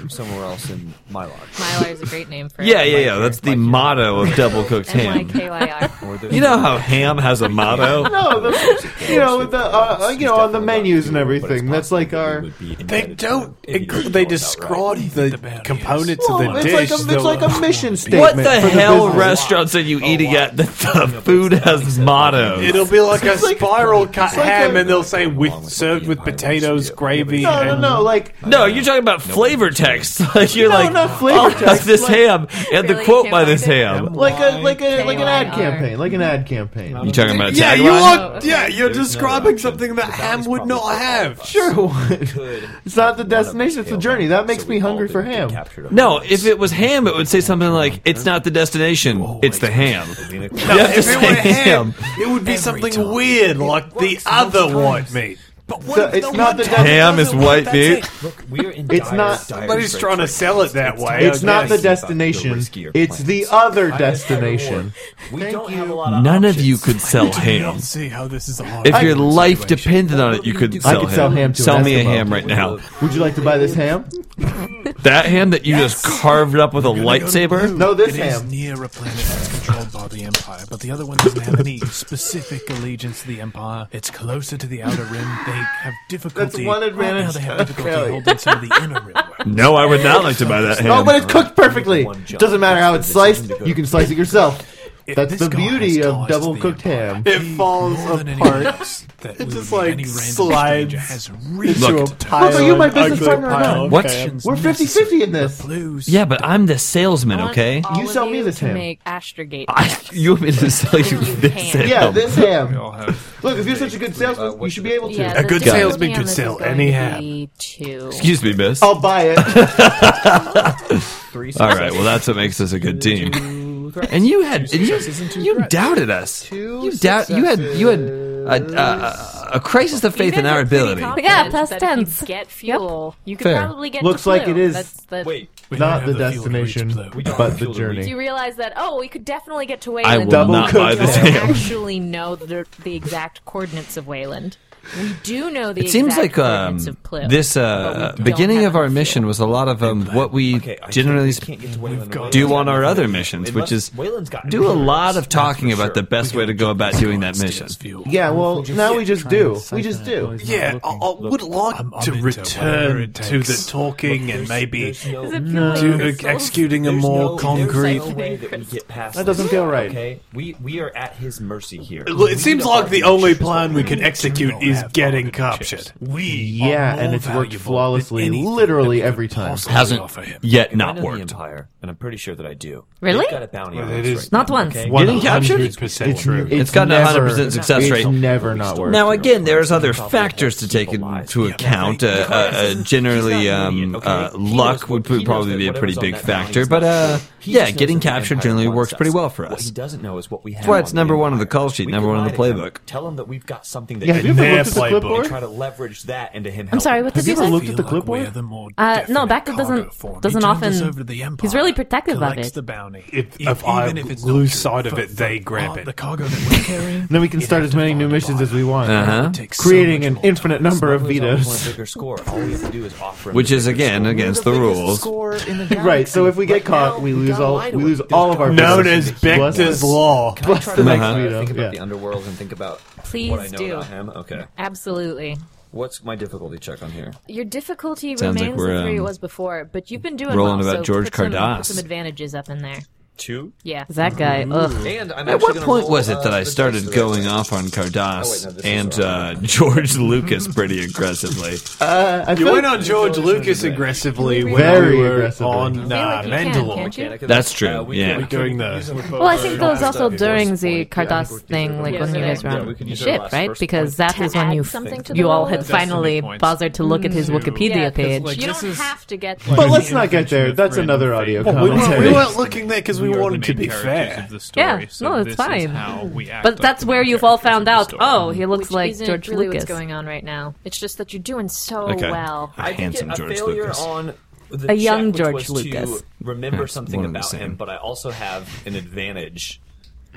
S8: somewhere else in my log.
S1: Mylar is a great name for
S4: Yeah,
S1: it.
S4: yeah, yeah. That's the motto of double cooked ham.
S1: M-Y-K-Y-R.
S8: Or there's
S4: You know how ham has a motto?
S3: No, the, you know the uh, uh, you know on the menus and everything. That's like our.
S5: They don't. include- They describe the components of
S3: Well,
S5: the
S3: it's
S5: dish.
S3: like a, it's
S5: though-
S3: like a mission statement.
S4: What the
S3: for
S4: hell
S3: business.
S4: restaurants are you eating at that the food has mottos?
S5: It'll be like a
S3: like-
S5: spiral cut
S3: like
S5: ham,
S3: a-
S5: and they'll say with
S8: with
S6: served with potatoes, gravy,
S3: No, no,
S6: and
S3: no. Like
S4: No, you're talking about flavor text. Like you're like,
S3: not flavor
S4: "Oh,
S3: text,
S4: this
S3: like-
S4: ham and the
S1: Really,
S4: quote
S1: you
S4: by
S1: can't
S4: this
S1: find it?
S4: ham.
S3: like a like a like an ad
S1: KYR.
S3: campaign, like an ad campaign.
S4: You talking about a
S5: Yeah, you
S4: tagline?
S5: want. Yeah, you're
S8: There's no
S5: describing
S8: option.
S5: something that
S8: The
S5: ham
S8: bounty's
S5: would
S8: probably
S5: not
S8: full
S5: have.
S8: of
S3: Sure.
S8: it's
S3: It's not the destination, it's the journey. That makes me hungry for ham.
S4: No, if it was ham, it would say something like, "It's not the destination, it's the ham."
S5: No,
S4: You have to
S5: if it were
S4: say
S5: ham,
S4: ham.
S5: it would be something weird like the other white meat. But what
S3: So
S5: if
S3: it's
S5: the
S3: not
S5: one
S3: the
S5: time
S3: desert-
S4: Ham
S5: doesn't
S4: is
S5: work?
S4: white
S5: That's
S4: meat.
S5: it.
S8: We're in
S3: It's not-
S5: Somebody's trying to sell it that way.
S3: It's
S5: I
S3: not the
S5: guess.
S3: destination.
S8: riskier
S3: It's the
S8: plans.
S3: other destination.
S8: We don't have a lot of
S4: None of you
S8: options.
S4: could sell
S6: I
S4: ham.
S6: don't see how this is a hard
S4: If your
S6: situation.
S4: life depended on it, you could
S3: I
S4: sell
S3: could sell ham
S4: ham.
S3: to an
S4: Sell me a
S3: Eskimo.
S4: ham right now.
S3: Would you like to buy this ham?
S4: That ham that you just carved up with a lightsaber.
S3: No, this
S6: It is
S3: ham.
S6: near a planet that's controlled by the Empire, but the other one doesn't have any specific allegiance to the Empire. It's closer to the Outer Rim. They have difficulty.
S3: one
S6: Right now
S3: advantage
S6: they
S3: to
S6: have
S3: Kelly.
S6: difficulty holding some of the Inner Rim. Where
S4: No, I would not like to buy that
S3: Oh,
S4: ham.
S3: but it's cooked perfectly. Doesn't matter how it's sliced. You can slice it yourself.
S6: it-
S3: That's
S6: this
S3: the
S6: guy
S3: beauty
S6: has
S3: of
S6: caused
S3: double
S6: the
S3: cooked
S6: Empire
S3: ham.
S5: It falls
S6: more than anyone
S5: apart.
S6: else that
S5: It
S6: we
S5: just
S6: would-
S5: like
S6: any random
S5: slides
S6: stranger has
S5: into a
S6: reason to
S5: pile.
S3: Look, are you my
S5: an
S3: business
S5: ugly
S3: partner or
S5: pile.
S3: not?
S4: What?
S5: Okay.
S3: We're 50-50 in this.
S6: Blues.
S4: Yeah, but I'm the salesman, okay?
S1: All
S3: You
S1: of
S3: sell me this
S1: to
S3: ham.
S1: make Astrogate.
S4: I, you want me to sell you this ham?
S3: Yeah, this ham. Look, if you're such a good salesman, you should be able
S1: Yeah,
S3: to.
S1: the
S5: good
S1: difference
S5: salesman
S1: between
S5: could
S1: this
S5: sell
S1: is going
S5: any
S1: to
S5: ham.
S1: be Two.
S4: Excuse me, miss.
S3: I'll buy it.
S4: All right, well that's what makes us a good team. And you had and you, you doubted us. you doubt you had you had a, a, a crisis of faith in our ability.
S2: Yeah, plus tens.
S1: ten. Get fuel. You could
S4: Fair.
S1: probably get.
S3: Looks
S1: to
S3: like
S1: blue.
S3: it is.
S1: That's the,
S8: Wait,
S6: We don't
S3: Not
S6: have
S3: the
S6: fuel to reach
S3: destination,
S6: blue.
S3: but the
S1: Do you
S3: journey.
S1: realize that? Oh, we could definitely get to
S4: I
S1: Wayland.
S4: will
S3: Double
S4: not buy
S3: cooked
S4: this
S1: don't
S4: ham.
S1: actually know the, the exact coordinates of Wayland. We do know the
S4: It seems
S1: exact
S4: like um,
S1: coordinates of Pluto.
S4: this
S1: but
S4: uh,
S1: we don't
S4: beginning
S1: have
S4: of our
S1: enough
S4: mission was a lot of um, what we generally do on our other missions, which is do a lot of talking about the best way to go about doing that mission.
S6: Fuel.
S3: Yeah, well, now we just do. We just do.
S5: Yeah, I, I would like
S6: I'm
S5: to
S6: into whatever
S5: return
S6: it
S5: to the
S6: takes.
S5: talking and maybe
S1: fuel.
S8: no,
S5: to
S1: Is it fueling the
S5: ex-
S1: missiles?
S5: executing a
S8: there's
S5: more
S8: no-
S5: concrete.
S8: There's no way that we get past
S3: That doesn't
S8: this,
S3: feel right.
S8: Okay, we we are at his mercy here.
S5: Look, it seems like the only plan we can execute is getting captured.
S6: We
S3: Yeah, and it's worked flawlessly, literally every time.
S4: Hasn't
S6: offer him.
S4: yet
S8: If I
S4: not
S8: know the
S4: worked.
S8: Empire, and I'm pretty sure that I do.
S2: Really?
S8: They've got a bounty on
S5: It
S8: us
S5: is-
S8: right
S2: Not
S8: now,
S2: once.
S8: okay?
S4: Getting captured?
S5: 100%
S3: It's,
S5: true.
S3: it's
S4: got a
S3: never-
S4: 100% success
S3: it's
S4: rate.
S3: never not worth
S4: Now
S3: it.
S4: again, there's other factors to take into account. Uh, uh, uh, generally, um, uh, luck would probably be a pretty big factor, but uh, yeah, getting captured generally works pretty well for
S8: What he
S4: us.
S8: doesn't know is what we have.
S4: why it's
S8: on the
S4: number one on the
S8: Empire.
S4: call sheet,
S8: We
S4: number
S8: can
S4: one on
S8: lie
S4: the
S8: to him,
S4: playbook.
S8: Tell him that we've got something that
S3: Yeah, have you
S8: can
S3: ever
S5: Their
S3: looked at the
S5: playbook.
S3: clipboard?
S8: try to leverage that into him.
S2: I'm sorry, what did
S3: Have you
S2: you
S3: ever
S2: say?
S3: looked at the clipboard?
S2: Uh, no, Bacta doesn't- doesn't often- he's really protective of it.
S6: The bounty.
S5: If- if I
S6: not
S5: lose
S6: true,
S5: sight of
S6: for-
S5: it, they
S6: for
S5: grab
S6: all
S5: it.
S6: The cargo that we're carrying.
S3: Then we can start as many new missions as we want,
S4: Uh-huh.
S3: creating an infinite number of
S8: Want a
S3: vetoes.
S8: bigger score. All we have to do is offer him
S4: Which
S8: the
S4: is,
S8: bigger
S4: again,
S8: score.
S4: against
S8: We're
S4: the
S8: biggest
S4: rules.
S8: score in the
S3: Right, so if we get
S8: Right
S3: caught,
S8: now,
S3: we
S8: we
S3: lose
S8: gotta
S3: all
S8: lie to
S3: we
S8: him.
S3: lose
S8: There's
S3: all of our
S8: gotta be
S5: Known
S8: Plus-
S5: as
S3: vetoes. Plus-
S5: Bector's Law.
S8: Can I try
S3: the
S8: to
S3: next
S8: make sure I
S4: Uh-huh.
S3: veto,
S8: think about
S3: yeah.
S8: the underworld and think about what I
S1: Please
S8: know
S1: do.
S8: about him? Okay.
S1: Absolutely.
S8: What's my difficulty check on here?
S1: Your difficulty
S4: Sounds like
S1: remains
S4: we're,
S1: the three it
S4: um,
S1: was before, but you've been doing
S4: rolling
S1: well,
S4: about
S1: so
S4: George
S1: put some,
S4: Cardass.
S1: put some advantages up in there.
S8: Two.
S1: Yeah.
S2: That guy. Ugh.
S8: And I'm
S4: At
S8: actually
S4: what
S8: gonna
S4: point
S8: roll,
S4: was
S8: uh,
S4: it that I
S8: the dice
S4: started
S8: today.
S4: going off on
S8: no,
S4: Cardass
S8: this is
S4: and
S8: all
S4: uh, George Lucas pretty aggressively?
S3: I
S5: You
S3: feel
S5: went
S3: like-
S5: on George Lucas aggressively when
S3: Very
S5: we were
S3: aggressively. I
S5: on
S1: I feel
S5: uh,
S1: like you can,
S5: Mandalore.
S1: can't you?
S8: Yeah, because
S4: That's true,
S8: Uh, we
S4: yeah.
S8: could- we could-
S5: Doing the-
S2: Well, I think that was also
S8: Yeah,
S2: during the
S8: I think we're
S2: Cardass thing,
S8: together.
S2: like
S1: Yeah,
S2: when you
S1: yeah,
S2: guys were
S1: yeah,
S8: we
S2: on
S8: could
S2: the
S8: use our
S2: ship,
S8: last
S2: right?
S8: first
S2: Because
S8: point.
S2: that
S1: To
S2: is when
S1: add
S2: you
S1: something to the
S2: you all
S1: roll.
S2: had
S1: Destiny
S2: finally
S6: points.
S2: bothered to look at his Wikipedia
S6: 'cause,
S2: page.
S6: like,
S1: You
S6: this
S1: don't
S6: is-
S1: have to get.
S3: But let's not get there. That's
S6: friend
S3: another
S6: and
S3: audio
S6: fate.
S5: We weren't, we
S3: commentary.
S5: weren't looking there because we wanted to be fair.
S2: Yeah, no, it's fine.
S6: But
S2: But that's where you've all found out. Oh, he looks
S1: Which
S2: like
S1: isn't
S2: George
S1: really
S2: Lucas.
S1: what's going on right now. It's just that you're doing so
S4: Okay.
S1: well.
S8: I think
S4: Handsome
S8: it- a
S4: George
S8: failure
S4: Lucas.
S8: on the
S2: A
S8: check,
S2: young
S8: which
S2: George
S8: was to
S2: Lucas.
S8: remember
S4: That's
S8: something
S4: one and the
S8: about him,
S4: same.
S8: but I also have an advantage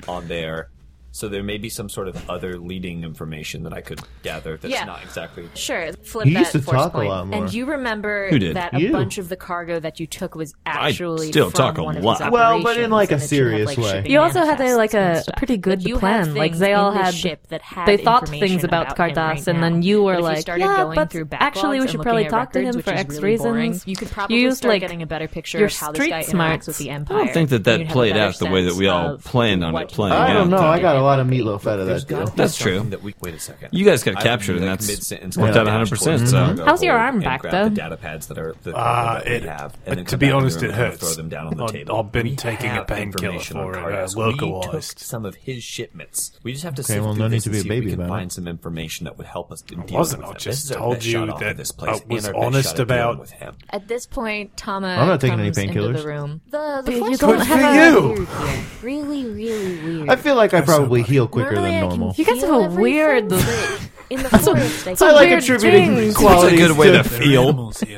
S8: on there. So there may be some sort of other leading information that I could gather that's
S1: Yeah.
S8: not exactly
S1: Sure, flip
S3: You
S1: that
S3: used to
S1: force
S3: talk a
S1: point.
S3: lot more.
S1: And you remember
S4: Who did?
S1: that a
S3: You.
S1: bunch of the cargo that you took was
S4: I
S1: actually
S4: still
S1: from
S4: talk a
S1: one of
S4: lot.
S1: his
S3: Well, but in,
S1: operations
S3: like, a
S1: and that you had,
S3: serious
S1: like,
S3: way.
S1: shipping
S2: You also had a,
S1: manifests
S2: like
S1: and
S2: a
S1: stuff.
S2: pretty good
S1: But you had
S2: plan. Like
S1: things
S2: they
S1: in
S2: all
S1: the
S2: had,
S1: ship that had
S2: they thought
S1: information
S2: things about
S1: him
S2: Cardass,
S1: right
S2: and
S1: now.
S2: then you were
S1: But if you
S2: like,
S1: started
S2: yeah,
S1: going
S2: but
S1: through backlogs
S2: actually we
S1: and
S2: should
S1: looking
S2: probably
S1: at
S2: talk to
S1: records,
S2: him
S1: which
S2: for
S1: is
S2: X
S1: really
S2: reasons.
S1: boring, You could probably
S2: you used
S1: start
S2: like
S1: getting a better picture
S2: your
S1: of how this
S2: street
S1: guy interacts
S2: smarts.
S1: with the
S4: I
S1: empire.
S4: don't think that
S1: You'd
S4: that
S1: have a
S4: played
S1: better
S4: out the way that
S1: sense
S4: we all
S1: of
S4: planned on
S1: what
S4: it
S1: he
S4: playing
S3: I
S4: out.
S3: don't know. I got a lot of meatloaf out of
S8: There's
S3: that deal.
S8: gotta be
S4: That's true.
S8: something That we, wait a second.
S4: You guys got
S8: I-
S4: captured, and
S8: like,
S4: that's
S8: mid-sentence,
S4: worked
S8: go
S4: out
S8: down
S4: 100%,
S8: towards
S4: so-
S8: the go
S9: How's your
S8: forward
S9: arm
S8: and
S9: back,
S8: grab
S9: though?
S8: The data pads that are that,
S6: Ah,
S8: that we
S6: it-
S8: have,
S6: uh,
S8: and then
S6: to
S8: come back
S6: be
S8: in the
S6: honest,
S8: room
S6: it
S8: and we'll
S6: hurts.
S8: Throw them down on the
S6: I've-
S8: table.
S6: I've been
S8: We
S6: taking a
S8: have
S6: painkiller
S8: information on
S6: for it,
S8: Cardius.
S6: uh,
S8: We
S6: localized.
S8: took some of his shipments. We just have to
S3: Okay,
S8: sift
S3: well,
S8: through
S3: no need
S8: this
S3: to
S8: and
S3: be a
S8: see if
S3: baby
S8: we can
S3: about
S8: find
S3: it.
S8: some information that would help us in dealing
S6: wasn't.
S8: with
S6: I
S8: him.
S6: just
S8: This is our
S6: told
S8: best
S6: you
S8: shot off
S6: that
S8: of this place
S6: I was
S8: and our best
S6: honest
S8: shot at dealing
S6: about-
S8: with him.
S2: At this point, Tama
S3: I'm not taking any
S2: comes into
S3: painkillers.
S2: the room. The, the
S1: You
S2: flesh
S1: don't
S6: Good
S1: have
S6: for
S1: a
S6: you.
S1: weird here. Really, really weird.
S3: I feel like I probably heal quicker
S2: Normally
S3: than
S2: I can
S3: normal.
S9: You guys have
S2: feel
S9: a weird-
S2: everything, but in the forest. I
S3: I
S2: can-
S3: like
S9: weird
S3: attributing
S9: things.
S4: That's a
S3: qualities.
S4: good way to
S3: to-
S4: feel.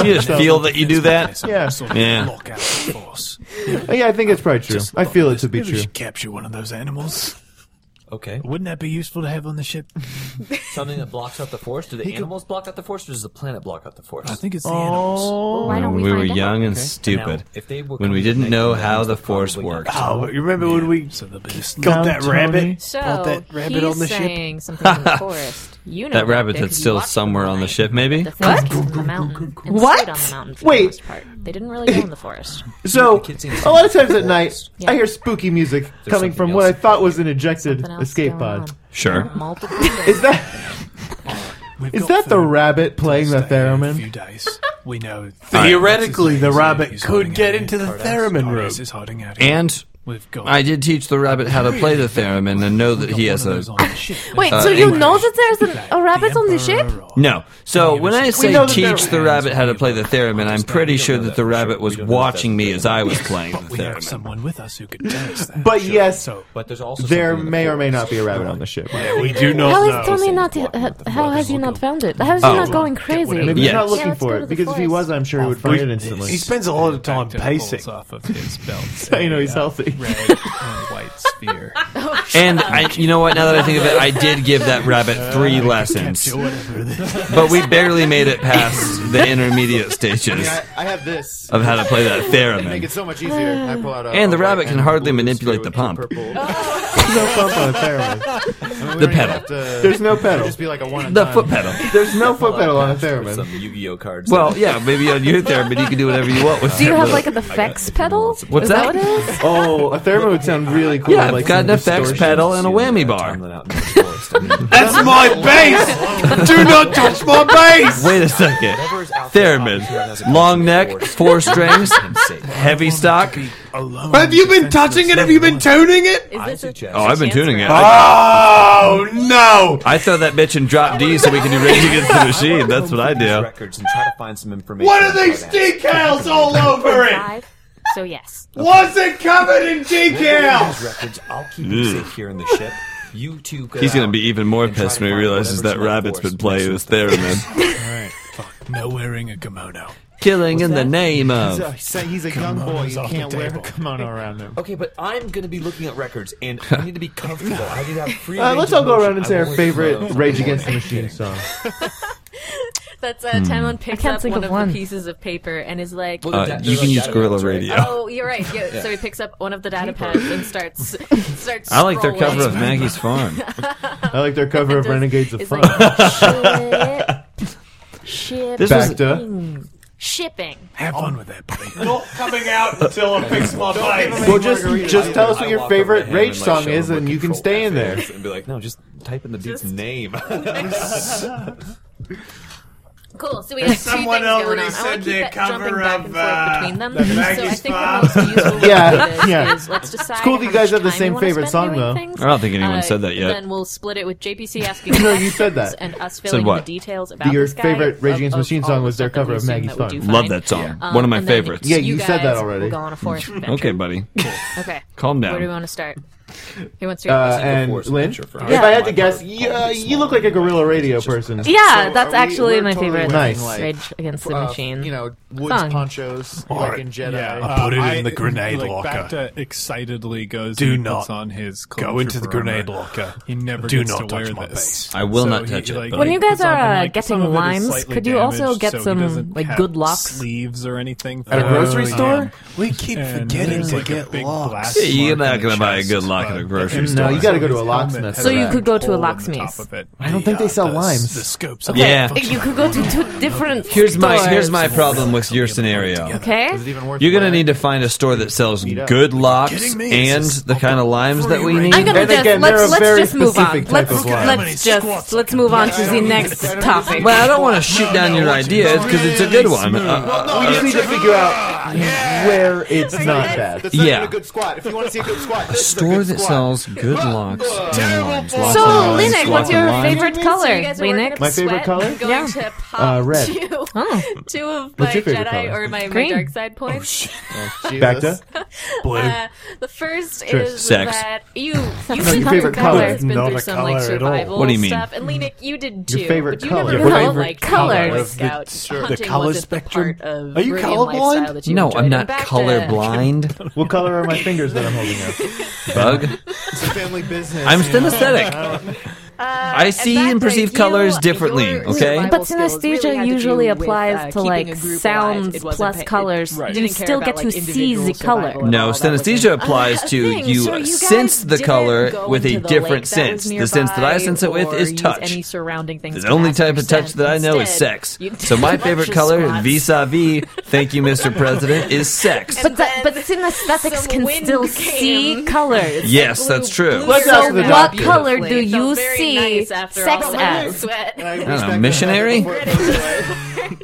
S4: You just feel that you do that.
S3: Yeah.
S4: Yeah.
S3: yeah, I think it's probably true. I feel it to be
S5: Maybe
S3: true.
S5: We should capture one of those animals.
S8: Okay.
S5: Wouldn't that be useful to have on the ship?
S8: Something that blocks out the forest? Do the animals block out the forest, or does the planet block out the forest?
S5: I think it's the
S6: Oh.
S5: animals.
S1: Why don't
S4: When we
S1: we,
S4: were
S1: find out?
S4: young and
S8: Now,
S4: stupid,
S8: if they were
S4: when we
S8: coming
S4: didn't
S8: back,
S4: know
S8: the
S4: how
S8: animals
S4: the
S8: would
S4: force
S8: probably
S4: worked.
S8: not-
S6: Oh, you remember when we
S5: So the biggest.
S6: got
S3: Mount
S6: that
S3: Tony.
S6: rabbit?
S2: So
S6: Brought that rabbit
S2: he's
S6: on the ship?
S2: saying something in the forest. You know
S4: that rabbit
S2: did,
S4: that's
S2: 'cause you
S4: still
S2: watched them
S4: somewhere on the
S2: flying.
S4: ship, maybe.
S2: The what? On the mountain and
S9: What?
S2: stayed on the mountain for
S3: Wait.
S2: the most part. They didn't really go in the forest.
S3: So, a lot of times at night,
S2: Yeah.
S3: I hear spooky music coming
S8: something
S3: from what I
S8: else.
S3: thought was an ejected
S2: Something else
S3: escape
S2: going
S3: pod.
S2: on.
S4: Sure.
S2: Multiple
S3: Is that
S5: We've
S3: is
S5: got
S3: that the
S5: food.
S3: rabbit playing the
S5: Stay here A few
S3: theremin?
S5: days. We know.
S6: Theoretically, the
S5: He's
S6: rabbit
S5: hiding
S6: could
S5: out
S6: get
S5: here.
S6: into the
S5: Cardass-
S6: theremin
S5: Cardass
S6: room.
S5: is hiding out here.
S4: And
S5: we've got.
S4: I did teach the rabbit how to play the theremin and know that
S5: got
S4: he
S5: one
S4: has
S5: of
S4: a.
S5: those on the ship.
S9: Wait,
S5: That's
S9: so
S4: Uh,
S9: you
S4: anyway.
S9: know that there's an, a
S5: like
S9: rabbit on the ship?
S5: Emperor Rock.
S4: No. So
S5: We
S4: when I
S5: know
S4: say
S3: that
S4: teach the
S5: there-
S4: rabbit how to play the theremin, I'm pretty
S8: we
S4: sure
S8: don't know
S4: that the
S8: that for
S4: rabbit
S8: sure.
S4: was
S8: We don't know if
S4: watching
S8: that's
S4: me
S8: the
S4: as I was playing the
S5: We have
S4: theremin.
S5: someone with us who could tell us that.
S3: But
S5: Sure.
S3: yes,
S5: So
S8: But there's also
S3: there
S8: something in the
S3: may or may
S8: forest.
S3: not be a rabbit on the ship.
S6: We do not
S9: How
S6: know.
S9: is Tommy not?
S8: walking
S9: Uh,
S8: up the
S9: how
S8: block
S9: has
S8: and
S9: he not
S8: looking.
S9: found it? How is he
S4: Oh.
S9: not going
S5: Get whatever.
S9: crazy?
S3: Maybe he's
S4: Yes.
S3: not looking
S1: Yeah, let's
S3: for
S1: go
S3: it
S1: to the
S3: because if he was,
S1: forest.
S3: I'm sure he would
S5: Oh,
S3: find it instantly.
S6: He spends a lot of time
S5: Tactile pulls
S6: pacing.
S5: off of his belt.
S3: you know
S5: a,
S3: he's
S5: uh,
S3: healthy.
S5: Red and white sphere.
S4: And I, you know what? Now that I think of it, I did give that rabbit three lessons,
S5: Capture whatever it is.
S4: but we barely made it past the intermediate stages
S3: I have this.
S4: of how to play that theremin.
S3: so much easier. I pull out a,
S4: And the rabbit can hardly manipulate the pump,
S3: no pump on a theremin.
S4: the pedal,
S3: There's no pedal.
S22: like a one.
S4: the foot pedal.
S3: There's no foot pedal on a theremin.
S8: Some Yu-Gi-Oh cards.
S4: Well, yeah, maybe on your theremin you can do whatever you want with
S9: Do you
S4: that
S9: have
S4: little-
S9: like an effects pedal?
S4: What's
S9: is that?
S4: that?
S9: What it is?
S3: Oh, a theremin would sound really cool.
S4: Yeah, I've
S3: like
S4: got
S3: some
S4: an effects
S3: distortion.
S4: pedal and a whammy
S8: uh,
S4: bar.
S8: bar.
S6: That's my base! Do not touch my base!
S4: Wait a second. Theremin. Long neck, four strings, heavy stock.
S5: Alone.
S6: Have you been touching it? Have you been tuning it?
S2: Is this a-
S8: suggest-
S2: a
S4: Oh, I've been
S2: chance
S4: tuning
S2: for us?
S4: it. I,
S6: Oh, no!
S4: I throw that bitch in drop D so we can do Rage Against the Machine. That's what I do.
S8: Records and try to find some information.
S6: What are
S8: about
S6: these
S8: that.
S6: decals all over it?
S2: Five. So yes.
S6: Was it covered in
S8: These
S6: decals?
S8: records, I'll keep them safe here in the ship. You two go
S4: He's
S8: out
S4: gonna be even more
S8: and try
S4: pissed
S8: to
S4: when he
S8: find
S4: realizes
S8: whatever's
S4: that
S8: in the
S4: rabbit's
S8: forest
S4: been playing with
S8: next to the
S4: theremin.
S5: Alright, fuck. No wearing a kimono.
S4: Killing in the name
S22: He's a,
S4: of.
S22: he's a- he's a young boy.
S5: Kimono's
S22: You
S5: off the
S22: can't wear a
S5: table.
S22: kimono around him.
S8: Okay, but I'm going to be looking at records, and I need to be comfortable. I need to have free.
S3: Uh,
S8: range
S3: let's
S8: of
S3: all go
S8: motion.
S3: around and
S8: I
S3: say our
S8: won't
S3: favorite
S8: know.
S3: Rage Against the Machine song.
S2: That's
S4: Hmm.
S2: uh, Tamlin picks
S9: can't
S2: up
S9: think
S2: one
S9: of
S2: of
S9: one.
S2: the pieces of paper and is like,
S8: Well,
S4: Uh, you can use Gorilla Radio.
S2: "Oh, you're right." Yeah. So he picks up one of the data pads and starts starts.
S4: I like their cover of
S2: scrolling.
S4: Maggie's Farm.
S3: I like their cover of
S2: Does-
S3: Renegades of
S2: is
S3: Fun.
S2: like, ship,
S4: This was-
S3: Back to
S2: shipping.
S5: Have fun with that, buddy.
S6: Not coming out until I fix my base.
S3: well, just just tell us what
S8: I
S3: your
S8: walk over to
S3: favorite
S8: him
S3: Rage
S8: and, like,
S3: song
S8: show him
S3: is,
S8: what
S3: and you can
S8: control
S3: stay
S8: F
S3: in there.
S8: is And be like, no, just type in the beat's
S2: Just-
S8: name.
S2: Cool. So we have
S6: Someone
S2: two things going
S6: already
S2: on. I
S6: said
S2: want to keep
S6: their
S2: that
S6: cover
S2: jumping back and
S6: of,
S2: forth between them.
S6: uh, the
S2: So I
S6: Maggie's
S2: think
S6: Farm.
S2: the most useful way
S3: Yeah,
S2: to do this
S3: yeah.
S2: is let's decide.
S3: cool that
S2: how
S3: you guys
S2: much
S3: have the
S2: time
S3: same
S2: we wanna
S3: favorite
S2: spend
S3: song,
S2: doing
S3: though.
S2: things.
S4: I don't think anyone
S2: Uh,
S4: said that yet.
S2: Then we'll split it with JPC asking.
S3: No,
S2: us
S3: you said
S2: things
S3: that.
S2: And us filling
S4: what?
S2: the details about
S3: Your
S2: this guy,
S3: favorite Rage
S2: of-
S3: Against the
S2: of
S3: Machine
S2: all
S3: song
S2: the
S3: was their
S2: stuff that we
S3: cover of
S2: assume
S3: Maggie's
S2: that we do
S3: Farm.
S2: find.
S4: Love that song.
S2: Um,
S4: One of my
S2: and then
S4: favorites.
S3: Yeah, you
S2: guys
S3: said that already.
S2: will go on a forest adventure.
S4: Okay, buddy.
S2: Okay.
S4: Calm
S2: Where do we
S4: down.
S2: want to start? Who wants to go?
S3: Uh,
S2: first?
S3: and Lynn,
S8: picture
S3: if
S8: for-
S3: I had to
S8: Yeah.
S3: guess, you, uh, you look like a Gorilla Radio person.
S9: Yeah,
S22: So
S9: that's
S22: are we-
S9: actually
S22: we're
S9: my
S22: totally
S9: favorite.
S3: wearing, Nice. like,
S9: Rage Against the
S22: Uh,
S9: Machine.
S22: you know, woods
S9: Song.
S22: ponchos, like in Jedi.
S5: eh? Uh, I put it in the grenade
S23: like,
S5: locker.
S23: Bacta excitedly goes.
S6: Do
S23: and puts
S6: not
S23: on his
S6: Go into the
S23: Stormtrooper
S6: grenade
S23: armor.
S6: locker.
S23: He never
S6: Do
S23: gets
S6: not
S23: to
S6: touch
S23: wear
S6: my
S23: this.
S6: base.
S4: I will
S23: So
S4: not
S23: he,
S4: touch it.
S23: like,
S4: buddy.
S9: when you
S23: puts
S9: guys are,
S23: on,
S9: uh,
S23: like,
S9: getting
S23: some of it is
S9: limes,
S23: slightly
S9: could you also
S23: damaged,
S9: get
S23: so he
S9: some,
S23: doesn't
S9: like,
S23: have
S9: good locks?
S23: sleeves or anything?
S3: At a
S23: for
S3: grocery
S23: it.
S3: store?
S5: We keep
S23: And
S5: forgetting
S23: there's
S5: to
S23: like a
S5: get
S23: big
S5: locks.
S23: blast
S4: You're
S23: mark on
S4: not
S23: the
S4: gonna buy a
S23: chest.
S4: good lock at a grocery
S3: No,
S4: store.
S3: you got to go to a locksmith.
S2: So you could go to a locksmith.
S3: I don't think they sell limes.
S6: The scopes.
S4: Okay. Yeah.
S2: You could go to two different
S4: Here's my
S2: stores.
S4: here's my problem with your scenario.
S2: Okay.
S4: You're gonna need to find a store that sells good locks
S6: kidding me?
S4: and
S6: This is
S4: the kind of limes that we need.
S2: I'm gonna
S3: And
S2: just
S3: again, they're a
S2: let's, let's
S3: very
S2: just move on.
S3: specific
S2: Let's
S3: type of line.
S2: let's just let's move on to the next topic.
S4: Well, I don't want to shoot down your idea because it's a good one. Uh,
S3: We just need to figure out where it's not bad.
S7: That's not
S4: Yeah.
S7: even a good squat. If you want to see a good squat, this is a
S4: store
S7: good
S4: that
S7: squat.
S4: sells good locks and limes. Lots
S2: So,
S4: of limes,
S2: Linux,
S4: lots
S2: what's
S4: of
S2: your
S4: limes.
S2: favorite color,
S1: So you guys are working
S2: Linux?
S1: up a
S3: My favorite
S1: sweat.
S3: color?
S1: I'm going
S2: Yeah.
S1: to pop
S3: Uh, red.
S1: Two,
S2: Oh.
S1: two of my
S3: What's your
S1: Jedi
S3: favorite color?
S1: or my, my
S2: Green.
S1: dark side
S4: Oh,
S1: points.
S3: Back to
S1: uh, the first is
S4: Sex.
S1: that you you
S3: your
S1: did
S3: favorite color.
S1: has been
S5: Not
S1: through
S5: a
S1: some like
S5: color at all.
S1: survival
S4: What do you mean?
S1: stuff, and Linux, you did too.
S3: favorite
S1: but you
S3: color.
S1: Never
S3: Your
S1: felt
S2: favorite
S1: like
S2: color.
S1: you were a
S2: Of
S1: Boy Scout.
S5: the
S1: Hunting
S5: color
S1: wasn't
S5: spectrum?
S1: Part of
S3: Are you
S1: Meridian
S3: colorblind?
S1: lifestyle that you
S4: No,
S1: enjoyed.
S4: I'm
S1: And
S4: not
S1: back to-
S4: colorblind.
S3: what color are my fingers that I'm holding up?
S4: Bug.
S7: It's a family business.
S4: I'm
S7: you know?
S4: synesthetic.
S1: Uh,
S4: I see
S1: back
S4: and
S1: to
S4: perceive
S1: you,
S4: colors
S1: your
S4: differently,
S1: survival
S4: okay?
S2: But
S1: skills really
S2: synesthesia
S1: had to do
S2: usually
S1: with,
S2: applies
S1: uh,
S2: to
S1: keeping
S2: like
S1: a group alive.
S2: sounds
S1: It wasn't
S2: plus
S1: pa- it-
S2: colors.
S1: Right.
S2: You
S1: didn't care
S2: still
S1: about,
S2: get to
S1: like,
S2: see
S1: individual
S2: the color.
S1: survival at all.
S4: No,
S1: That was
S4: synesthesia
S1: in-
S4: applies
S1: Uh,
S4: to
S1: thing.
S4: you
S1: So you guys
S4: sense the
S1: didn't
S4: color
S1: go
S4: with a
S1: into the
S4: different
S1: lake that was
S4: sense. The sense that I
S1: nearby
S4: sense it with
S1: or
S4: is
S1: use
S4: touch.
S1: Any surrounding things
S4: The
S1: to
S4: only
S1: master
S4: type of touch
S1: sense.
S4: that I know is
S1: Instead,
S4: sex.
S1: you did
S4: So
S1: a
S4: my
S1: bunch
S4: favorite
S1: of
S4: color,
S1: squats.
S4: vis-a-vis, thank you, Mr. President, is sex.
S2: But that, but
S1: Then
S2: synesthetics
S1: some
S2: can
S1: wind
S2: still
S1: came.
S2: see colors.
S4: Yes, that's true.
S3: Let's
S1: Blue
S3: ask
S1: or
S3: the
S1: red.
S3: What
S1: Beautifully.
S2: color do
S1: It felt
S2: you
S1: very
S2: see
S1: nice after
S2: sex
S1: all the
S2: as?
S1: sweat.
S4: I don't know, missionary?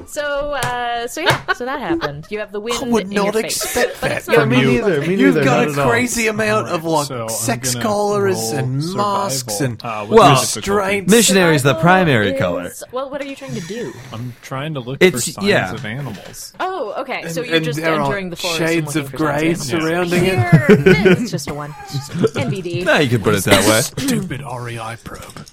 S1: So, uh, so yeah, so that happened. You have the wind.
S6: I would
S1: in
S6: not
S1: your face.
S6: expect
S1: But
S6: that
S1: it's not
S6: from
S3: me
S6: you.
S3: neither. Me
S6: You've
S3: neither.
S6: got
S3: not at
S6: a
S3: all.
S6: crazy amount of like
S5: so I'm
S6: sex
S5: gonna
S6: collars
S5: roll
S6: and masks and
S5: survival.
S4: Well,
S6: restraints.
S4: Missionary is the
S1: Survival
S4: primary
S1: is-
S4: color.
S1: Well, what are you trying to do?
S5: I'm trying to look
S4: It's-
S5: for signs
S4: yeah.
S5: of animals.
S1: Oh, okay. So
S6: And-
S1: you're
S6: and
S1: just
S6: there are
S1: entering the forest.
S6: shades
S1: and looking
S6: of
S1: for signs
S6: grey
S1: animals.
S6: surrounding it.
S1: Here, it. It's just a one. It's just NBD.
S4: Yeah, you could put it that way.
S6: Stupid REI probe.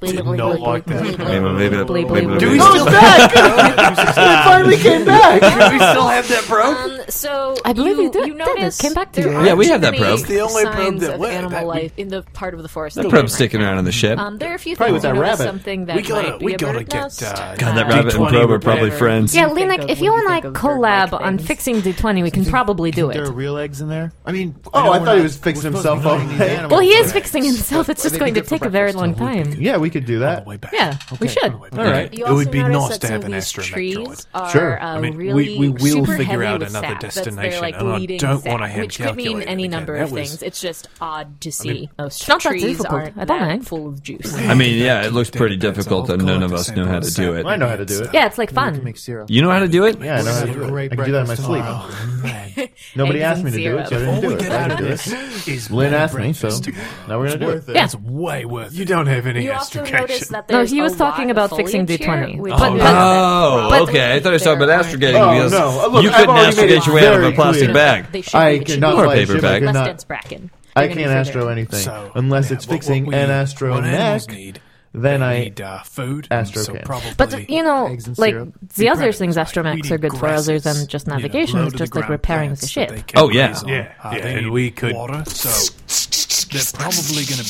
S9: Did not like
S4: Maybe- maybe-
S2: Bleep,
S4: maybe-
S2: bleep,
S4: maybe-
S2: bleep.
S3: Oh, it's back! it finally came back.
S6: we still have that probe?
S1: Um, so
S2: I believe
S1: you,
S2: you did.
S1: You
S2: Dennis,
S1: notice
S2: came back to
S1: there
S2: you.
S1: aren't
S4: Yeah, we
S1: too
S4: have that
S1: many
S4: probe. It's
S6: the only
S1: signs
S6: probe that
S1: of
S6: went-
S1: animal
S6: that we-
S1: life in the part of the forest.
S4: That
S1: we're in
S4: probe's
S1: right
S4: sticking
S1: now.
S4: around in the ship.
S1: Um, there are a few
S3: Probably
S1: things.
S3: with
S1: you
S3: that
S1: notice
S3: rabbit.
S1: Something that
S6: We gotta-
S1: might be
S6: we
S1: a
S6: gotta
S1: bird
S6: get,
S1: nest.
S6: uh,
S4: God, that
S1: Uh,
S4: rabbit and
S6: D20
S4: probe are
S6: would
S4: probably
S6: better.
S4: friends.
S2: Yeah,
S1: Think of
S2: Linux, if
S1: when
S2: you
S1: you
S2: and I
S1: think of bird-like
S2: collab on
S1: things.
S2: fixing D20, we can probably do
S7: There
S2: it.
S7: are real eggs in there. I mean,
S3: Oh,
S7: know
S3: I
S7: we're
S3: thought he
S7: not-
S3: was fixing
S7: we're supposed to
S3: himself
S7: be
S3: up.
S7: eating these animals,
S2: Well, he is
S7: but-
S2: fixing himself. It's just
S7: they
S2: going
S7: be
S2: to
S7: good for
S2: take a very
S7: breakfast.
S2: long time.
S3: Yeah, we could do that.
S6: Way back.
S2: Yeah, we
S7: Okay.
S2: should.
S3: All right.
S1: You
S6: It would
S1: also
S6: be
S1: notice
S6: nice
S1: that
S6: to
S1: some
S6: have
S1: of
S6: an
S1: these
S6: extra
S1: trees
S6: electrolyte.
S1: are,
S3: Sure.
S1: uh,
S6: I mean, we-
S1: really
S6: we will
S1: super
S6: figure
S1: heavy
S6: out
S1: with
S6: another
S1: sap. That's
S6: destination,
S1: their, like,
S6: and I
S1: leading
S6: don't
S1: sap,
S6: wanna hand
S1: Which could mean
S6: calculate it
S1: any
S6: again.
S1: number
S6: That
S1: of
S6: was-
S1: things. It's just odd to see. Most
S2: not that
S1: trees
S2: difficult.
S1: aren't
S2: I don't
S1: that
S2: mind.
S1: full of juice.
S4: I mean, yeah, it looks pretty difficult, and none of us know how to do it.
S3: I know how to do it.
S2: Yeah, it's like
S7: We can
S2: fun.
S7: make syrup.
S4: You know how to do it?
S3: Yeah, I know how to do it. I can do that in my sleep. Nobody
S1: Eggs
S3: asked me
S1: and
S3: to do it, so I
S1: syrup.
S3: didn't do
S6: we
S3: it.
S6: get
S3: I had
S6: out
S3: to
S6: of
S3: do
S6: this
S3: it.
S6: is
S3: Lynn
S6: bad
S3: asked me, so
S6: breakfast.
S3: now we're gonna do it.
S2: Yeah.
S6: It's way worth
S5: You
S6: it.
S5: don't have any
S1: You also notice
S5: astrogation.
S1: that
S2: No,
S1: there's
S2: he was
S1: a
S2: talking
S1: lot
S2: about
S1: of
S2: fixing
S1: foliage
S2: D20.
S1: here, which
S2: Oh,
S1: means
S2: no.
S1: that
S4: Oh,
S1: probably
S4: okay. I thought you were
S1: there
S4: talking about
S1: aren't
S4: astrogating
S3: Oh,
S4: because
S3: no. Look,
S4: you
S3: I've
S4: couldn't
S3: already made it
S4: astrogate your way out of a
S3: very
S4: plastic
S3: clear.
S4: bag.
S1: They should,
S3: I
S1: it should
S3: cannot
S1: be
S4: Or
S3: fly a
S4: paper
S3: ship. I
S4: bag.
S1: less
S3: cannot-
S1: dense bracken.
S3: I
S1: You're gonna
S3: can't
S1: figure
S3: astro
S1: it.
S3: anything
S6: So,
S3: unless
S6: yeah,
S3: it's
S6: what- what
S3: fixing
S6: we-
S3: an astro
S6: what animals
S3: neck.
S6: need,
S3: Then
S6: they
S3: I
S6: need, uh, food. and
S3: astro
S6: so
S3: can.
S6: probably
S2: But you know,
S7: Eggs and
S2: like
S7: syrup.
S2: the other
S6: predators,
S2: things
S6: like
S2: astromechs
S6: weedy
S2: are good for,
S6: grasses,
S2: other than just
S6: you know,
S2: navigation,
S6: low
S2: it's
S6: to
S2: just
S6: the
S2: like
S6: ground
S2: repairing the
S6: plants that
S2: ship.
S6: they can
S4: Oh, yeah.
S6: graze on.
S5: Yeah,
S6: Uh,
S5: yeah,
S6: they
S5: and
S6: need
S5: we could-
S6: water, so they're probably going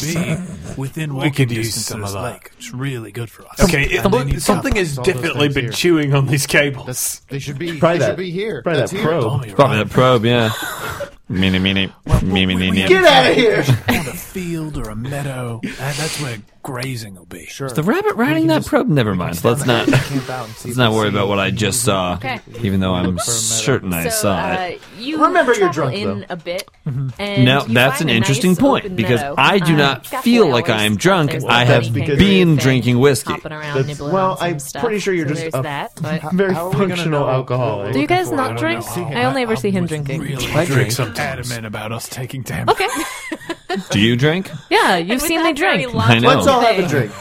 S6: to be within
S5: We
S6: walking
S5: could use
S6: distance
S5: some
S6: of this
S5: of that.
S6: lake. It's really good for us.
S5: Okay, it,
S6: And they need
S5: something has
S7: all those
S5: definitely
S7: things
S5: been
S7: here.
S5: chewing on these cables.
S7: That's, they should be. Probably
S3: Probably
S7: they
S3: that-
S7: should be here.
S3: probably
S7: That's
S3: that
S7: here.
S3: probe.
S6: Tommy,
S4: Probably
S6: Oh, right?
S4: that probe, yeah. Meeny, meeny, meeny, meeny.
S3: Get out of here!
S6: on a field or a meadow. and that's where grazing will be. Sure.
S4: The rabbit riding that probe? Never mind. Let's not.
S7: Camp out and see
S4: Let's
S7: if
S4: not
S7: we
S4: worry
S7: see
S4: about what I just saw,
S1: Okay.
S4: even though I'm certain I
S1: So
S4: saw it. Mm-hmm.
S1: uh, you
S3: Remember you're
S1: travel
S3: drunk,
S1: in
S3: though.
S1: a bit. And
S4: Now,
S1: you
S4: that's an
S1: find a
S4: interesting
S1: nice
S4: point
S1: open
S4: because
S1: meadow.
S4: I do
S1: Uh,
S4: not
S1: you've got
S4: feel
S1: flowers,
S4: like I am drunk.
S1: there's
S4: I
S1: a
S4: have
S1: bunny
S3: because-
S4: been
S1: kangaroo thing
S4: drinking whiskey.
S1: hopping around,
S3: That's-
S1: nibbling
S3: well,
S1: on some
S3: I'm
S1: stuff.
S3: pretty sure you're
S1: So
S3: just
S1: there's
S3: a-
S1: that. But
S3: Very
S7: How are we gonna
S3: functional
S7: know
S3: alcohol.
S2: Do you guys not
S6: don't
S2: drink?
S6: know.
S2: I only ever see him drinking.
S6: Really
S5: I drink
S6: drink
S5: sometimes.
S6: adamant about us taking damage.
S2: Okay.
S4: Do you drink?
S2: Yeah, you've
S1: with
S2: seen
S1: that
S2: me
S1: very
S2: drink.
S1: long
S4: I know.
S3: Let's all have a
S1: thing,
S3: drink.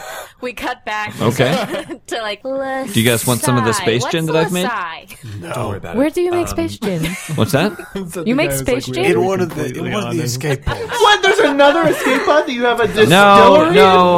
S1: We cut back
S4: Okay.
S1: to like.
S9: Do
S4: Do you guys want some of the space gin that I've made?
S8: Don't worry about
S2: Where
S8: it.
S2: do you
S4: Um,
S2: make space gin?
S4: What's that?
S2: You make space
S6: In
S2: gin?
S6: one of the, in one of the escape pods.
S3: What? There's another escape pod that you have a distillery?
S4: No,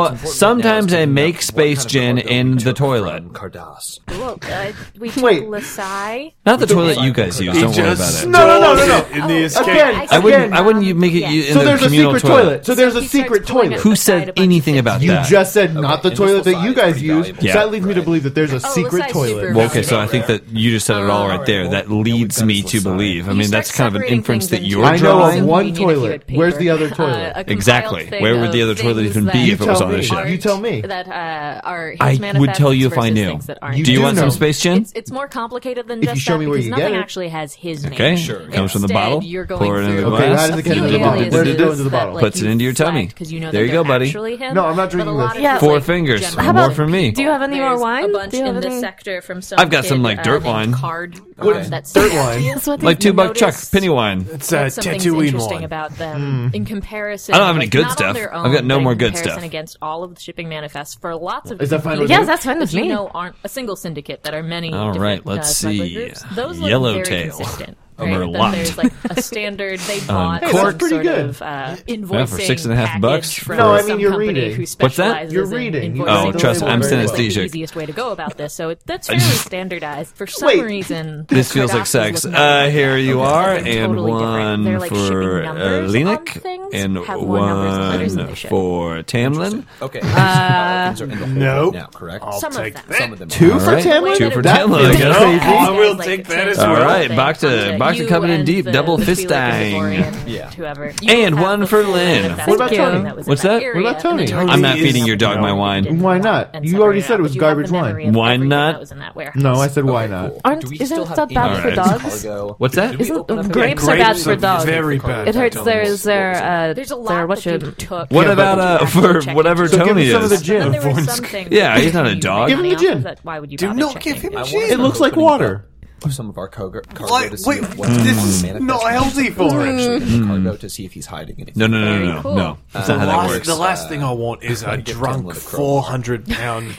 S4: no. Sometimes I make space gin in the toilet.
S8: Cardass.
S1: Well, uh, we took
S3: Wait.
S1: Lasai.
S4: Not the toilet you guys use. Don't worry about
S5: Just
S4: it.
S3: No, no, no, no, no.
S6: Oh,
S5: stole it In the escape.
S3: Again,
S4: I wouldn't.
S3: again.
S4: I wouldn't you make it
S1: Yeah.
S4: you- in
S3: so
S4: the
S3: there's a
S4: communal
S3: secret toilet. So there's
S1: So
S3: a
S1: he starts
S3: secret
S1: pulling
S3: toilet.
S1: up-
S4: Who said anything about
S3: You
S4: that?
S3: just said not the toilet that you guys use.
S4: Yeah.
S3: So that leads me to believe that there's a secret
S1: Lesai's super
S3: toilet.
S4: Well, okay, so I think that you just said it all right there. That leads me to believe. I mean, that's kind of an inference that you're
S3: I know of
S4: drawing.
S3: one toilet. Where's the other toilet?
S4: Exactly. Where would the other toilet even be
S3: You
S4: if it was
S3: tell
S4: on this
S3: me.
S4: ship?
S3: You tell me.
S1: That uh, are his
S4: I would tell you if I
S1: manifests versus
S4: knew.
S1: things that aren't.
S4: do you
S3: do
S4: want
S3: know.
S4: some space chin?
S1: It's, it's more complicated than
S3: If you
S1: just
S3: show
S1: that
S3: me where
S1: because
S3: you get
S1: nothing
S3: it.
S1: actually has his name.
S4: Okay, comes from the
S1: Instead,
S4: bottle.
S1: you're going
S4: Pour it into the
S1: through
S3: Okay, how
S4: glass.
S3: does it
S1: a
S3: get
S1: few
S3: into the bottle?
S1: aliases
S3: Where does it go into the
S1: that,
S3: bottle?
S1: like,
S4: Puts it
S1: you
S4: into your tummy.
S1: slapped 'cause you know
S4: There
S1: that
S4: you go,
S1: they're
S4: buddy.
S1: actually him,
S3: No, I'm not
S1: but
S3: drinking
S1: a lot
S3: this.
S1: of
S2: Yeah.
S1: it's,
S4: Four
S1: like,
S4: fingers.
S1: general
S4: More
S2: about-
S4: from me.
S2: Do you have any more
S1: There's
S2: wine?
S1: A bunch
S2: Do you have
S1: in
S2: any-
S1: this sector from some.
S4: I've got
S1: kid,
S4: some, like,
S1: uh,
S4: dirt
S1: named
S4: wine.
S1: Card.
S3: What's
S1: That's
S3: dirt wine?
S2: That's what they
S4: Like two buck
S1: notice-
S4: chuck penny wine.
S5: It's a
S3: uh,
S1: that something's
S5: Tatooine
S1: interesting
S5: one.
S1: about them in comparison.
S4: Hmm. I don't have any
S1: like,
S4: good
S1: not on
S4: stuff.
S1: their
S4: I've got
S1: own,
S4: no
S1: but
S4: more
S1: in
S4: good
S1: comparison
S4: stuff.
S1: Against all of the shipping manifests for lots of
S3: Is that fine with
S1: people
S3: you?
S2: Yes, that's fine with
S1: that you
S2: me.
S1: know aren't a single syndicate that are many.
S4: All right,
S1: different,
S4: let's
S1: uh, smuggler
S4: see.
S1: Groups. Those look very
S4: Yellowtail.
S1: consistent.
S4: A
S1: Right? That
S4: merlot.
S1: There's like a standard they bought
S4: Hey,
S1: some
S3: that's pretty
S1: sort
S3: good.
S1: of uh, invoicing
S4: six and a half
S1: package
S4: bucks?
S1: From
S3: No, I mean,
S1: some
S3: you're
S1: company
S3: reading.
S1: Who
S4: What's that?
S1: specializes
S3: You're
S1: in
S3: reading.
S1: invoicing
S4: Oh,
S3: Label
S4: trust
S3: it
S4: I'm
S3: very well.
S1: the
S4: synesthesia.
S1: easiest way to go about this. So it, that's fairly standardized. For some
S3: Wait.
S1: reason,
S4: This
S1: the
S4: feels like
S1: Cardassians
S4: sex.
S1: look nothing
S4: Uh,
S1: like
S4: here
S1: that.
S4: you
S1: They're
S4: are,
S1: totally
S4: and
S1: different.
S4: one
S1: They're, like, shipping
S4: for uh,
S1: numbers on
S4: Lenik,
S1: things,
S4: and
S1: have more numbers and letters than
S4: one
S1: they should.
S4: for
S2: Um,
S4: Tamlin.
S8: Okay. Uh,
S5: nope.
S8: Now, correct?
S5: I'll
S1: Some of
S5: take
S1: them.
S5: that.
S8: Some of them.
S3: Two
S8: are.
S3: for
S4: right.
S3: Tamlin?
S4: Two for
S3: That
S4: Tamlin,
S3: feels
S4: I guess.
S3: crazy.
S5: I will take that as
S4: All
S5: well.
S4: right, back to- back to Company Deep, double fistang.
S8: Yeah.
S1: Yeah. Whoever.
S4: And one for Lynn.
S3: What about Tony?
S4: What's that?
S3: What about Tony?
S4: I'm not
S5: is-
S4: feeding your dog
S5: no.
S4: my wine.
S3: Why not? You already said it was garbage wine.
S4: Why not?
S3: No, I said why
S8: Okay,
S3: not?
S8: cool.
S2: Aren't-
S8: Do we
S2: isn't
S8: still have
S2: that bad
S8: any
S4: for
S8: cargo?
S4: What's that?
S8: Did we
S2: Isn't-
S8: open up
S2: uh,
S8: the-
S2: grapes are bad for dogs.
S5: Very bad.
S2: It hurts
S5: What
S2: their
S5: was
S2: their uh
S1: There's a
S2: their
S1: lot
S2: what
S1: that you
S2: should
S1: took.
S4: What about uh for whatever
S3: give
S4: Tony
S3: me some of the
S4: is?
S3: gin.
S1: Jim?
S5: Vorn's-
S4: Yeah, he's not a dog.
S3: Give him the gin.
S1: Why would you
S5: Do
S1: bother
S5: not
S1: checking?
S5: give him
S8: I
S5: shit.
S8: wanna
S3: It looks
S8: start
S3: like water.
S8: opening up
S2: uh,
S8: Some of our cargo, cargo
S5: Why-
S8: to see
S5: Wait,
S8: if what's
S5: this
S8: on
S5: is
S8: the manifest
S5: not
S8: is
S5: healthy for
S8: actually
S5: him.
S8: in the cargo to see if he's hiding anything.
S4: Mm-hmm. No, no, no, no, no,
S1: cool.
S4: no. That's
S5: The
S4: not how that
S5: last,
S4: works.
S5: the last thing I want is a
S8: give Tim
S5: drunk,
S8: with a crow.
S5: four hundred pound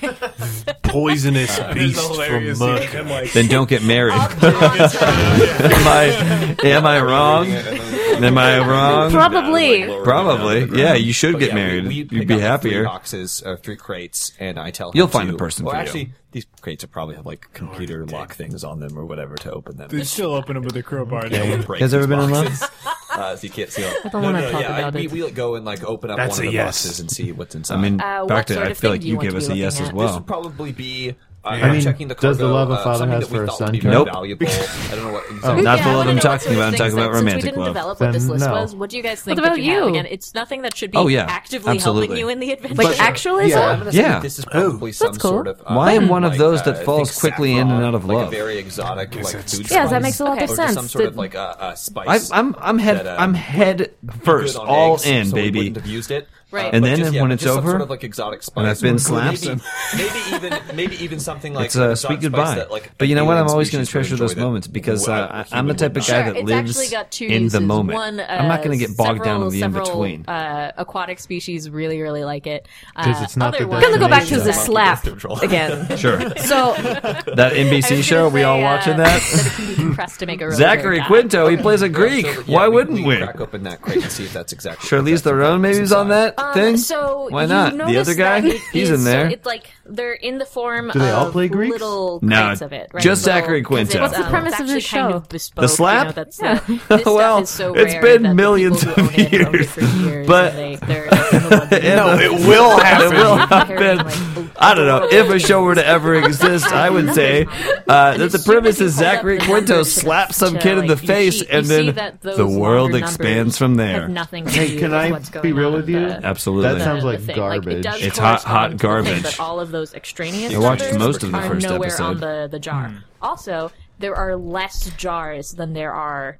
S5: poisonous beast from Mercury.
S4: Then don't get married. am I am I wrong? Am I wrong?
S2: probably
S4: Probably. Yeah, you should
S8: But
S4: get
S8: yeah,
S4: married.
S8: we- we
S4: You'd
S8: pick
S4: be
S8: up Three
S4: happier.
S8: boxes, uh, three crates, and I tell him
S4: You'll find
S8: to-
S4: a person
S8: Well,
S4: for you.
S8: actually, these crates will probably have like computer lock things on them or whatever to open them.
S6: They still open them with a crowbar.
S8: Yeah,
S6: now.
S8: break
S4: Has
S8: these
S4: ever been in love?
S8: boxes, Uh, so you can't see. I
S2: don't wanna talk
S8: yeah,
S2: about
S8: I, we,
S2: it.
S8: we go and like open up
S5: That's
S8: one
S5: a
S8: of the
S5: yes.
S8: boxes and see what's inside.
S4: I mean,
S1: Uh, what
S4: back to
S1: sort
S4: I
S1: of
S4: feel
S1: thing
S4: like
S1: do you
S4: you
S1: want
S4: gave
S1: to
S4: us
S1: be
S4: a yes
S1: looking
S4: as
S1: at?
S8: This
S4: well.
S8: would probably be. Uh,
S3: I mean,
S8: checking the cargo,
S3: does the love a
S8: uh,
S3: father
S8: something
S3: has
S8: that we
S3: for a
S8: thought
S3: son
S8: would be
S3: count?
S8: very
S4: Nope. Oh,
S8: Valuable. I don't know what.
S4: not the love
S1: I wanna
S4: I'm
S1: know what
S4: talking
S1: sort of
S4: about. I'm
S1: things
S4: talking about
S1: that- since
S4: romantic
S1: we didn't
S4: love.
S1: develop what this
S3: Then
S1: list
S3: no.
S1: was. What do you guys think?
S2: What about
S1: that you? have?
S2: you?
S1: Again, it's nothing that should be
S4: Oh, yeah.
S1: actively
S4: Absolutely.
S1: helping you in the adventure.
S2: like actually
S8: So
S3: Yeah.
S8: I'm gonna say
S4: Yeah.
S8: this is probably some
S2: that's cool.
S8: sort of. Uh,
S4: Why am one of
S8: like,
S4: those
S8: uh,
S4: that
S8: I
S4: falls
S8: think
S4: quickly in and
S8: saffron,
S4: out of
S8: like a
S4: love?
S8: very exotic, like
S5: that's
S2: yes
S8: food.
S2: that
S8: spice.
S2: makes a lot
S1: Okay.
S2: of
S8: or
S2: sense
S8: just some sort
S2: Did-
S8: of like a, uh
S4: I'm
S8: spice.
S4: I'm I'm head
S8: that, uh,
S4: I'm head first,
S8: good on
S4: all
S8: eggs,
S4: in,
S8: so we
S4: baby.
S8: wouldn't have used it.
S1: Right.
S4: And
S8: but
S4: then when
S8: but
S4: it's
S8: some
S4: over,
S8: sort of like exotic spice.
S4: I've been
S8: Maybe-
S4: slapped.
S8: Maybe, even maybe even something like
S4: It's a
S8: exotic
S4: sweet
S8: spice
S4: goodbye.
S8: That, like,
S4: but you know what?
S8: alien
S4: I'm always going to
S8: species would
S4: treasure those
S8: enjoy that
S4: moments because
S8: we-
S4: uh, I,
S8: a
S4: I'm the
S8: human
S4: type of
S8: would
S4: guy
S8: not.
S4: that
S1: it's actually
S4: lives
S1: got two
S4: in the
S1: uses.
S4: moment.
S1: One, uh,
S4: I'm not going to get bogged down in the in
S1: several,
S4: between.
S1: Uh, aquatic species really, really like it.
S3: 'Cause
S1: Uh,
S3: it's not
S1: other
S3: the
S1: ones-
S2: I'm gonna go back to the
S8: Monkey
S2: slap
S8: Master Troll.
S2: again.
S4: sure.
S2: So
S4: That
S1: I was
S4: NBC
S1: gonna
S4: show, we
S1: say,
S4: all
S1: uh,
S4: watching that?
S1: it can be compressed to make a really
S4: Zachary
S1: good guy.
S4: Quinto, he plays a Greek.
S8: So that, yeah,
S4: Why
S8: we-
S4: wouldn't we?
S8: Crack open that crate and see if that's exactly.
S4: Charlize Theron maybe is on that
S1: Um,
S4: thing?
S1: So
S4: Why
S1: you
S4: not? The
S1: notice
S4: other guy?
S1: that it
S4: He's
S1: is-
S4: in
S1: So
S4: there.
S1: it's like they're in the form.
S3: Do they all
S1: of
S3: play Greeks?
S1: Little
S4: No,
S1: crates of it, right?
S4: just
S1: Little-
S4: Zachary
S1: 'cause it's,
S4: Quinto. What's
S2: the
S1: um,
S2: premise
S1: it's
S2: of this
S1: actually kind
S2: show?
S1: of bespoke, you know,
S4: slap?
S1: that's, uh, this stuff
S4: Well,
S1: is so
S4: it's
S1: rare
S4: been
S1: that the
S4: millions
S1: people who
S4: of
S1: own it own it
S4: years,
S1: for years,
S4: but-
S1: and they- they're- they're the ones who
S4: No,
S5: It will
S4: it
S5: happen.
S4: will happen. I don't know if a show were to ever exist. I would say uh, that the premise is Zachary Quinto slaps some kid in the face, and then the world expands from there.
S3: Hey, can I be real with you?
S4: Absolutely.
S3: That sounds like
S1: it
S3: garbage.
S1: does
S4: It's hot-
S1: correspond
S4: hot
S1: to the thing,
S4: garbage.
S1: But all of those extraneous
S4: I watched
S1: numbers
S4: most of the
S1: are
S4: first
S1: nowhere
S4: episode. Hmm.
S1: on the, the jar. Also, there are less jars than there are.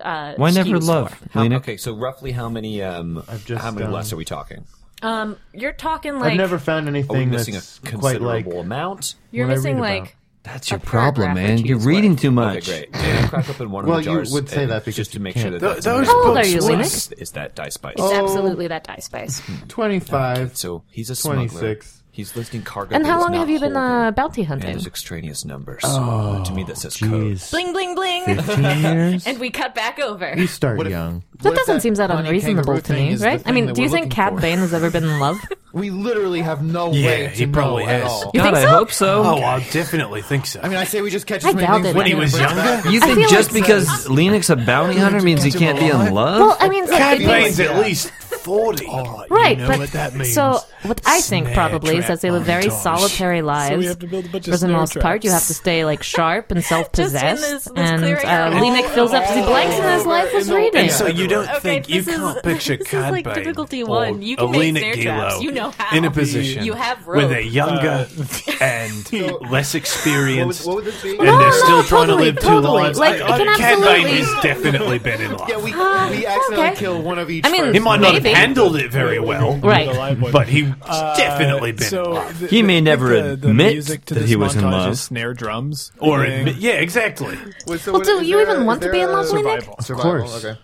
S1: Uh,
S4: Why never
S1: SKUs
S4: love?
S1: for.
S8: How,
S4: Lena?
S8: okay, so roughly how many? Um,
S3: just
S8: how many
S3: done-
S8: less are we talking?
S1: Um, you're talking like
S3: I've never found
S8: Are we
S3: anything
S8: missing a
S3: that's quite
S8: considerable
S3: like.
S8: amount?
S1: you're
S3: what I
S1: missing
S3: read
S1: like.
S3: about.
S4: That's your
S1: A paragraph
S4: problem,
S1: or
S4: man.
S1: two
S4: You're
S1: is
S4: reading
S1: what-
S4: too much.
S8: Okay, great. And I crack open one
S3: Well,
S8: of the
S3: you
S8: jars.
S3: would say
S8: and-
S3: that because
S8: just to
S3: you
S8: make sure
S3: can't.
S8: that
S5: Tho-
S8: that's
S5: those
S2: How old
S5: books
S2: are you,
S5: were-
S2: Linus?
S8: is, is that dice spice.
S1: It's absolutely that die spice.
S3: 25.
S8: So he's a smuggler.
S3: 26.
S8: He's listing cargo.
S2: and
S8: that
S2: how
S8: is
S2: long
S8: not
S2: have you been
S8: holding.
S2: uh, bounty
S8: And
S2: hunting?
S8: there's extraneous numbers. Oh, to me, that says code.
S3: Jeez.
S1: Bling bling bling.
S3: Years?
S1: and we cut back over.
S3: You start
S7: if-
S3: young.
S2: That doesn't seem that
S7: funny
S2: unreasonable
S7: kangaroo
S2: to
S7: thing
S2: me,
S7: is the
S2: right? I
S7: thing
S2: mean,
S7: that
S2: do you
S7: we're
S2: think
S7: looking
S2: Cad
S7: for.
S2: Bane has ever been in love?
S7: We literally have no
S5: Yeah,
S7: way to
S5: he probably
S7: know at
S5: has.
S7: all.
S2: You
S4: God,
S2: think
S4: I
S2: so?
S4: hope so.
S5: Oh, I definitely think so.
S7: I mean, I say we just catch
S2: I
S7: as many
S2: doubt
S7: things
S2: it.
S7: we
S5: when he
S7: can
S5: was
S7: bring back.
S5: younger,
S4: You
S2: I
S4: think
S2: feel
S4: just
S2: like-
S4: because Lennox a bounty hunter means he can't be in love?
S2: Well, I mean, like,
S5: Cat
S2: it makes-
S5: Bane's at least 40. All right,
S9: Right,
S5: you know
S9: but
S5: what that means.
S9: so what I think
S5: Snare
S9: probably is
S5: trap
S9: that they live very
S5: montage.
S9: solitary lives.
S24: have to build a bunch of
S9: for the
S24: snare
S9: most part, you have
S24: traps.
S9: to stay like sharp and self-possessed.
S2: this- this
S9: and
S2: clearing out.
S9: uh, Lenik fills up the blanks in his lifeless reading.
S5: And so you don't
S2: Okay,
S5: think you
S2: this is-
S5: can't picture
S2: this is
S5: Cadbane
S2: like difficulty
S5: or
S2: one. You can make
S5: Alina
S2: snare
S5: Gilo
S2: traps. You know how.
S5: in a position
S2: You have
S5: where
S2: rope. Uh,
S5: they're younger and less experienced,
S3: What would this be?
S5: and they're still trying
S9: totally,
S5: to live two
S9: totally.
S5: lives.
S9: Like, it can absolutely-
S5: Cadbane has definitely been in life.
S3: Yeah, we, we accidentally
S9: okay.
S3: kill one of each.
S9: I mean,
S5: he might not have
S9: Maybe.
S5: handled it very well,
S9: right.
S5: but he's definitely been in
S24: Uh, so
S5: life.
S24: th-
S4: He may
S24: I think
S4: never
S24: the- the
S4: admit
S24: music to
S4: that
S24: this
S4: he was in
S24: montage
S4: love.
S24: is Snare drums,
S5: Or
S24: thing.
S5: admit, yeah, exactly.
S3: Wait, so
S9: Well,
S3: what-
S9: do
S3: is
S9: you
S3: there
S9: even
S3: a-
S9: want
S3: is
S9: to be
S3: there
S9: in
S3: a
S9: love, Lenik?
S3: survival?
S5: course.
S3: Okay.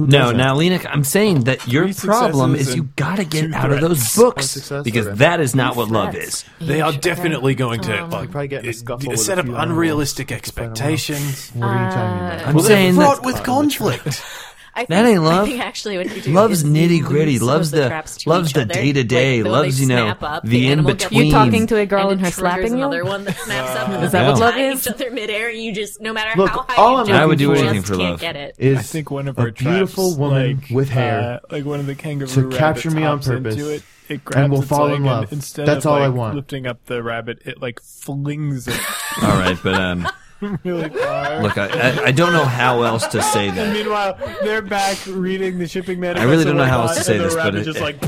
S4: No, now, Lenik, I'm saying that your
S24: Three
S4: problem
S24: successes
S4: is you
S24: and
S4: gotta get
S24: two
S4: out of those
S24: threats.
S4: books
S3: success,
S4: because
S3: okay.
S4: that is not what love is.
S5: They are definitely going to
S9: Um,
S5: like,
S3: probably get in a scuffle
S5: d-
S3: with a
S5: set up
S3: few animals.
S5: unrealistic expectations.
S3: What are you talking about?
S4: I'm saying
S5: fraught
S4: that
S5: with conflict.
S2: I think,
S4: That ain't love.
S2: I think actually what you do
S4: love's
S2: is
S4: nitty
S2: you
S4: gritty,
S2: glue
S4: loves
S2: some of
S4: the,
S2: traps to
S4: loves
S2: each
S4: the
S2: other.
S4: day to
S2: Like,
S4: day,
S2: though
S4: loves
S2: they
S4: you know
S2: snap up,
S4: the in
S2: animal gets-
S4: between.
S9: You talking to a girl
S2: and
S9: and
S2: it
S9: her
S2: triggers
S9: slapping
S2: another
S9: you?
S2: one that snaps up. and
S9: Is that
S2: they
S4: what
S2: tie
S9: love is?
S2: Each other midair, and you just no matter
S3: Look,
S2: how high
S3: all I'm
S2: you jump,
S4: I would do
S2: you
S4: anything
S2: just
S4: for
S2: can't
S4: love.
S2: Get it.
S3: Is
S24: I think one of
S3: a
S24: our
S3: beautiful
S24: traps,
S3: woman
S24: like,
S3: with hair
S24: uh, like one of the kangaroo
S3: to
S24: rabbits
S3: capture me on
S24: hops into
S3: purpose,
S24: it, it grabs
S3: we'll
S24: its
S3: fall
S24: leg
S3: in
S24: and
S3: love.
S24: Instead
S3: That's
S24: of,
S3: all I
S24: like,
S3: want.
S24: Lifting up the rabbit, it like flings it
S4: All right, but um,
S24: really far.
S4: look, I, I, I don't know how else to say
S24: And
S4: that.
S24: meanwhile, they're back reading the shipping manifesto.
S4: really don't know
S24: and
S4: how else to
S24: whatnot,
S4: say
S24: and the
S4: this, but
S24: rabbit
S4: it-
S24: just
S4: it-
S24: like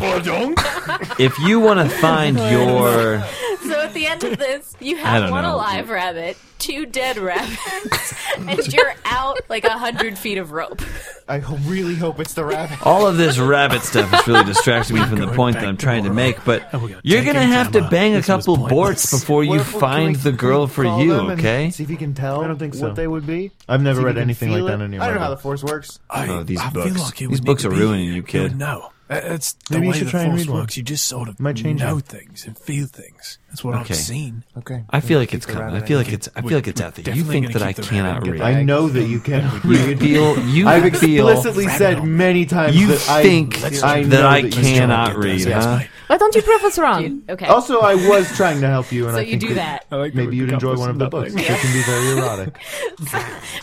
S24: "Ba-dunk."
S4: If you want to find your,
S2: So at the end of this, you
S4: I
S2: have
S4: don't
S2: one
S4: know.
S2: alive rabbit, two dead rabbits, and you're out like a hundred feet of rope.
S3: I ho- really hope it's the rabbit.
S4: all of this rabbit stuff is really distracting me from the point that I'm trying to make. But you're gonna have to bang a couple borts before you find the girl for you, okay?
S25: See if you can tell.
S3: I don't think so.
S25: What they would be.
S3: I've
S25: See
S3: never
S25: if
S3: read
S25: you can
S3: anything
S25: feel
S3: like that
S25: it.
S3: in your
S25: I don't know
S3: Bible.
S25: how the force works.
S5: I,
S4: Oh, these
S5: I
S4: books.
S5: Feel like you
S4: These
S5: would
S4: books
S5: need to
S4: are
S5: be
S4: ruining
S5: here.
S4: you, kid.
S5: would know. That- That's the
S3: Maybe you
S5: way
S3: should
S5: the
S3: try and
S5: force
S3: read one.
S5: works. You just sort of
S3: Might change
S5: know
S3: it.
S5: things and feel things. That's what
S4: Okay.
S5: I've seen.
S25: Okay.
S4: I feel like
S25: Keep
S4: it's
S25: the
S4: coming. I
S25: rabbit
S4: feel
S25: in.
S4: like it's. I feel
S5: We're
S4: like it's out there. You
S5: definitely
S4: think
S5: gonna
S4: that I
S5: keep the rabbit
S4: cannot
S5: and get
S4: read?
S3: I know that you can.
S4: You feel. You
S3: I've
S4: feel.
S3: explicitly said many times
S4: You
S3: that I-
S4: think
S3: that I,
S4: that
S3: know
S4: I
S3: that you struggle
S4: cannot
S3: with this.
S4: read, huh?
S9: Why don't you prove us wrong?
S2: Okay.
S3: Also, I was trying to help you, and
S2: So
S3: I
S2: you
S3: think
S2: do that.
S24: I like that
S3: Maybe
S24: we
S3: you'd
S24: pick up
S3: enjoy
S24: with
S3: one of the
S24: something.
S3: books. It can be very erotic.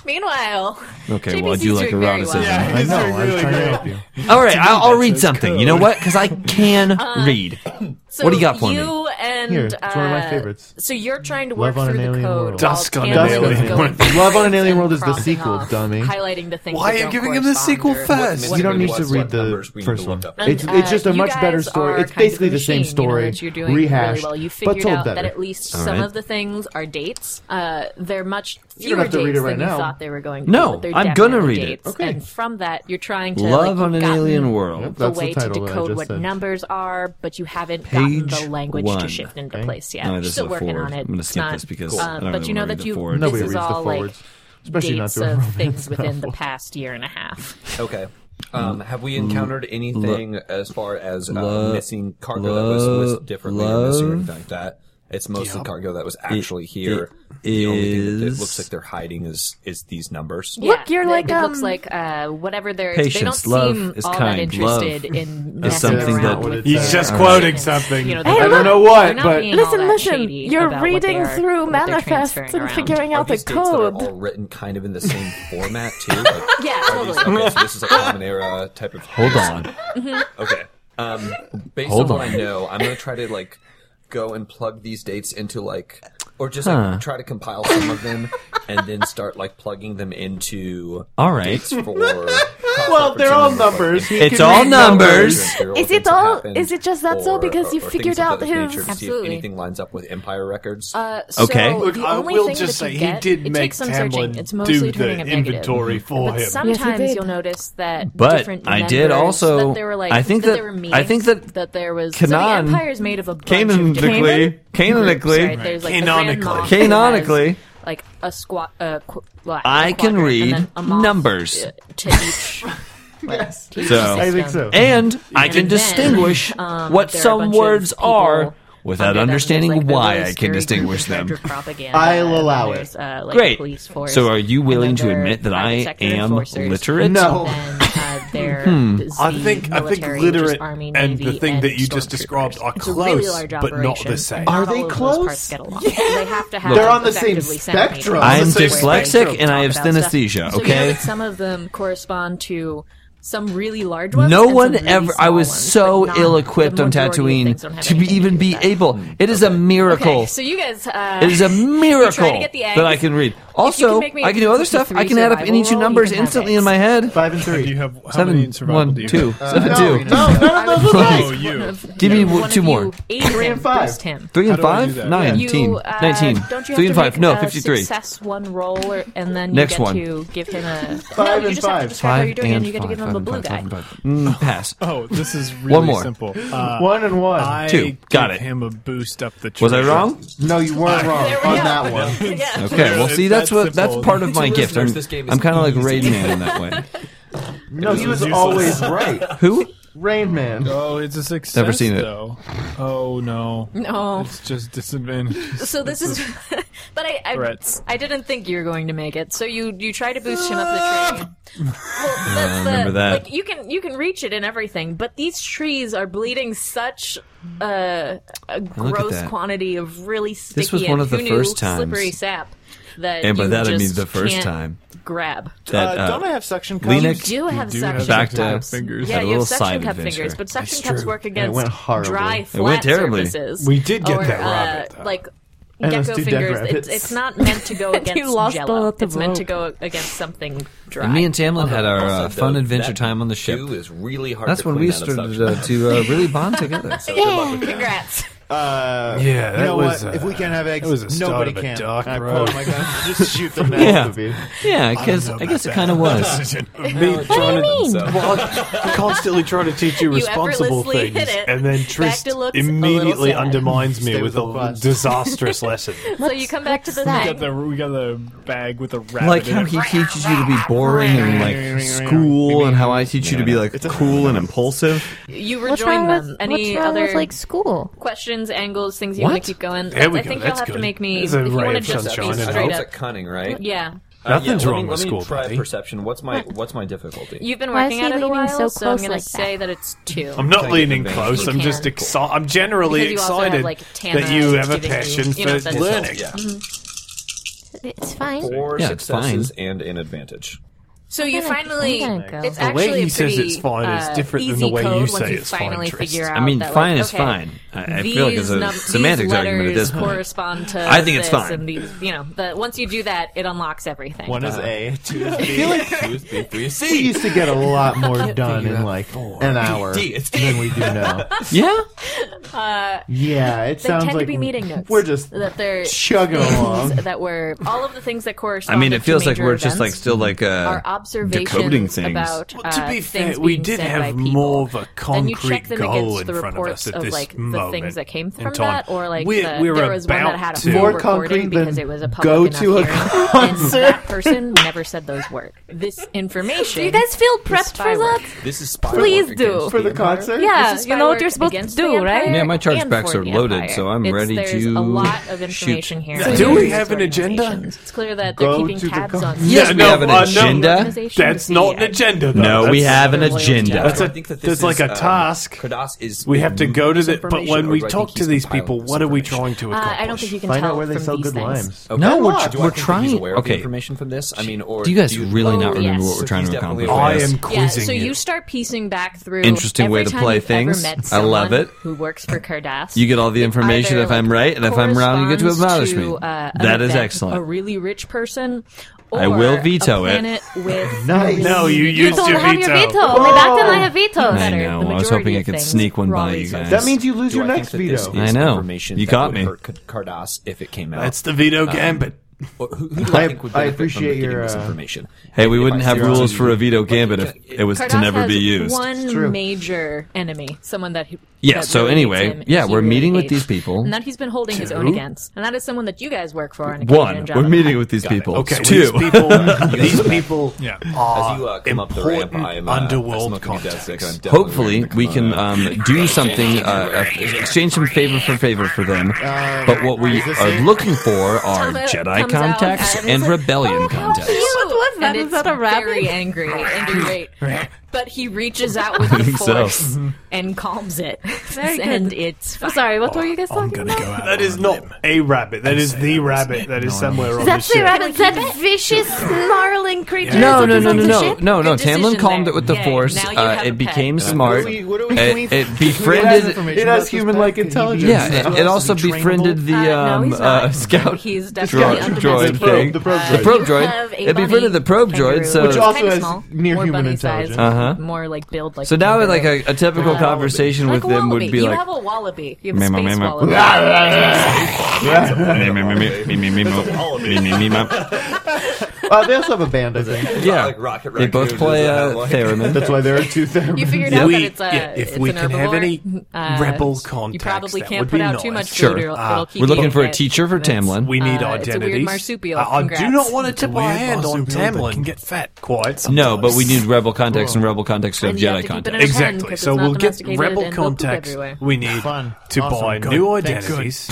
S2: Meanwhile,
S4: Okay,
S2: JBC's
S4: well, I do like
S2: doing very
S4: eroticism.
S2: well.
S24: Yeah,
S3: I
S24: he's
S3: know.
S24: doing
S3: I was
S24: really
S3: trying to
S24: good.
S3: help you.
S4: All right, I'll, I'll read
S24: says
S4: something. You
S24: code.
S4: know what? Because I can read.
S2: Uh, So
S4: What do you got for me?
S2: you And,
S3: Here, it's one of my
S2: uh,
S3: favorites.
S2: So you're trying to work
S3: Love on
S2: through
S3: an
S2: the
S3: Alien
S2: code.
S3: World.
S2: while
S5: Dusk on an
S2: Tanner's
S5: Alien
S2: going
S5: World.
S2: through
S3: Love on an
S2: things
S3: Alien
S2: and
S3: World is the
S2: crossing
S3: sequel,
S2: off,
S3: dummy.
S2: Highlighting the things.
S5: Why
S2: that
S5: are you
S2: don't
S5: giving him the
S2: correspond
S5: sequel
S2: or-
S5: first?
S3: You don't need
S8: What-
S3: to
S8: what
S3: read the
S8: numbers we need to
S3: first
S8: look
S3: one.
S8: up.
S3: It's,
S2: And,
S3: it's
S2: uh,
S3: just a
S2: you
S3: much
S2: guys
S3: better
S2: are
S3: story.
S2: kind of
S3: It's
S2: a
S3: basically the same
S2: machine, You know,
S3: story,
S2: that you're doing
S3: rehashed,
S2: really well. You
S3: but
S2: figured
S3: told
S2: out
S3: better.
S2: that at least
S4: All
S2: some
S4: right.
S2: of the things are dates. Uh, they're much
S3: You
S2: fewer
S3: don't have to
S2: dates
S3: read it right
S2: than you
S3: now.
S2: thought they were going to.
S4: No,
S2: be, but they're
S4: I'm gonna
S2: definitely
S4: read it.
S2: dates.
S3: Okay.
S2: And from that, you're trying to like,
S4: Love
S2: you've
S4: on an
S2: gotten
S4: alien world.
S2: The
S3: That's the
S2: way to
S3: title that I
S2: decode
S3: just
S2: what
S3: said.
S2: numbers are, but you haven't
S4: Page
S2: gotten the language
S4: one.
S2: to shift into
S3: Okay.
S2: place yet.
S4: No,
S2: We're
S4: this is
S2: Still
S4: a
S2: working
S4: forward.
S2: on it.
S4: I'm gonna
S2: It's
S4: skip
S2: not-
S4: this
S2: uh,
S4: because I don't
S2: but
S4: really
S2: you know
S4: wanna
S2: that
S4: read the
S2: you
S4: forward.
S2: this
S3: Nobody
S2: is
S3: reads the
S2: all like
S3: forwards, especially not
S2: dates
S3: through a
S2: of
S3: romance
S2: things within the
S3: novel.
S2: past year and a half.
S8: Okay. Um, have we encountered anything as far as uh,
S4: Lo-
S8: missing cargo that was listed differently or missing or anything like that? It's mostly
S5: Yup.
S8: cargo that was actually here.
S4: it
S8: the only thing that it
S4: is-
S8: looks like they're hiding is is these numbers.
S9: Look, you're
S2: it-
S9: like,
S2: it looks
S9: um,
S2: like uh, whatever they're they don't
S4: Patience,
S2: seem
S4: love is
S2: all
S4: kind.
S2: that interested
S4: Love
S2: in messing
S4: something
S2: around
S4: that-
S2: with
S5: He's
S2: their
S5: just
S2: shit.
S5: quoting something.
S2: You know,
S9: Hey, look, I
S2: they're not-
S9: don't know
S3: what,
S2: they're not
S3: but-
S2: being all
S9: Listen,
S2: that
S9: listen.
S2: shady
S9: You're
S2: about what they
S9: reading
S2: are-
S9: through
S2: what they're
S9: manifests
S2: transferring
S9: and
S2: around.
S9: figuring
S8: Are
S9: out the
S8: these dates that are
S9: code.
S8: all written kind of in the same format too? Like,
S2: Yeah,
S8: are these-
S2: totally.
S8: okay, so this is a common era type of.
S4: Hold on.
S8: Okay. Um, based
S4: Hold
S8: on,
S4: on.
S8: what I know, I'm gonna try to like go and plug these dates into like, or just
S4: Huh.
S8: like try to compile some of them and then start like plugging them into
S4: All right.
S8: dates for.
S3: Well, they're all numbers. He
S4: It's
S3: can
S4: all
S3: read
S4: numbers.
S9: Is it all- is it just that so because you figured out his-
S8: Absolutely.
S2: Absolutely.
S8: Anything lines up with Empire records?
S2: Uh, so
S4: Okay.
S2: the
S5: Look, I
S2: only
S5: will
S2: thing
S5: just
S2: that
S5: say
S2: you
S5: he
S2: get-
S5: did
S2: it
S5: make
S2: takes some searching. It's
S5: Tamlin
S2: mostly
S5: do
S2: turning
S5: the
S2: up negative.
S5: inventory for
S2: But
S5: him.
S2: sometimes
S9: did.
S2: you'll notice that
S4: But
S2: different
S4: I
S2: numbers,
S4: did also-
S2: that there were like
S4: I think
S2: that,
S4: that-
S2: there were meetings,
S4: I think that
S2: that there was so
S4: Canaan-
S2: the empire is made of a bunch of different
S4: Canonically,
S2: groups, right?
S4: canonically,
S2: There's, like, the
S5: Canonically.
S2: Grand Moff
S4: Canonically.
S2: who has, like a squat uh, qu- well,
S4: I
S2: a
S4: can
S2: quadrant, and
S4: read
S2: then a Moff,
S4: numbers.
S2: uh, to each
S3: Yes. I
S4: so
S3: think so.
S4: and I
S2: And
S4: can
S2: then,
S4: distinguish
S2: um,
S4: what
S2: there are a
S4: some
S2: bunch
S4: words
S2: of people
S4: are
S2: under
S4: without
S2: them.
S4: understanding
S2: There's, like, the
S4: why
S2: really
S4: I
S2: scary
S4: can distinguish
S2: group in charge
S4: them.
S2: of propaganda,
S3: I'll allow
S2: there's, uh, like,
S4: Great.
S2: police force,
S4: So are you
S2: and then
S4: willing to
S2: there are
S4: admit that I
S2: private sector
S4: am
S2: enforcers.
S4: literate?
S3: No.
S2: Then, uh, there
S4: Hmm.
S2: is
S5: I
S2: the
S5: think I think
S2: military, which is
S5: literate
S2: Army,
S5: and
S2: Navy,
S5: the thing
S2: and
S5: that you just
S2: stormtroopers.
S5: described are
S2: It's a really
S5: close,
S2: large
S5: but not
S2: operation,
S5: the same.
S2: and
S3: Are
S2: not
S3: they
S2: all of those
S3: close?
S2: parts get along. They have to have
S3: They're on the same
S2: effectively centimeters.
S3: spectrum.
S4: I am
S3: It's the same
S4: dyslexic
S3: spectrum.
S4: and I have
S2: Talk about stuff.
S4: synesthesia.
S2: So you know
S4: Okay.
S2: that some of them correspond to some really large ones.
S4: No
S2: and
S4: one
S2: some really
S4: ever. I
S2: small
S4: was
S2: ones,
S4: so
S2: but not-
S4: ill equipped
S2: the
S4: on
S2: majority of things don't
S4: Tatooine
S2: have
S4: to be,
S2: anything
S4: even
S2: do
S4: be
S2: with that. Hmm.
S4: able. It is a miracle.
S2: Okay, so you guys, uh,
S4: it is a
S2: trying
S4: miracle
S2: to get the eggs.
S4: that I can read. Also,
S2: can make me
S4: I can do other stuff. I can add up any
S2: survival
S4: two
S2: roll,
S4: numbers
S2: you can have
S4: instantly
S2: eggs.
S4: in my head.
S3: Five and three.
S6: Do you have how many
S4: Seven,
S6: in survival
S4: one,
S6: do you
S4: two,
S6: have?
S4: seven, two.
S3: Uh, No, none of those are
S4: Five.
S5: Oh,
S3: nice.
S6: You.
S4: Give me
S2: one
S4: w-
S2: of
S4: two
S2: you
S4: more.
S2: Ate him,
S3: and five.
S2: dosed him.
S4: Three and
S6: How do I do
S4: five,
S6: that?
S4: nine,
S2: You,
S4: 10,
S2: uh,
S4: 19,
S2: Don't you have
S4: three
S2: to
S4: and five,
S2: make
S4: no,
S2: a
S4: 53.
S2: Success one roll, or, and then you
S4: Next
S2: get
S4: one.
S2: to give him a. no,
S3: Five
S2: you
S3: and
S2: just have
S3: five.
S2: to describe how
S4: Five
S2: you're doing,
S4: and
S2: and you get to
S4: five,
S2: give him
S4: five
S2: the
S4: and
S2: blue
S4: five,
S2: guy.
S4: five and five. Mm, Pass.
S6: Oh, this is really
S4: One more.
S6: simple. Uh,
S3: One and one.
S6: I
S4: Two. Got
S6: give
S4: it.
S6: Him a boost up the.
S4: Was I
S6: tree.
S4: wrong?
S3: No, you weren't wrong
S2: There we
S3: on
S2: go.
S3: that one.
S2: Yeah.
S4: Okay, well,
S6: It's
S4: see,
S6: that
S4: that's what that's
S6: simple.
S4: part of my
S8: To
S4: gift.
S8: listeners,
S4: I'm,
S8: this game is
S4: I'm kind of like
S8: easy.
S4: Raid Man in that way.
S3: No, he was always right.
S4: Who?
S3: Rain Man.
S6: Oh, it's a success.
S4: Never seen it.
S6: Though. Oh no.
S2: No.
S6: It's just disadvantage.
S2: So this is, but I I,
S6: Threats.
S2: I didn't think you were going to make it. So you you try to boost him up the tree. Well, that's the,
S4: remember Ah! that.
S2: Like you can you can reach it and everything, but these trees are bleeding such a, a gross
S4: that.
S2: quantity of really sticky
S4: was one
S2: and
S4: of the
S2: who knew
S4: first times.
S2: slippery sap that
S4: And by
S2: you
S4: that I
S2: just
S4: mean the first
S2: can't
S4: time.
S2: grab.
S4: That,
S26: don't I
S4: uh,
S26: have suction cups?
S4: Lenik
S2: Do you have
S6: do have
S2: suction
S4: back to-
S2: cups?
S6: fingers.
S2: Yeah,
S4: Had a
S2: you have
S4: little
S2: suction
S4: side
S2: cup
S4: adventure.
S2: fingers, but suction
S3: That's
S2: cups
S3: true.
S2: work
S3: And it
S2: against
S3: went horribly.
S2: dry,
S3: It
S2: flat
S4: went terribly.
S2: surfaces.
S5: We did get
S2: or,
S5: that
S2: uh,
S5: rabbit, though.
S2: like
S3: let's
S2: gecko
S3: do dead
S2: fingers.
S3: rabbits.
S2: It's, it's not meant to go against
S1: lost all
S2: jello.
S1: of the
S2: It's meant to
S1: rope.
S2: go against something dry.
S4: and me and Tamlin had our uh,
S8: Also,
S4: fun
S8: though,
S4: adventure
S8: that
S4: time on the ship.
S8: Jew is really hard
S4: That's
S8: to
S4: when
S8: clean
S4: we
S8: out of
S4: started
S8: suction.
S4: uh, to uh, really bond together.
S2: Congrats.
S26: Uh,
S6: Yeah, that
S26: you know
S6: was,
S26: what?
S6: uh,
S26: if we can't have eggs,
S6: that was the start
S26: nobody
S6: of a
S26: can.
S6: dark
S26: I
S3: Oh
S6: road.
S26: pulled my gun. Just shoot them now.
S4: Yeah.
S3: Stupid.
S4: Yeah, because I guess it kind of was.
S5: Trying to-
S8: So-
S5: Well, I constantly trying to teach you responsible
S2: effortlessly
S5: things,
S2: hit it.
S5: and then
S2: Back
S5: Trist
S2: to looks a
S5: immediately
S2: little sad.
S5: undermines me
S3: Stay
S5: with
S3: with the
S5: a
S3: bus.
S5: disastrous lesson.
S2: so you come back to the
S6: We
S2: thing.
S6: got the we got the bag with the rabbit.
S4: Like
S6: in
S4: how
S6: it.
S4: he teaches you to be boring and like school, and how I teach you to be like cool and impulsive.
S2: You
S9: What's
S2: rejoin
S9: wrong
S2: them.
S9: with what's
S2: Any
S9: wrong
S2: other
S9: with like school?
S2: questions, angles, things you
S4: What?
S2: want to keep going?
S5: There we
S2: I
S5: go,
S2: think
S5: that's
S2: you'll have to
S5: good.
S2: make me.
S5: There's a
S2: If you
S5: ray
S2: want to
S5: of
S2: just
S5: sunshine
S2: be
S5: in it.
S2: straight
S8: It's
S2: up,
S8: a cunning, right?
S2: yeah.
S8: Uh,
S5: Nothing's
S8: let
S5: wrong
S8: me,
S5: with
S8: let me
S5: school,
S8: try
S5: buddy.
S8: perception. What's my what's my difficulty?
S2: You've been
S9: Why is
S2: working
S9: he
S2: at it a
S9: leaning
S2: while,
S9: so
S2: I'm
S9: close
S2: gonna
S9: like that?
S2: say that it's two.
S5: I'm not
S8: Take
S5: leaning
S8: advantage.
S5: close.
S2: You
S5: I'm just
S2: can.
S5: excited. I'm generally
S2: Because you also
S5: excited
S2: have, like, Tana
S5: that you have a
S2: giving you,
S5: passion
S2: you know,
S5: for
S2: that
S5: learning.
S8: Yeah.
S9: It's fine.
S8: Four
S4: Yeah, it's
S8: successes and an advantage.
S2: So you
S9: gonna-
S2: finally,
S9: I'm gonna go.
S2: it's
S9: The
S5: way
S2: actually a pretty,
S5: he says it's fine is
S2: uh,
S5: different than
S2: easy
S5: the way you
S2: code once
S5: say
S2: you
S5: it's fine,
S2: finally
S5: Trist.
S2: figure out.
S4: I mean,
S2: that,
S4: fine
S2: like,
S4: is
S2: okay,
S4: fine. I, I feel like it's
S2: these
S4: a
S2: num-
S4: semantics
S2: these
S4: argument at
S2: letters
S4: this point.
S2: correspond to
S4: I think it's
S2: this
S4: fine.
S2: And these, you know, the, once you do that, it unlocks everything.
S26: One
S6: Uh,
S26: is A, two is B.
S8: Two is B, three is
S3: We
S8: C.
S3: used to get a lot more done in like an hour
S8: D, it's D.
S3: than we do now.
S4: Yeah,
S3: Yeah, it
S2: They
S3: sounds
S2: tend
S3: like
S2: to be meeting notes.
S3: we're just
S2: that they're
S3: chugging
S2: things
S3: along.
S2: That were all of the things that
S4: I
S2: correspond.
S4: mean, it feels
S2: to
S4: like
S2: major
S4: we're just like
S2: events
S4: still like uh,
S2: are observations
S4: decoding things.
S2: about.
S5: Well, to
S2: uh,
S5: be
S2: things
S5: fair, we
S2: being
S5: did
S2: said by
S5: have
S2: people.
S5: more of a
S2: And you check
S5: concrete
S2: them
S5: goal
S2: against
S5: in
S2: the
S5: front of
S2: reports
S5: us at
S2: of
S5: this
S2: like the
S5: moment
S2: things that came
S5: in
S2: from
S5: time.
S2: that, or like
S5: we,
S2: the,
S5: we were
S2: there was one
S5: about
S2: that had a
S5: to.
S2: full
S3: More
S2: recording
S3: concrete than
S2: because it was a public
S3: go
S2: enough
S3: to a
S2: hearing, and that person never said those words. This information.
S1: Do you guys feel
S2: prepped
S1: prepped
S2: for
S1: for
S2: firework.
S1: that?
S8: This is spy
S1: Please
S8: work
S1: do.
S8: against
S3: for the
S8: Empire.
S3: concert.
S1: Yeah,
S2: This is
S1: you know what you're
S2: firework
S1: supposed to
S2: against the
S1: do, right?
S2: Empire
S4: Yeah, my charge
S2: and
S4: backs
S2: for
S4: are
S2: the
S4: loaded,
S2: Empire.
S4: so I'm
S2: It's-
S4: ready
S2: there's
S4: to
S2: a lot of information here.
S5: Do
S2: There's
S5: we
S2: these
S5: have an agenda?
S2: organizations. It's clear that
S3: Go
S2: they're
S3: to
S2: keeping
S3: the
S2: tabs
S3: con-
S2: on.
S4: Yes, we
S5: no,
S4: have an
S5: uh, no.
S4: agenda.
S5: That's not an agenda. Though.
S4: No, we
S5: That's-
S4: have an
S2: Loyal to
S4: agenda.
S5: That's-
S8: So
S5: a-
S8: I think that
S5: there's
S8: this
S5: like
S8: is,
S5: a
S8: um,
S5: task.
S8: Kratos is
S5: We have to go to the. But when
S8: information,
S5: we
S8: or I
S5: talk
S8: think
S5: to
S8: he's
S5: these
S8: compiling
S5: people,
S8: this
S5: what are we
S8: information.
S5: trying to
S2: Uh,
S5: accomplish?
S2: I don't think you can
S3: Find
S2: tell
S3: out where they
S2: from
S3: sell
S2: these
S3: good
S2: things.
S3: limes.
S8: Okay.
S4: No, we're-
S8: Do I think
S4: we're
S8: he's
S4: trying-
S8: aware of the
S4: okay.
S8: information from this. I mean, or
S4: Do you guys
S8: do
S4: really not
S2: Oh,
S4: remember
S2: yes.
S4: what we're trying
S8: He's
S4: to accomplish?
S8: definitely
S5: I
S8: Yes.
S5: am
S2: Yeah,
S5: quizzing
S2: so you
S5: you.
S2: start piecing back through.
S4: Interesting
S2: every
S4: way to
S2: time
S4: play
S2: you've
S4: things.
S2: ever met
S4: I love
S2: someone
S4: it.
S2: Who works for Cardass?
S4: You get all the information
S2: either,
S4: if I'm
S2: like,
S4: right, and if I'm wrong, you get to
S2: corresponds
S4: abolish me.
S2: to, uh, an
S4: that is
S2: event, A
S4: excellent.
S2: really rich person. Or
S4: I will veto
S2: a
S4: it.
S2: planet With
S3: Nice.
S5: No, you
S1: You
S5: used
S1: don't
S5: your
S1: have
S5: veto.
S1: your veto. My back then I have vetoes.
S4: I
S2: better,
S4: know,
S2: the
S4: I was
S2: majority
S4: hoping I
S2: of
S4: could
S2: things
S4: sneak one
S2: were
S4: by
S2: always
S4: you
S2: like
S4: guys.
S3: That means you lose
S8: Do
S3: your
S8: I think
S3: next
S8: that this
S3: veto.
S8: is
S4: I know.
S8: information
S4: You
S8: that
S4: got
S8: would
S4: me.
S8: hurt Card- Cardass, if it came out.
S5: That's the veto gambit.
S8: Or who, who do I,
S3: I-
S8: think would
S3: I
S8: benefit
S3: appreciate
S8: from getting
S3: your,
S8: this
S3: uh,
S8: information?
S4: Hey, we
S8: If
S4: wouldn't
S8: I
S4: have
S8: see
S4: rules
S8: you-
S4: for a veto gambit if
S8: Like,
S4: it was to
S2: Cardass
S4: never
S2: has
S4: be used.
S2: One major enemy, someone that. He,
S4: Yeah,
S2: that
S4: so
S2: really
S4: anyway,
S2: hates him,
S4: yeah,
S2: he
S4: we're
S2: really
S4: meeting with
S2: hates.
S4: these people.
S2: and that he's been holding his own against, and that is someone that you guys work for. On occasion
S4: One,
S2: in
S4: we're
S2: Jabba.
S4: meeting with these
S8: Got it.
S4: people.
S5: Okay,
S4: Two,
S5: these people, these people
S6: Yeah.
S5: are
S8: As you uh, come up the
S5: important
S8: ramp, I am uh,
S5: underworld
S8: smoking a dead
S5: contacts.
S8: stick, I'm definitely
S4: hopefully
S8: wearing the
S4: we can
S8: kimono.
S4: um, do something uh, uh, exchange some favor for favor for them but what we
S3: Uh, is this
S4: are
S3: it?
S4: looking for are
S2: Tama
S4: jedi
S2: comes out
S4: contacts
S2: and
S4: and
S2: it's like,
S4: rebellion
S2: "Oh, how
S4: contacts
S2: cute!"
S1: What was that?
S2: And
S1: Was
S2: it's
S1: that a rabbit?
S2: Very angry and irate. But but he reaches out with the
S4: think so. Mm-hmm.
S2: force and calms it.
S1: Very
S2: and
S1: good.
S2: it's
S1: I'm
S2: fine.
S1: sorry, what were you guys talking
S5: gonna
S1: about?
S5: go out.
S6: That is not a rabbit. That is the rabbit that is somewhere on the
S9: That's the
S6: ship.
S9: rabbit. That vicious, snarling creature.
S4: No,
S9: that
S4: no,
S9: was
S4: no,
S9: on
S4: no,
S9: the
S4: no,
S9: ship?
S4: no, no.
S2: Good decision
S4: Tamlin calmed
S2: there.
S4: it with the
S2: Yay,
S4: force.
S2: now you
S4: Uh,
S2: have a
S4: it
S2: pet.
S4: became
S3: What
S4: smart.
S3: do we-
S4: It,
S3: what do we- can we-
S4: it
S3: It has,
S4: befriended.
S3: it has human-like intelligence.
S4: Yeah, it, it also befriended the
S2: Uh, no,
S4: um,
S2: he's not.
S4: uh, scout
S2: He's
S4: droid,
S2: definitely
S4: droid
S2: undomesticated.
S4: thing.
S3: The probe
S4: The
S3: droid.
S4: probe Uh,
S2: You
S4: droid.
S2: have a
S4: It befriended
S2: bunny
S4: the probe droid,
S2: kangaroo.
S4: so
S3: Which also
S2: Kinda
S3: has
S2: small,
S3: near
S2: more
S3: human
S2: bunny size,
S3: intelligence.
S4: Uh-huh.
S2: More like build like.
S4: So now,
S2: kangaroo.
S4: like a, a typical
S2: Uh,
S4: conversation
S2: like
S4: with
S2: a
S4: them would
S2: wallaby.
S4: be
S2: you
S4: like,
S2: have a wallaby. You have a
S4: Meh, meh,
S2: space
S4: meh, meh.
S2: wallaby.
S4: "Me, me, me, me, me, me, me, mo- me, me, me, mo."
S3: Uh, they also have a band, I think.
S4: yeah.
S8: Like Rocket
S4: They both
S8: Raccoon
S4: play
S8: doesn't
S4: uh,
S8: have, like-
S4: theremin.
S3: That's why there are two
S2: You
S3: therapists.
S2: figured out
S5: We-
S2: that it's a.
S5: yeah, if
S2: it's
S5: we
S2: an
S5: can have
S2: herbivore,
S5: any
S2: uh,
S5: rebel
S2: you
S5: contacts,
S2: probably
S5: that
S2: can't
S5: would
S2: put
S5: be
S2: out too
S5: nice.
S2: much food.
S4: Sure.
S2: or It'll,
S5: Ah,
S2: it'll keep
S4: We're
S2: you
S4: looking for a
S2: fit.
S4: teacher for
S2: That's-
S4: Tamlin.
S5: We need
S2: Uh, it's a weird
S5: identities.
S2: marsupial.
S5: I, I do
S2: Congrats.
S5: not want to tip weird my hand on marsupial that Tamlin. can get fat quite.
S4: No, but we need rebel context, and rebel context
S2: And
S4: have
S2: you have
S4: Jedi
S2: to keep it in
S4: context.
S2: a pen, 'cause
S5: Exactly.
S2: it's
S5: So
S2: not
S5: we'll get
S2: domesticated
S5: rebel
S2: and they'll poop
S5: contacts
S2: everywhere.
S5: we need
S27: Fun.
S5: to
S27: Awesome.
S5: buy
S27: Good.
S5: new
S27: Thank
S5: identities.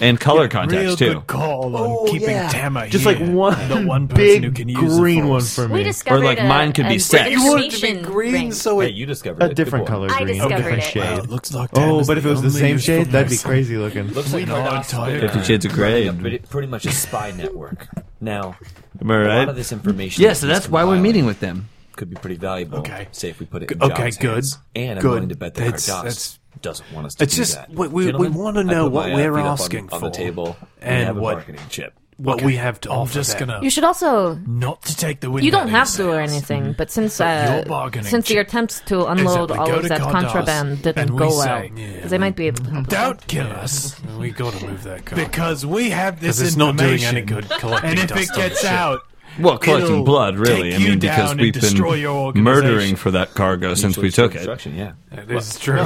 S4: and color
S5: Real
S4: context too.
S5: good call on keeping Tama
S3: Just
S5: here.
S3: like one
S5: the one person
S3: big
S5: who can use
S3: green
S5: the
S3: one
S5: force.
S3: for
S9: We
S3: me.
S9: discovered
S4: like,
S9: a-
S4: mine could
S9: a
S4: be sex.
S9: great
S2: You want it
S5: to be
S2: Nation
S5: green,
S2: ring.
S5: so
S8: Hey,
S5: it
S8: you discovered
S3: A
S8: it.
S3: different
S8: Good boy.
S3: color
S9: I
S3: green.
S9: discovered
S3: different
S9: it.
S5: Wow,
S3: shade.
S5: it looks like
S3: Oh,
S5: Tama's
S3: but if it
S5: the
S3: was the
S5: only
S3: same
S5: use
S3: shade,
S5: for
S3: that'd be
S5: myself.
S3: crazy looking.
S8: Looks like
S5: We
S8: an
S5: are
S8: obstacle
S5: tired.
S8: running
S4: 50 Shades of Grey.
S8: up pretty- Pretty much a spy network. Now,
S4: Am I
S8: a lot of
S4: right?
S8: this information.
S4: Yeah,
S8: that
S4: so
S8: he's
S4: that's why we're
S8: compiling
S4: meeting with them.
S8: Could be pretty valuable.
S5: Okay.
S8: Say if we put it in
S5: G- okay,
S8: Jobs'
S5: good.
S8: hands. And I'm
S5: Good.
S8: willing to bet that
S5: That's-
S8: Cardass
S5: that's-
S8: doesn't want us to
S5: It's
S8: do
S5: just
S8: that.
S5: we- we- we
S8: Gentlemen,
S5: wanna
S8: I
S5: know
S8: put
S5: what
S8: my, uh,
S5: we're
S8: feet up on-
S5: asking
S8: on the
S5: for
S8: table. We
S5: and
S8: have a
S5: what-
S8: marketing chip.
S5: What we have to I'm offer just them. gonna
S1: You should also
S5: not to take the window.
S1: You don't have
S5: in
S1: to or
S5: sales.
S1: anything, but since
S5: But
S1: uh,
S5: your bargaining
S1: since your
S5: chip
S1: attempts to unload
S5: we
S1: all
S5: go
S1: of
S5: to
S1: that
S5: Cardass
S1: contraband
S5: and
S1: didn't
S5: we
S1: go
S5: say,
S1: well,
S5: yeah.
S1: they might be able to help.
S5: Don't kill us. We gotta move that car.
S6: Because we have this
S5: it's not doing
S6: information,
S5: any good collecting
S6: and if
S5: dust
S6: it
S5: on the
S6: gets
S5: ship.
S6: out,
S4: Well, collecting
S6: It'll
S4: blood, really.
S6: take
S4: I
S6: you
S4: mean, because
S6: down
S4: we've
S6: and destroy your
S4: been
S6: organization.
S4: murdering for that cargo since we took it.
S8: Construction, Yeah.
S5: this is true.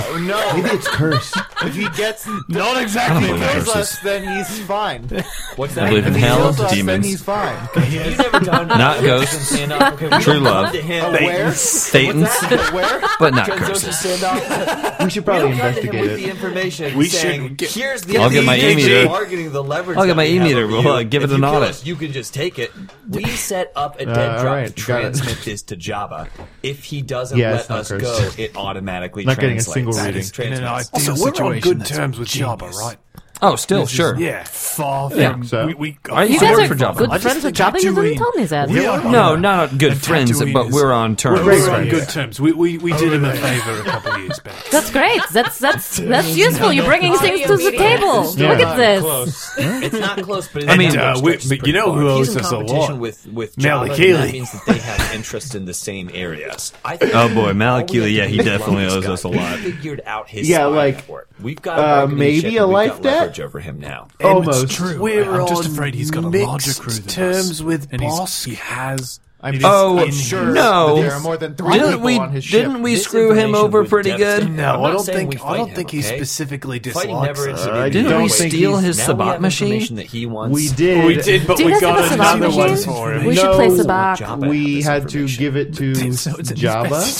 S3: Maybe it's cursed. if he gets
S6: not
S4: I don't
S6: exactly.
S4: believe in
S3: kills
S4: curses.
S3: us, then he's fine.
S8: What's
S4: I
S8: that?
S4: believe in
S3: If he
S4: hell,
S3: kills us, then he's
S4: demons,
S3: fine.
S8: He's never done.
S4: Not ghosts.
S8: Stand up. Okay, we
S4: True
S8: don't
S4: love.
S8: have to him.
S3: Where?
S4: Satans,
S3: Where?
S4: but not
S8: Ken Zosa
S4: curses.
S8: stand up.
S3: We should probably investigate
S8: With the
S3: it.
S8: information
S6: We
S8: saying,
S6: should get-
S8: here's the
S4: I'll get my
S8: advantage
S4: e-meter.
S8: of Bargaining the leverage.
S4: I'll get
S8: that
S4: my
S8: we have
S4: e-meter.
S8: over
S4: We'll,
S8: you.
S4: uh, give
S8: If
S4: it an
S8: you kill
S4: audit.
S8: us, you can just take it. We set up a dead
S3: Uh,
S8: drop
S3: alright,
S8: to
S3: got it.
S8: transmit this to Java. If he doesn't
S3: Yeah, it's
S8: let
S3: not
S8: us
S3: cursed.
S8: go, it automatically
S3: Not getting a
S8: translates.
S3: single
S8: That
S3: reading.
S5: In
S8: is
S5: an
S8: transmits.
S5: ideal
S6: Also, we're on
S5: situation,
S6: good
S5: that's
S6: terms with Jabba,
S5: genius.
S6: right?
S4: Oh, still, sure.
S5: Yeah, far
S4: Yeah.
S5: from
S3: So-
S5: we. we
S4: Are you
S1: You
S4: I
S1: guys
S4: work
S1: are
S4: for Jabba. I
S1: good
S4: just
S1: friends with
S5: think
S1: Jabba. You
S5: Tatooine-
S1: didn't tell me that.
S5: We are-
S4: No, not good friends,
S5: Oh, Tatooine
S4: but
S5: is-
S4: we're on terms.
S5: We're on
S3: friends.
S5: good terms. We we, we did him a favor a couple of years back.
S1: That's great. That's that's that's useful. You're bringing things to the table.
S2: Yeah.
S1: Look at this.
S8: Close. it's not close, but it
S4: I mean,
S8: it
S4: uh,
S8: stretches
S6: we-
S8: pretty
S6: but you know
S8: far.
S6: who
S8: He's
S6: owes
S8: in
S6: us a
S8: competition
S6: lot?
S8: With with
S6: Malik
S8: Java, and
S6: Healy.
S8: that means that they have interest in the same areas. I think
S4: Oh, boy, Malik
S8: all we
S4: Healy,
S8: have to
S4: yeah,
S8: do
S4: he
S8: is run
S4: definitely
S8: this
S4: owes
S8: guy.
S4: us a
S8: We
S4: lot.
S8: Figured out his
S3: Yeah,
S8: spy
S3: like,
S8: network. we've got
S3: uh,
S8: a bargaining
S3: maybe
S8: chip,
S3: a
S8: and we've
S3: life
S8: got
S3: debt?
S8: leverage over him now.
S3: Almost.
S5: It's true.
S6: We're
S5: I'm just
S6: on
S5: afraid he's got a larger
S6: mixed
S5: crew than us,
S6: terms with
S5: and he's-
S6: Bosk.
S5: He has.
S3: I'm
S5: it is
S4: Oh,
S5: in
S4: sure.
S5: his-
S4: No.
S3: There are more than three
S4: Didn't
S3: people
S4: we?
S3: on his ship.
S4: Didn't we
S8: This
S4: screw him
S8: information
S4: over
S8: would
S4: pretty
S8: devastate-
S4: good?
S8: I'm
S5: No,
S8: not
S5: I don't
S8: saying we
S5: think. I
S8: fight
S5: don't
S8: him,
S5: think he
S8: okay?
S5: specifically
S8: Fighting
S5: dislikes
S8: never
S5: us.
S8: introduced
S3: Didn't
S4: Didn't
S3: we
S4: we
S3: Don't think
S4: steal
S3: he's-
S4: his
S8: now we
S4: sabat
S8: have
S4: machine?
S8: information that he wants.
S3: We did.
S6: We did, but
S1: Do you
S6: we
S1: guys have a
S6: got
S1: Sabat
S6: another
S1: machine?
S6: one for him.
S1: We should play
S3: No.
S1: Sabak.
S8: Jabba had
S3: We
S8: this
S3: had to
S8: information.
S3: give it to
S5: So it's in his best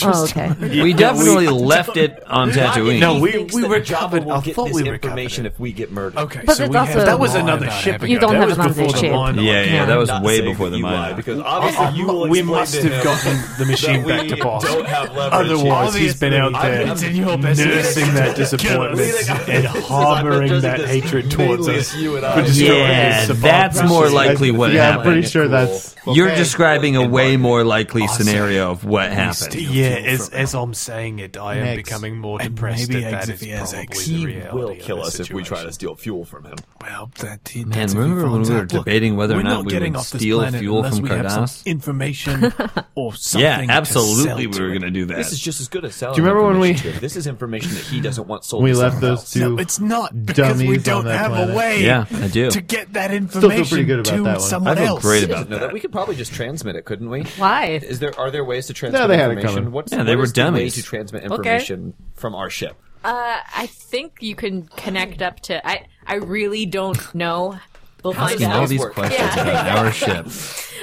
S3: Java.
S1: Oh, okay.
S4: We definitely left it on Tatooine.
S5: No, we-
S8: Thinks
S5: we
S8: that
S5: were
S8: Java
S5: covered.
S8: will
S5: I
S8: get
S5: thought
S8: this
S5: we were
S8: information
S5: covered.
S8: if we get murdered.
S5: Okay,
S1: But
S5: so
S1: it's
S5: we
S1: also-
S5: have
S1: That
S5: that
S1: was
S5: was
S6: another
S5: another
S6: ship
S5: ship.
S6: ago. You
S1: don't
S5: that
S1: have
S5: was
S1: it on
S5: before
S1: this
S5: the
S1: ship.
S5: line. Uh,
S4: Yeah, yeah, that was
S8: I'm not
S4: way
S8: saying
S4: before
S8: that
S4: the
S8: you
S4: mine.
S8: lied, because obviously you will
S5: we
S8: explain
S5: must
S8: to
S5: have
S8: him
S5: gotten the machine
S8: that
S5: back
S8: we
S5: to boss.
S8: Don't have leverage.
S6: Otherwise,
S8: here.
S6: he's been out there
S8: Obviously, it's in your best
S6: nursing that disappointment
S8: Kill us.
S6: and harboring
S8: This is
S6: that
S8: this
S6: hatred towards
S8: meatless
S6: us.
S8: you and I.
S6: for destroying
S4: Yeah,
S6: his Sabat
S4: that's
S6: process.
S4: more likely what
S3: yeah, I'm
S4: happened.
S3: pretty sure
S8: Cool.
S3: that's.
S4: You're
S3: okay.
S4: describing a way more likely scenario of what happened.
S5: Yeah, as, as I'm saying it, I am
S3: Next.
S5: becoming more
S6: And
S5: depressed
S6: maybe
S5: that that
S6: exit
S5: is
S6: the
S5: probably
S6: SX.
S5: the
S8: He
S5: reality
S8: will
S5: of
S8: kill
S5: the
S8: us if we try
S5: situation.
S8: to steal fuel from him.
S5: Well, that, that
S4: Man, remember when we were debating whether or not we would steal fuel from Cardass?
S5: Information or
S4: Yeah,
S5: something.
S4: absolutely, we were going to do
S8: This is
S4: that.
S8: just as good as selling.
S3: Do you remember when
S8: information to him. This is information that he doesn't want sold.
S3: We
S8: to
S3: left
S8: someone
S3: those
S8: else.
S3: two.
S5: No, it's not because
S3: dummies
S5: we
S3: on
S5: don't
S3: that
S5: have
S3: planet.
S5: a way.
S4: Yeah, I do.
S5: To get that
S3: feel pretty
S5: information
S3: good about
S5: to
S3: that one.
S4: I
S5: someone
S4: feel
S5: else.
S4: great
S8: He
S4: about
S8: doesn't know
S4: that.
S8: that. We could probably just transmit it, couldn't we?
S1: Why?
S8: Is there are there ways to transmit?
S3: No, they had it
S8: information?
S3: coming.
S8: What's,
S4: Yeah, they
S8: what
S4: were
S8: is the way
S4: dummies.
S8: to transmit information from our ship.
S2: Uh, I think you can connect up to. I I really don't know. We'll find
S4: Asking all
S2: out.
S4: these questions about our ship.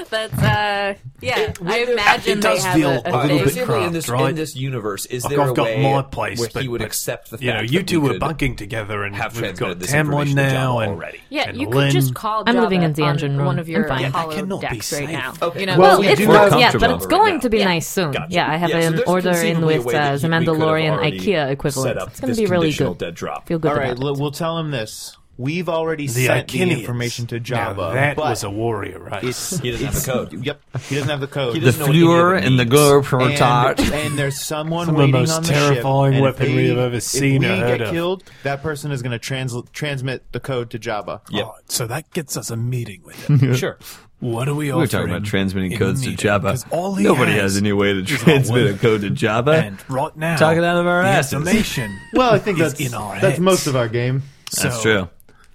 S1: that's uh, yeah. I imagine they have a, a,
S8: Alright,
S1: thing.
S8: presumably in this,
S5: right?
S8: in this universe, is
S5: Like,
S8: there a
S5: I've got
S8: way
S5: my place,
S8: where
S5: but-
S8: he would
S5: but,
S8: accept the fact
S5: you know, you
S8: that
S5: two
S8: we
S5: were
S8: could
S5: bunking together, and
S8: have
S5: we've
S8: transmitted
S5: got
S8: this
S5: Tamlin
S8: information to
S5: now,
S8: Java
S5: and
S8: already?
S1: Yeah,
S5: and
S1: you
S5: Lynn.
S1: could just call.
S2: I'm living
S1: Java
S2: in the
S1: on
S2: engine room.
S1: One of your
S2: I'm fine. Yeah, that
S1: hollow
S5: cannot be
S1: decks right
S5: safe.
S1: now.
S8: Okay.
S1: You know,
S3: Well,
S2: Well,
S3: we
S2: it's
S3: do
S2: not
S3: have-
S2: yet, but it's
S8: Comfortable
S2: going
S8: right
S2: to be
S1: now.
S2: nice soon.
S8: Gotcha.
S2: Yeah, I have
S8: Yeah, so
S2: an
S8: there's
S2: order in
S8: conceivably a
S2: with
S8: way that
S2: uh,
S8: you-
S2: the
S8: we could have
S2: Mandalorian
S8: already
S2: IKEA
S8: set
S2: equivalent.
S8: up
S2: It's going
S8: this
S2: to be really
S8: conditional
S2: good.
S8: Dead drop.
S2: Feel good
S7: All right,
S2: about it.
S7: l- we'll tell him this. We've already
S5: the
S7: sent
S5: Icenians.
S7: the information to
S5: Now,
S7: Java.
S5: that
S7: but
S5: was a warrior, right?
S7: it's,
S8: He doesn't have
S7: it's-
S8: a code.
S7: Yep, he doesn't have the code.
S4: The Fuhrer and the Gerb from
S7: and,
S4: Retard.
S7: and there's someone
S5: Some of the
S7: waiting
S5: most
S7: on the
S5: terrifying
S7: ship, and if
S5: weaponry
S7: they-
S5: I've ever seen
S7: If
S5: or
S7: we
S5: heard
S7: get
S5: of.
S7: killed, that person is going to trans- transmit the code to Java.
S8: Yep.
S6: Oh, so that gets us a meeting with him.
S8: Sure.
S6: what are we
S4: We
S6: offering?
S4: were talking about transmitting
S6: in
S4: codes to
S6: meeting?
S4: Java.
S6: 'Cause all he
S4: Nobody
S6: has
S4: has any way to
S6: is our
S4: transmit a
S6: word.
S4: code to Java.
S6: And right now,
S4: Talking out of our
S6: the
S4: asses.
S6: information
S3: Well, I think
S6: is
S3: that's
S6: in our
S3: that's
S6: heads.
S3: most of our game.
S6: So
S4: That's true.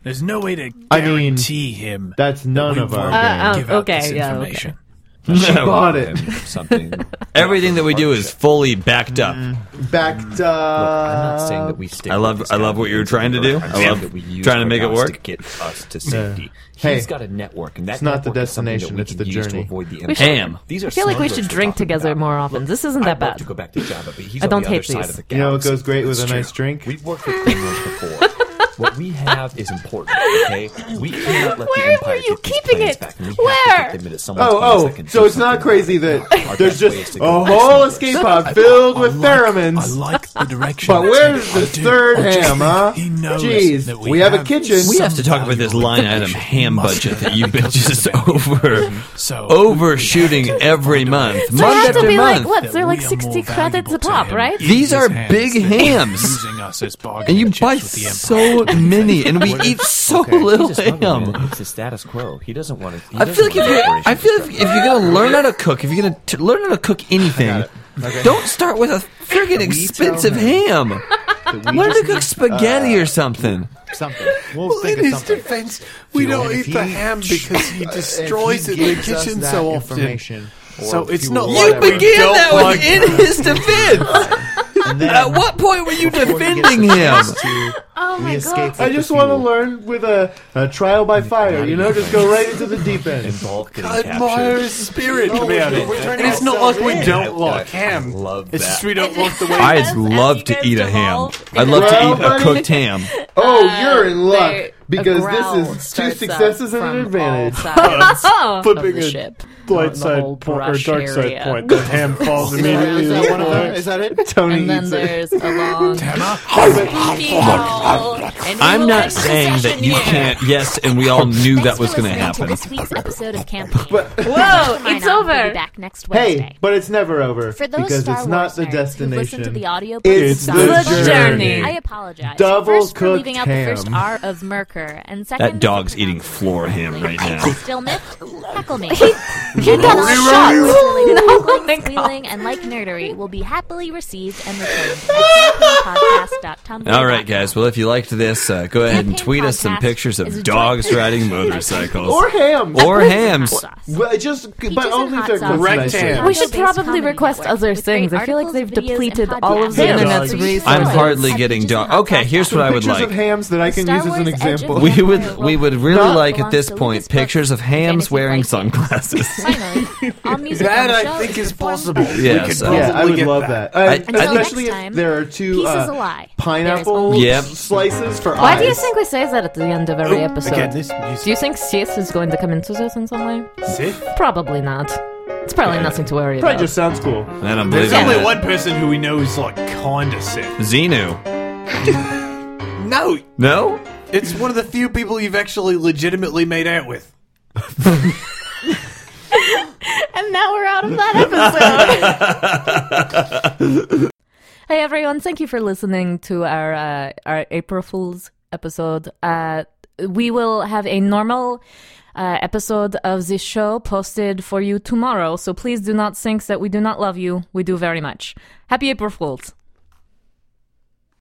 S6: There's no way to
S3: I mean,
S6: guarantee him.
S3: That's none
S6: we
S3: of our
S6: won't
S3: game.
S2: Uh,
S6: give out
S2: okay,
S6: this
S2: yeah, okay.
S6: information.
S4: She
S3: bought it.
S8: Something.
S4: Everything that we do is fully backed up.
S3: Backed
S8: I'm not
S7: uh,
S3: up.
S8: saying that we stick.
S4: I love-
S8: with this
S4: I love
S8: guy.
S4: what you were trying to do.
S8: I'm
S4: I
S8: saying
S4: love
S8: that we use
S4: trying to make it
S8: Argos
S4: work.
S8: to get us to safety.
S3: Hey,
S8: He's got a network, and that
S3: it's not the
S8: network is something that
S3: destination,
S8: we
S3: it's
S8: can
S3: the
S8: use to
S3: journey.
S8: avoid the
S2: We should-
S8: impact. These are
S2: I feel like we
S8: smugglers
S2: should
S8: we're
S2: drink
S8: talking
S2: together
S8: about.
S2: more often. This isn't that
S8: I'd love
S2: bad.
S8: to go back to Java, but he's
S2: I
S8: on
S2: don't
S8: the other
S2: hate
S8: side
S2: these.
S8: of the
S3: You know what
S8: galaxy.
S3: goes great with a
S6: It's
S3: nice drink?
S8: We've worked with criminals before. what we have is important, okay? We cannot let
S9: Where
S8: the
S9: were
S8: Empire
S9: you
S8: get these
S9: keeping
S8: plans
S9: it?
S8: Back, and we
S9: Where?
S8: Have to admit
S3: Oh, oh, so it's not crazy that there's just a whole escape pod filled with
S6: I
S3: theremins.
S6: like the direction.
S3: But
S6: that's
S3: where's
S6: in.
S3: the
S6: I do.
S3: third
S6: I just
S3: ham,
S6: think
S3: huh?
S6: He knows
S3: Jeez,
S6: that
S3: we, have a kitchen.
S4: We have
S6: some
S4: to talk about this
S6: valuable
S4: line item
S6: information.
S4: ham
S6: Must
S4: budget
S6: have
S4: that you've been
S6: because this
S4: just
S6: is a-
S4: over
S6: So
S4: overshooting every month,
S2: So it
S4: month
S2: has to
S4: after
S2: be like,
S4: month.
S2: what? They're
S6: that
S2: like
S6: we are
S2: 60
S6: more
S2: credits
S6: valuable
S2: a
S6: to
S2: pop,
S6: him.
S2: right?
S6: He
S4: These
S6: uses
S4: are
S6: hams
S4: big
S6: that he's
S4: hams.
S6: Using us as bargaining
S4: and you
S6: chips
S4: buy
S6: with the
S4: so
S6: Empire.
S4: many, and we eat so little ham.
S8: It's the status quo. He doesn't want to.
S4: I feel like if you're, I feel if, if you're gonna learn how to cook, if you're gonna t- learn how to cook anything, don't start with a friggin' expensive ham. Learn to cook spaghetti
S6: uh,
S4: or something.
S7: Something. We'll, think of something.
S5: defense, we don't
S7: if
S5: eat the
S7: he-
S5: ham because he
S7: If he
S5: destroys it in the
S7: gives us
S5: kitchen
S7: that
S5: so often.
S7: information, or
S5: So it's not
S7: fuel,
S4: You
S5: Whatever.
S7: whatever,
S4: began
S5: Don't
S4: that was
S5: like-
S4: in his defense.
S7: and then
S4: At what point were you
S7: before he gets
S4: defending
S7: the
S4: him?
S7: chance to-
S9: Oh
S7: we
S9: my
S7: escape
S9: god.
S7: with
S3: I
S7: the
S3: just want to
S7: fuel.
S3: learn with a, a trial by fire, you know? Just go right into the deep end.
S8: involved getting
S5: Admire his spirit, to be honest. And it's not like we don't like ham.
S8: Love
S5: It's
S8: that.
S5: just we don't want the way.
S1: As-
S4: I'd
S1: as
S4: love
S1: you
S4: to
S1: guys
S4: eat a ham.
S1: devolve,
S4: I'd love
S3: Well,
S4: to eat a
S3: buddy.
S4: cooked ham.
S3: Oh,
S1: Uh,
S3: you're in luck
S1: there- a
S3: because
S1: growl
S3: this is two
S1: starts up
S3: successes and an
S1: from
S3: advantage.
S1: all sides
S2: Oh,
S1: of
S5: flipping
S1: the
S5: a
S1: ship.
S5: light
S1: The
S5: side
S1: whole
S5: po- or
S1: brush
S5: dark side
S1: area.
S5: point. That ham falls immediately.
S3: Is
S5: in
S3: that
S5: the
S3: one of them?
S5: water.
S3: Is that it? Tony
S1: And then
S3: eats it.
S1: there's a long.
S4: I'm
S1: I'm
S4: not saying that you can't. Yes, and we all knew that was going to happen.
S9: This week's episode of Campaign.
S2: Whoa, it's
S9: We'll be
S2: over.
S9: back next Wednesday.
S3: Hey, but it's never over
S9: For those
S3: because
S9: Star
S3: it's not
S9: Wars
S3: the
S9: nerds who listen
S3: destination.
S9: to the audiobook,
S3: It's
S9: stop.
S3: the
S2: The journey. journey.
S9: I apologize.
S3: Double
S9: first for leaving out the
S3: cooked
S9: first
S3: ham.
S9: R of Merker, and second
S4: That dog's
S9: for
S4: eating
S9: pronouncing
S4: floor ham right
S9: it
S4: now.
S9: Still miffed? Heckle me.
S2: He got shot.
S9: Heckling, squealing, and like nerdery will be happily received and returned at campaignpodcast.tumblr.com.
S4: All right, guys. Well, if you liked this, uh, go ahead and
S9: Campaign
S4: tweet us some
S9: podcast
S4: pictures
S9: is a
S4: of dogs
S9: joint-
S4: riding motorcycles
S3: Or ham.
S4: or hams.
S3: Well, it just
S9: Peaches
S3: but
S9: and
S3: only if
S9: hot
S3: they're
S9: sauce.
S3: customized to
S5: Rectangle.
S3: it.
S2: We should probably request other things. I feel like they've depleted all of the
S3: Yeah,
S2: internet's
S3: dogs.
S2: resources.
S4: I'm hardly getting dog. Okay, here's what I would
S3: Pictures of
S4: like.
S3: hams that I can
S9: Star
S3: use as an
S9: Wars
S3: example.
S9: edges-
S4: We would we would really
S3: Dog
S4: like at this
S9: belongs to
S4: point
S9: Lucasbook
S4: pictures of hams
S9: Fantasy
S4: wering
S9: Flight.
S4: sunglasses.
S9: Finally, all music
S5: That
S9: on the
S5: I
S9: show
S5: think is
S9: performed
S5: possible.
S4: Yeah,
S5: we could
S4: so-
S5: probably
S3: Yeah, I would
S5: get
S3: love
S5: that.
S3: that. And
S4: I- Until
S3: especially
S9: next
S3: if
S9: time,
S3: there are two
S9: peace
S3: uh,
S9: is a lie.
S3: pineapple
S4: There is only- Yep.
S3: slices for
S2: Why do you
S3: eyes.
S2: think we say that at the end of every
S5: Oh, Again,
S2: episode?
S5: this music.
S2: Do you think CS is going to come into this in some way? Probably not. It's probably nothing to worry
S3: Probably
S2: about.
S3: just sounds cool.
S4: I don't believe
S5: There's
S4: it.
S5: only one person who we know is like kind of sick.
S4: Xenu.
S5: No,
S4: No.
S5: it's one of the few people you've actually legitimately made out with.
S9: And now we're out of that episode.
S2: Hey everyone, thank you for listening to our uh, our April Fools episode. Uh, we will have a normal uh, episode of this show posted for you tomorrow, so please do not think that we do not love you. We do very much. Happy April Fools.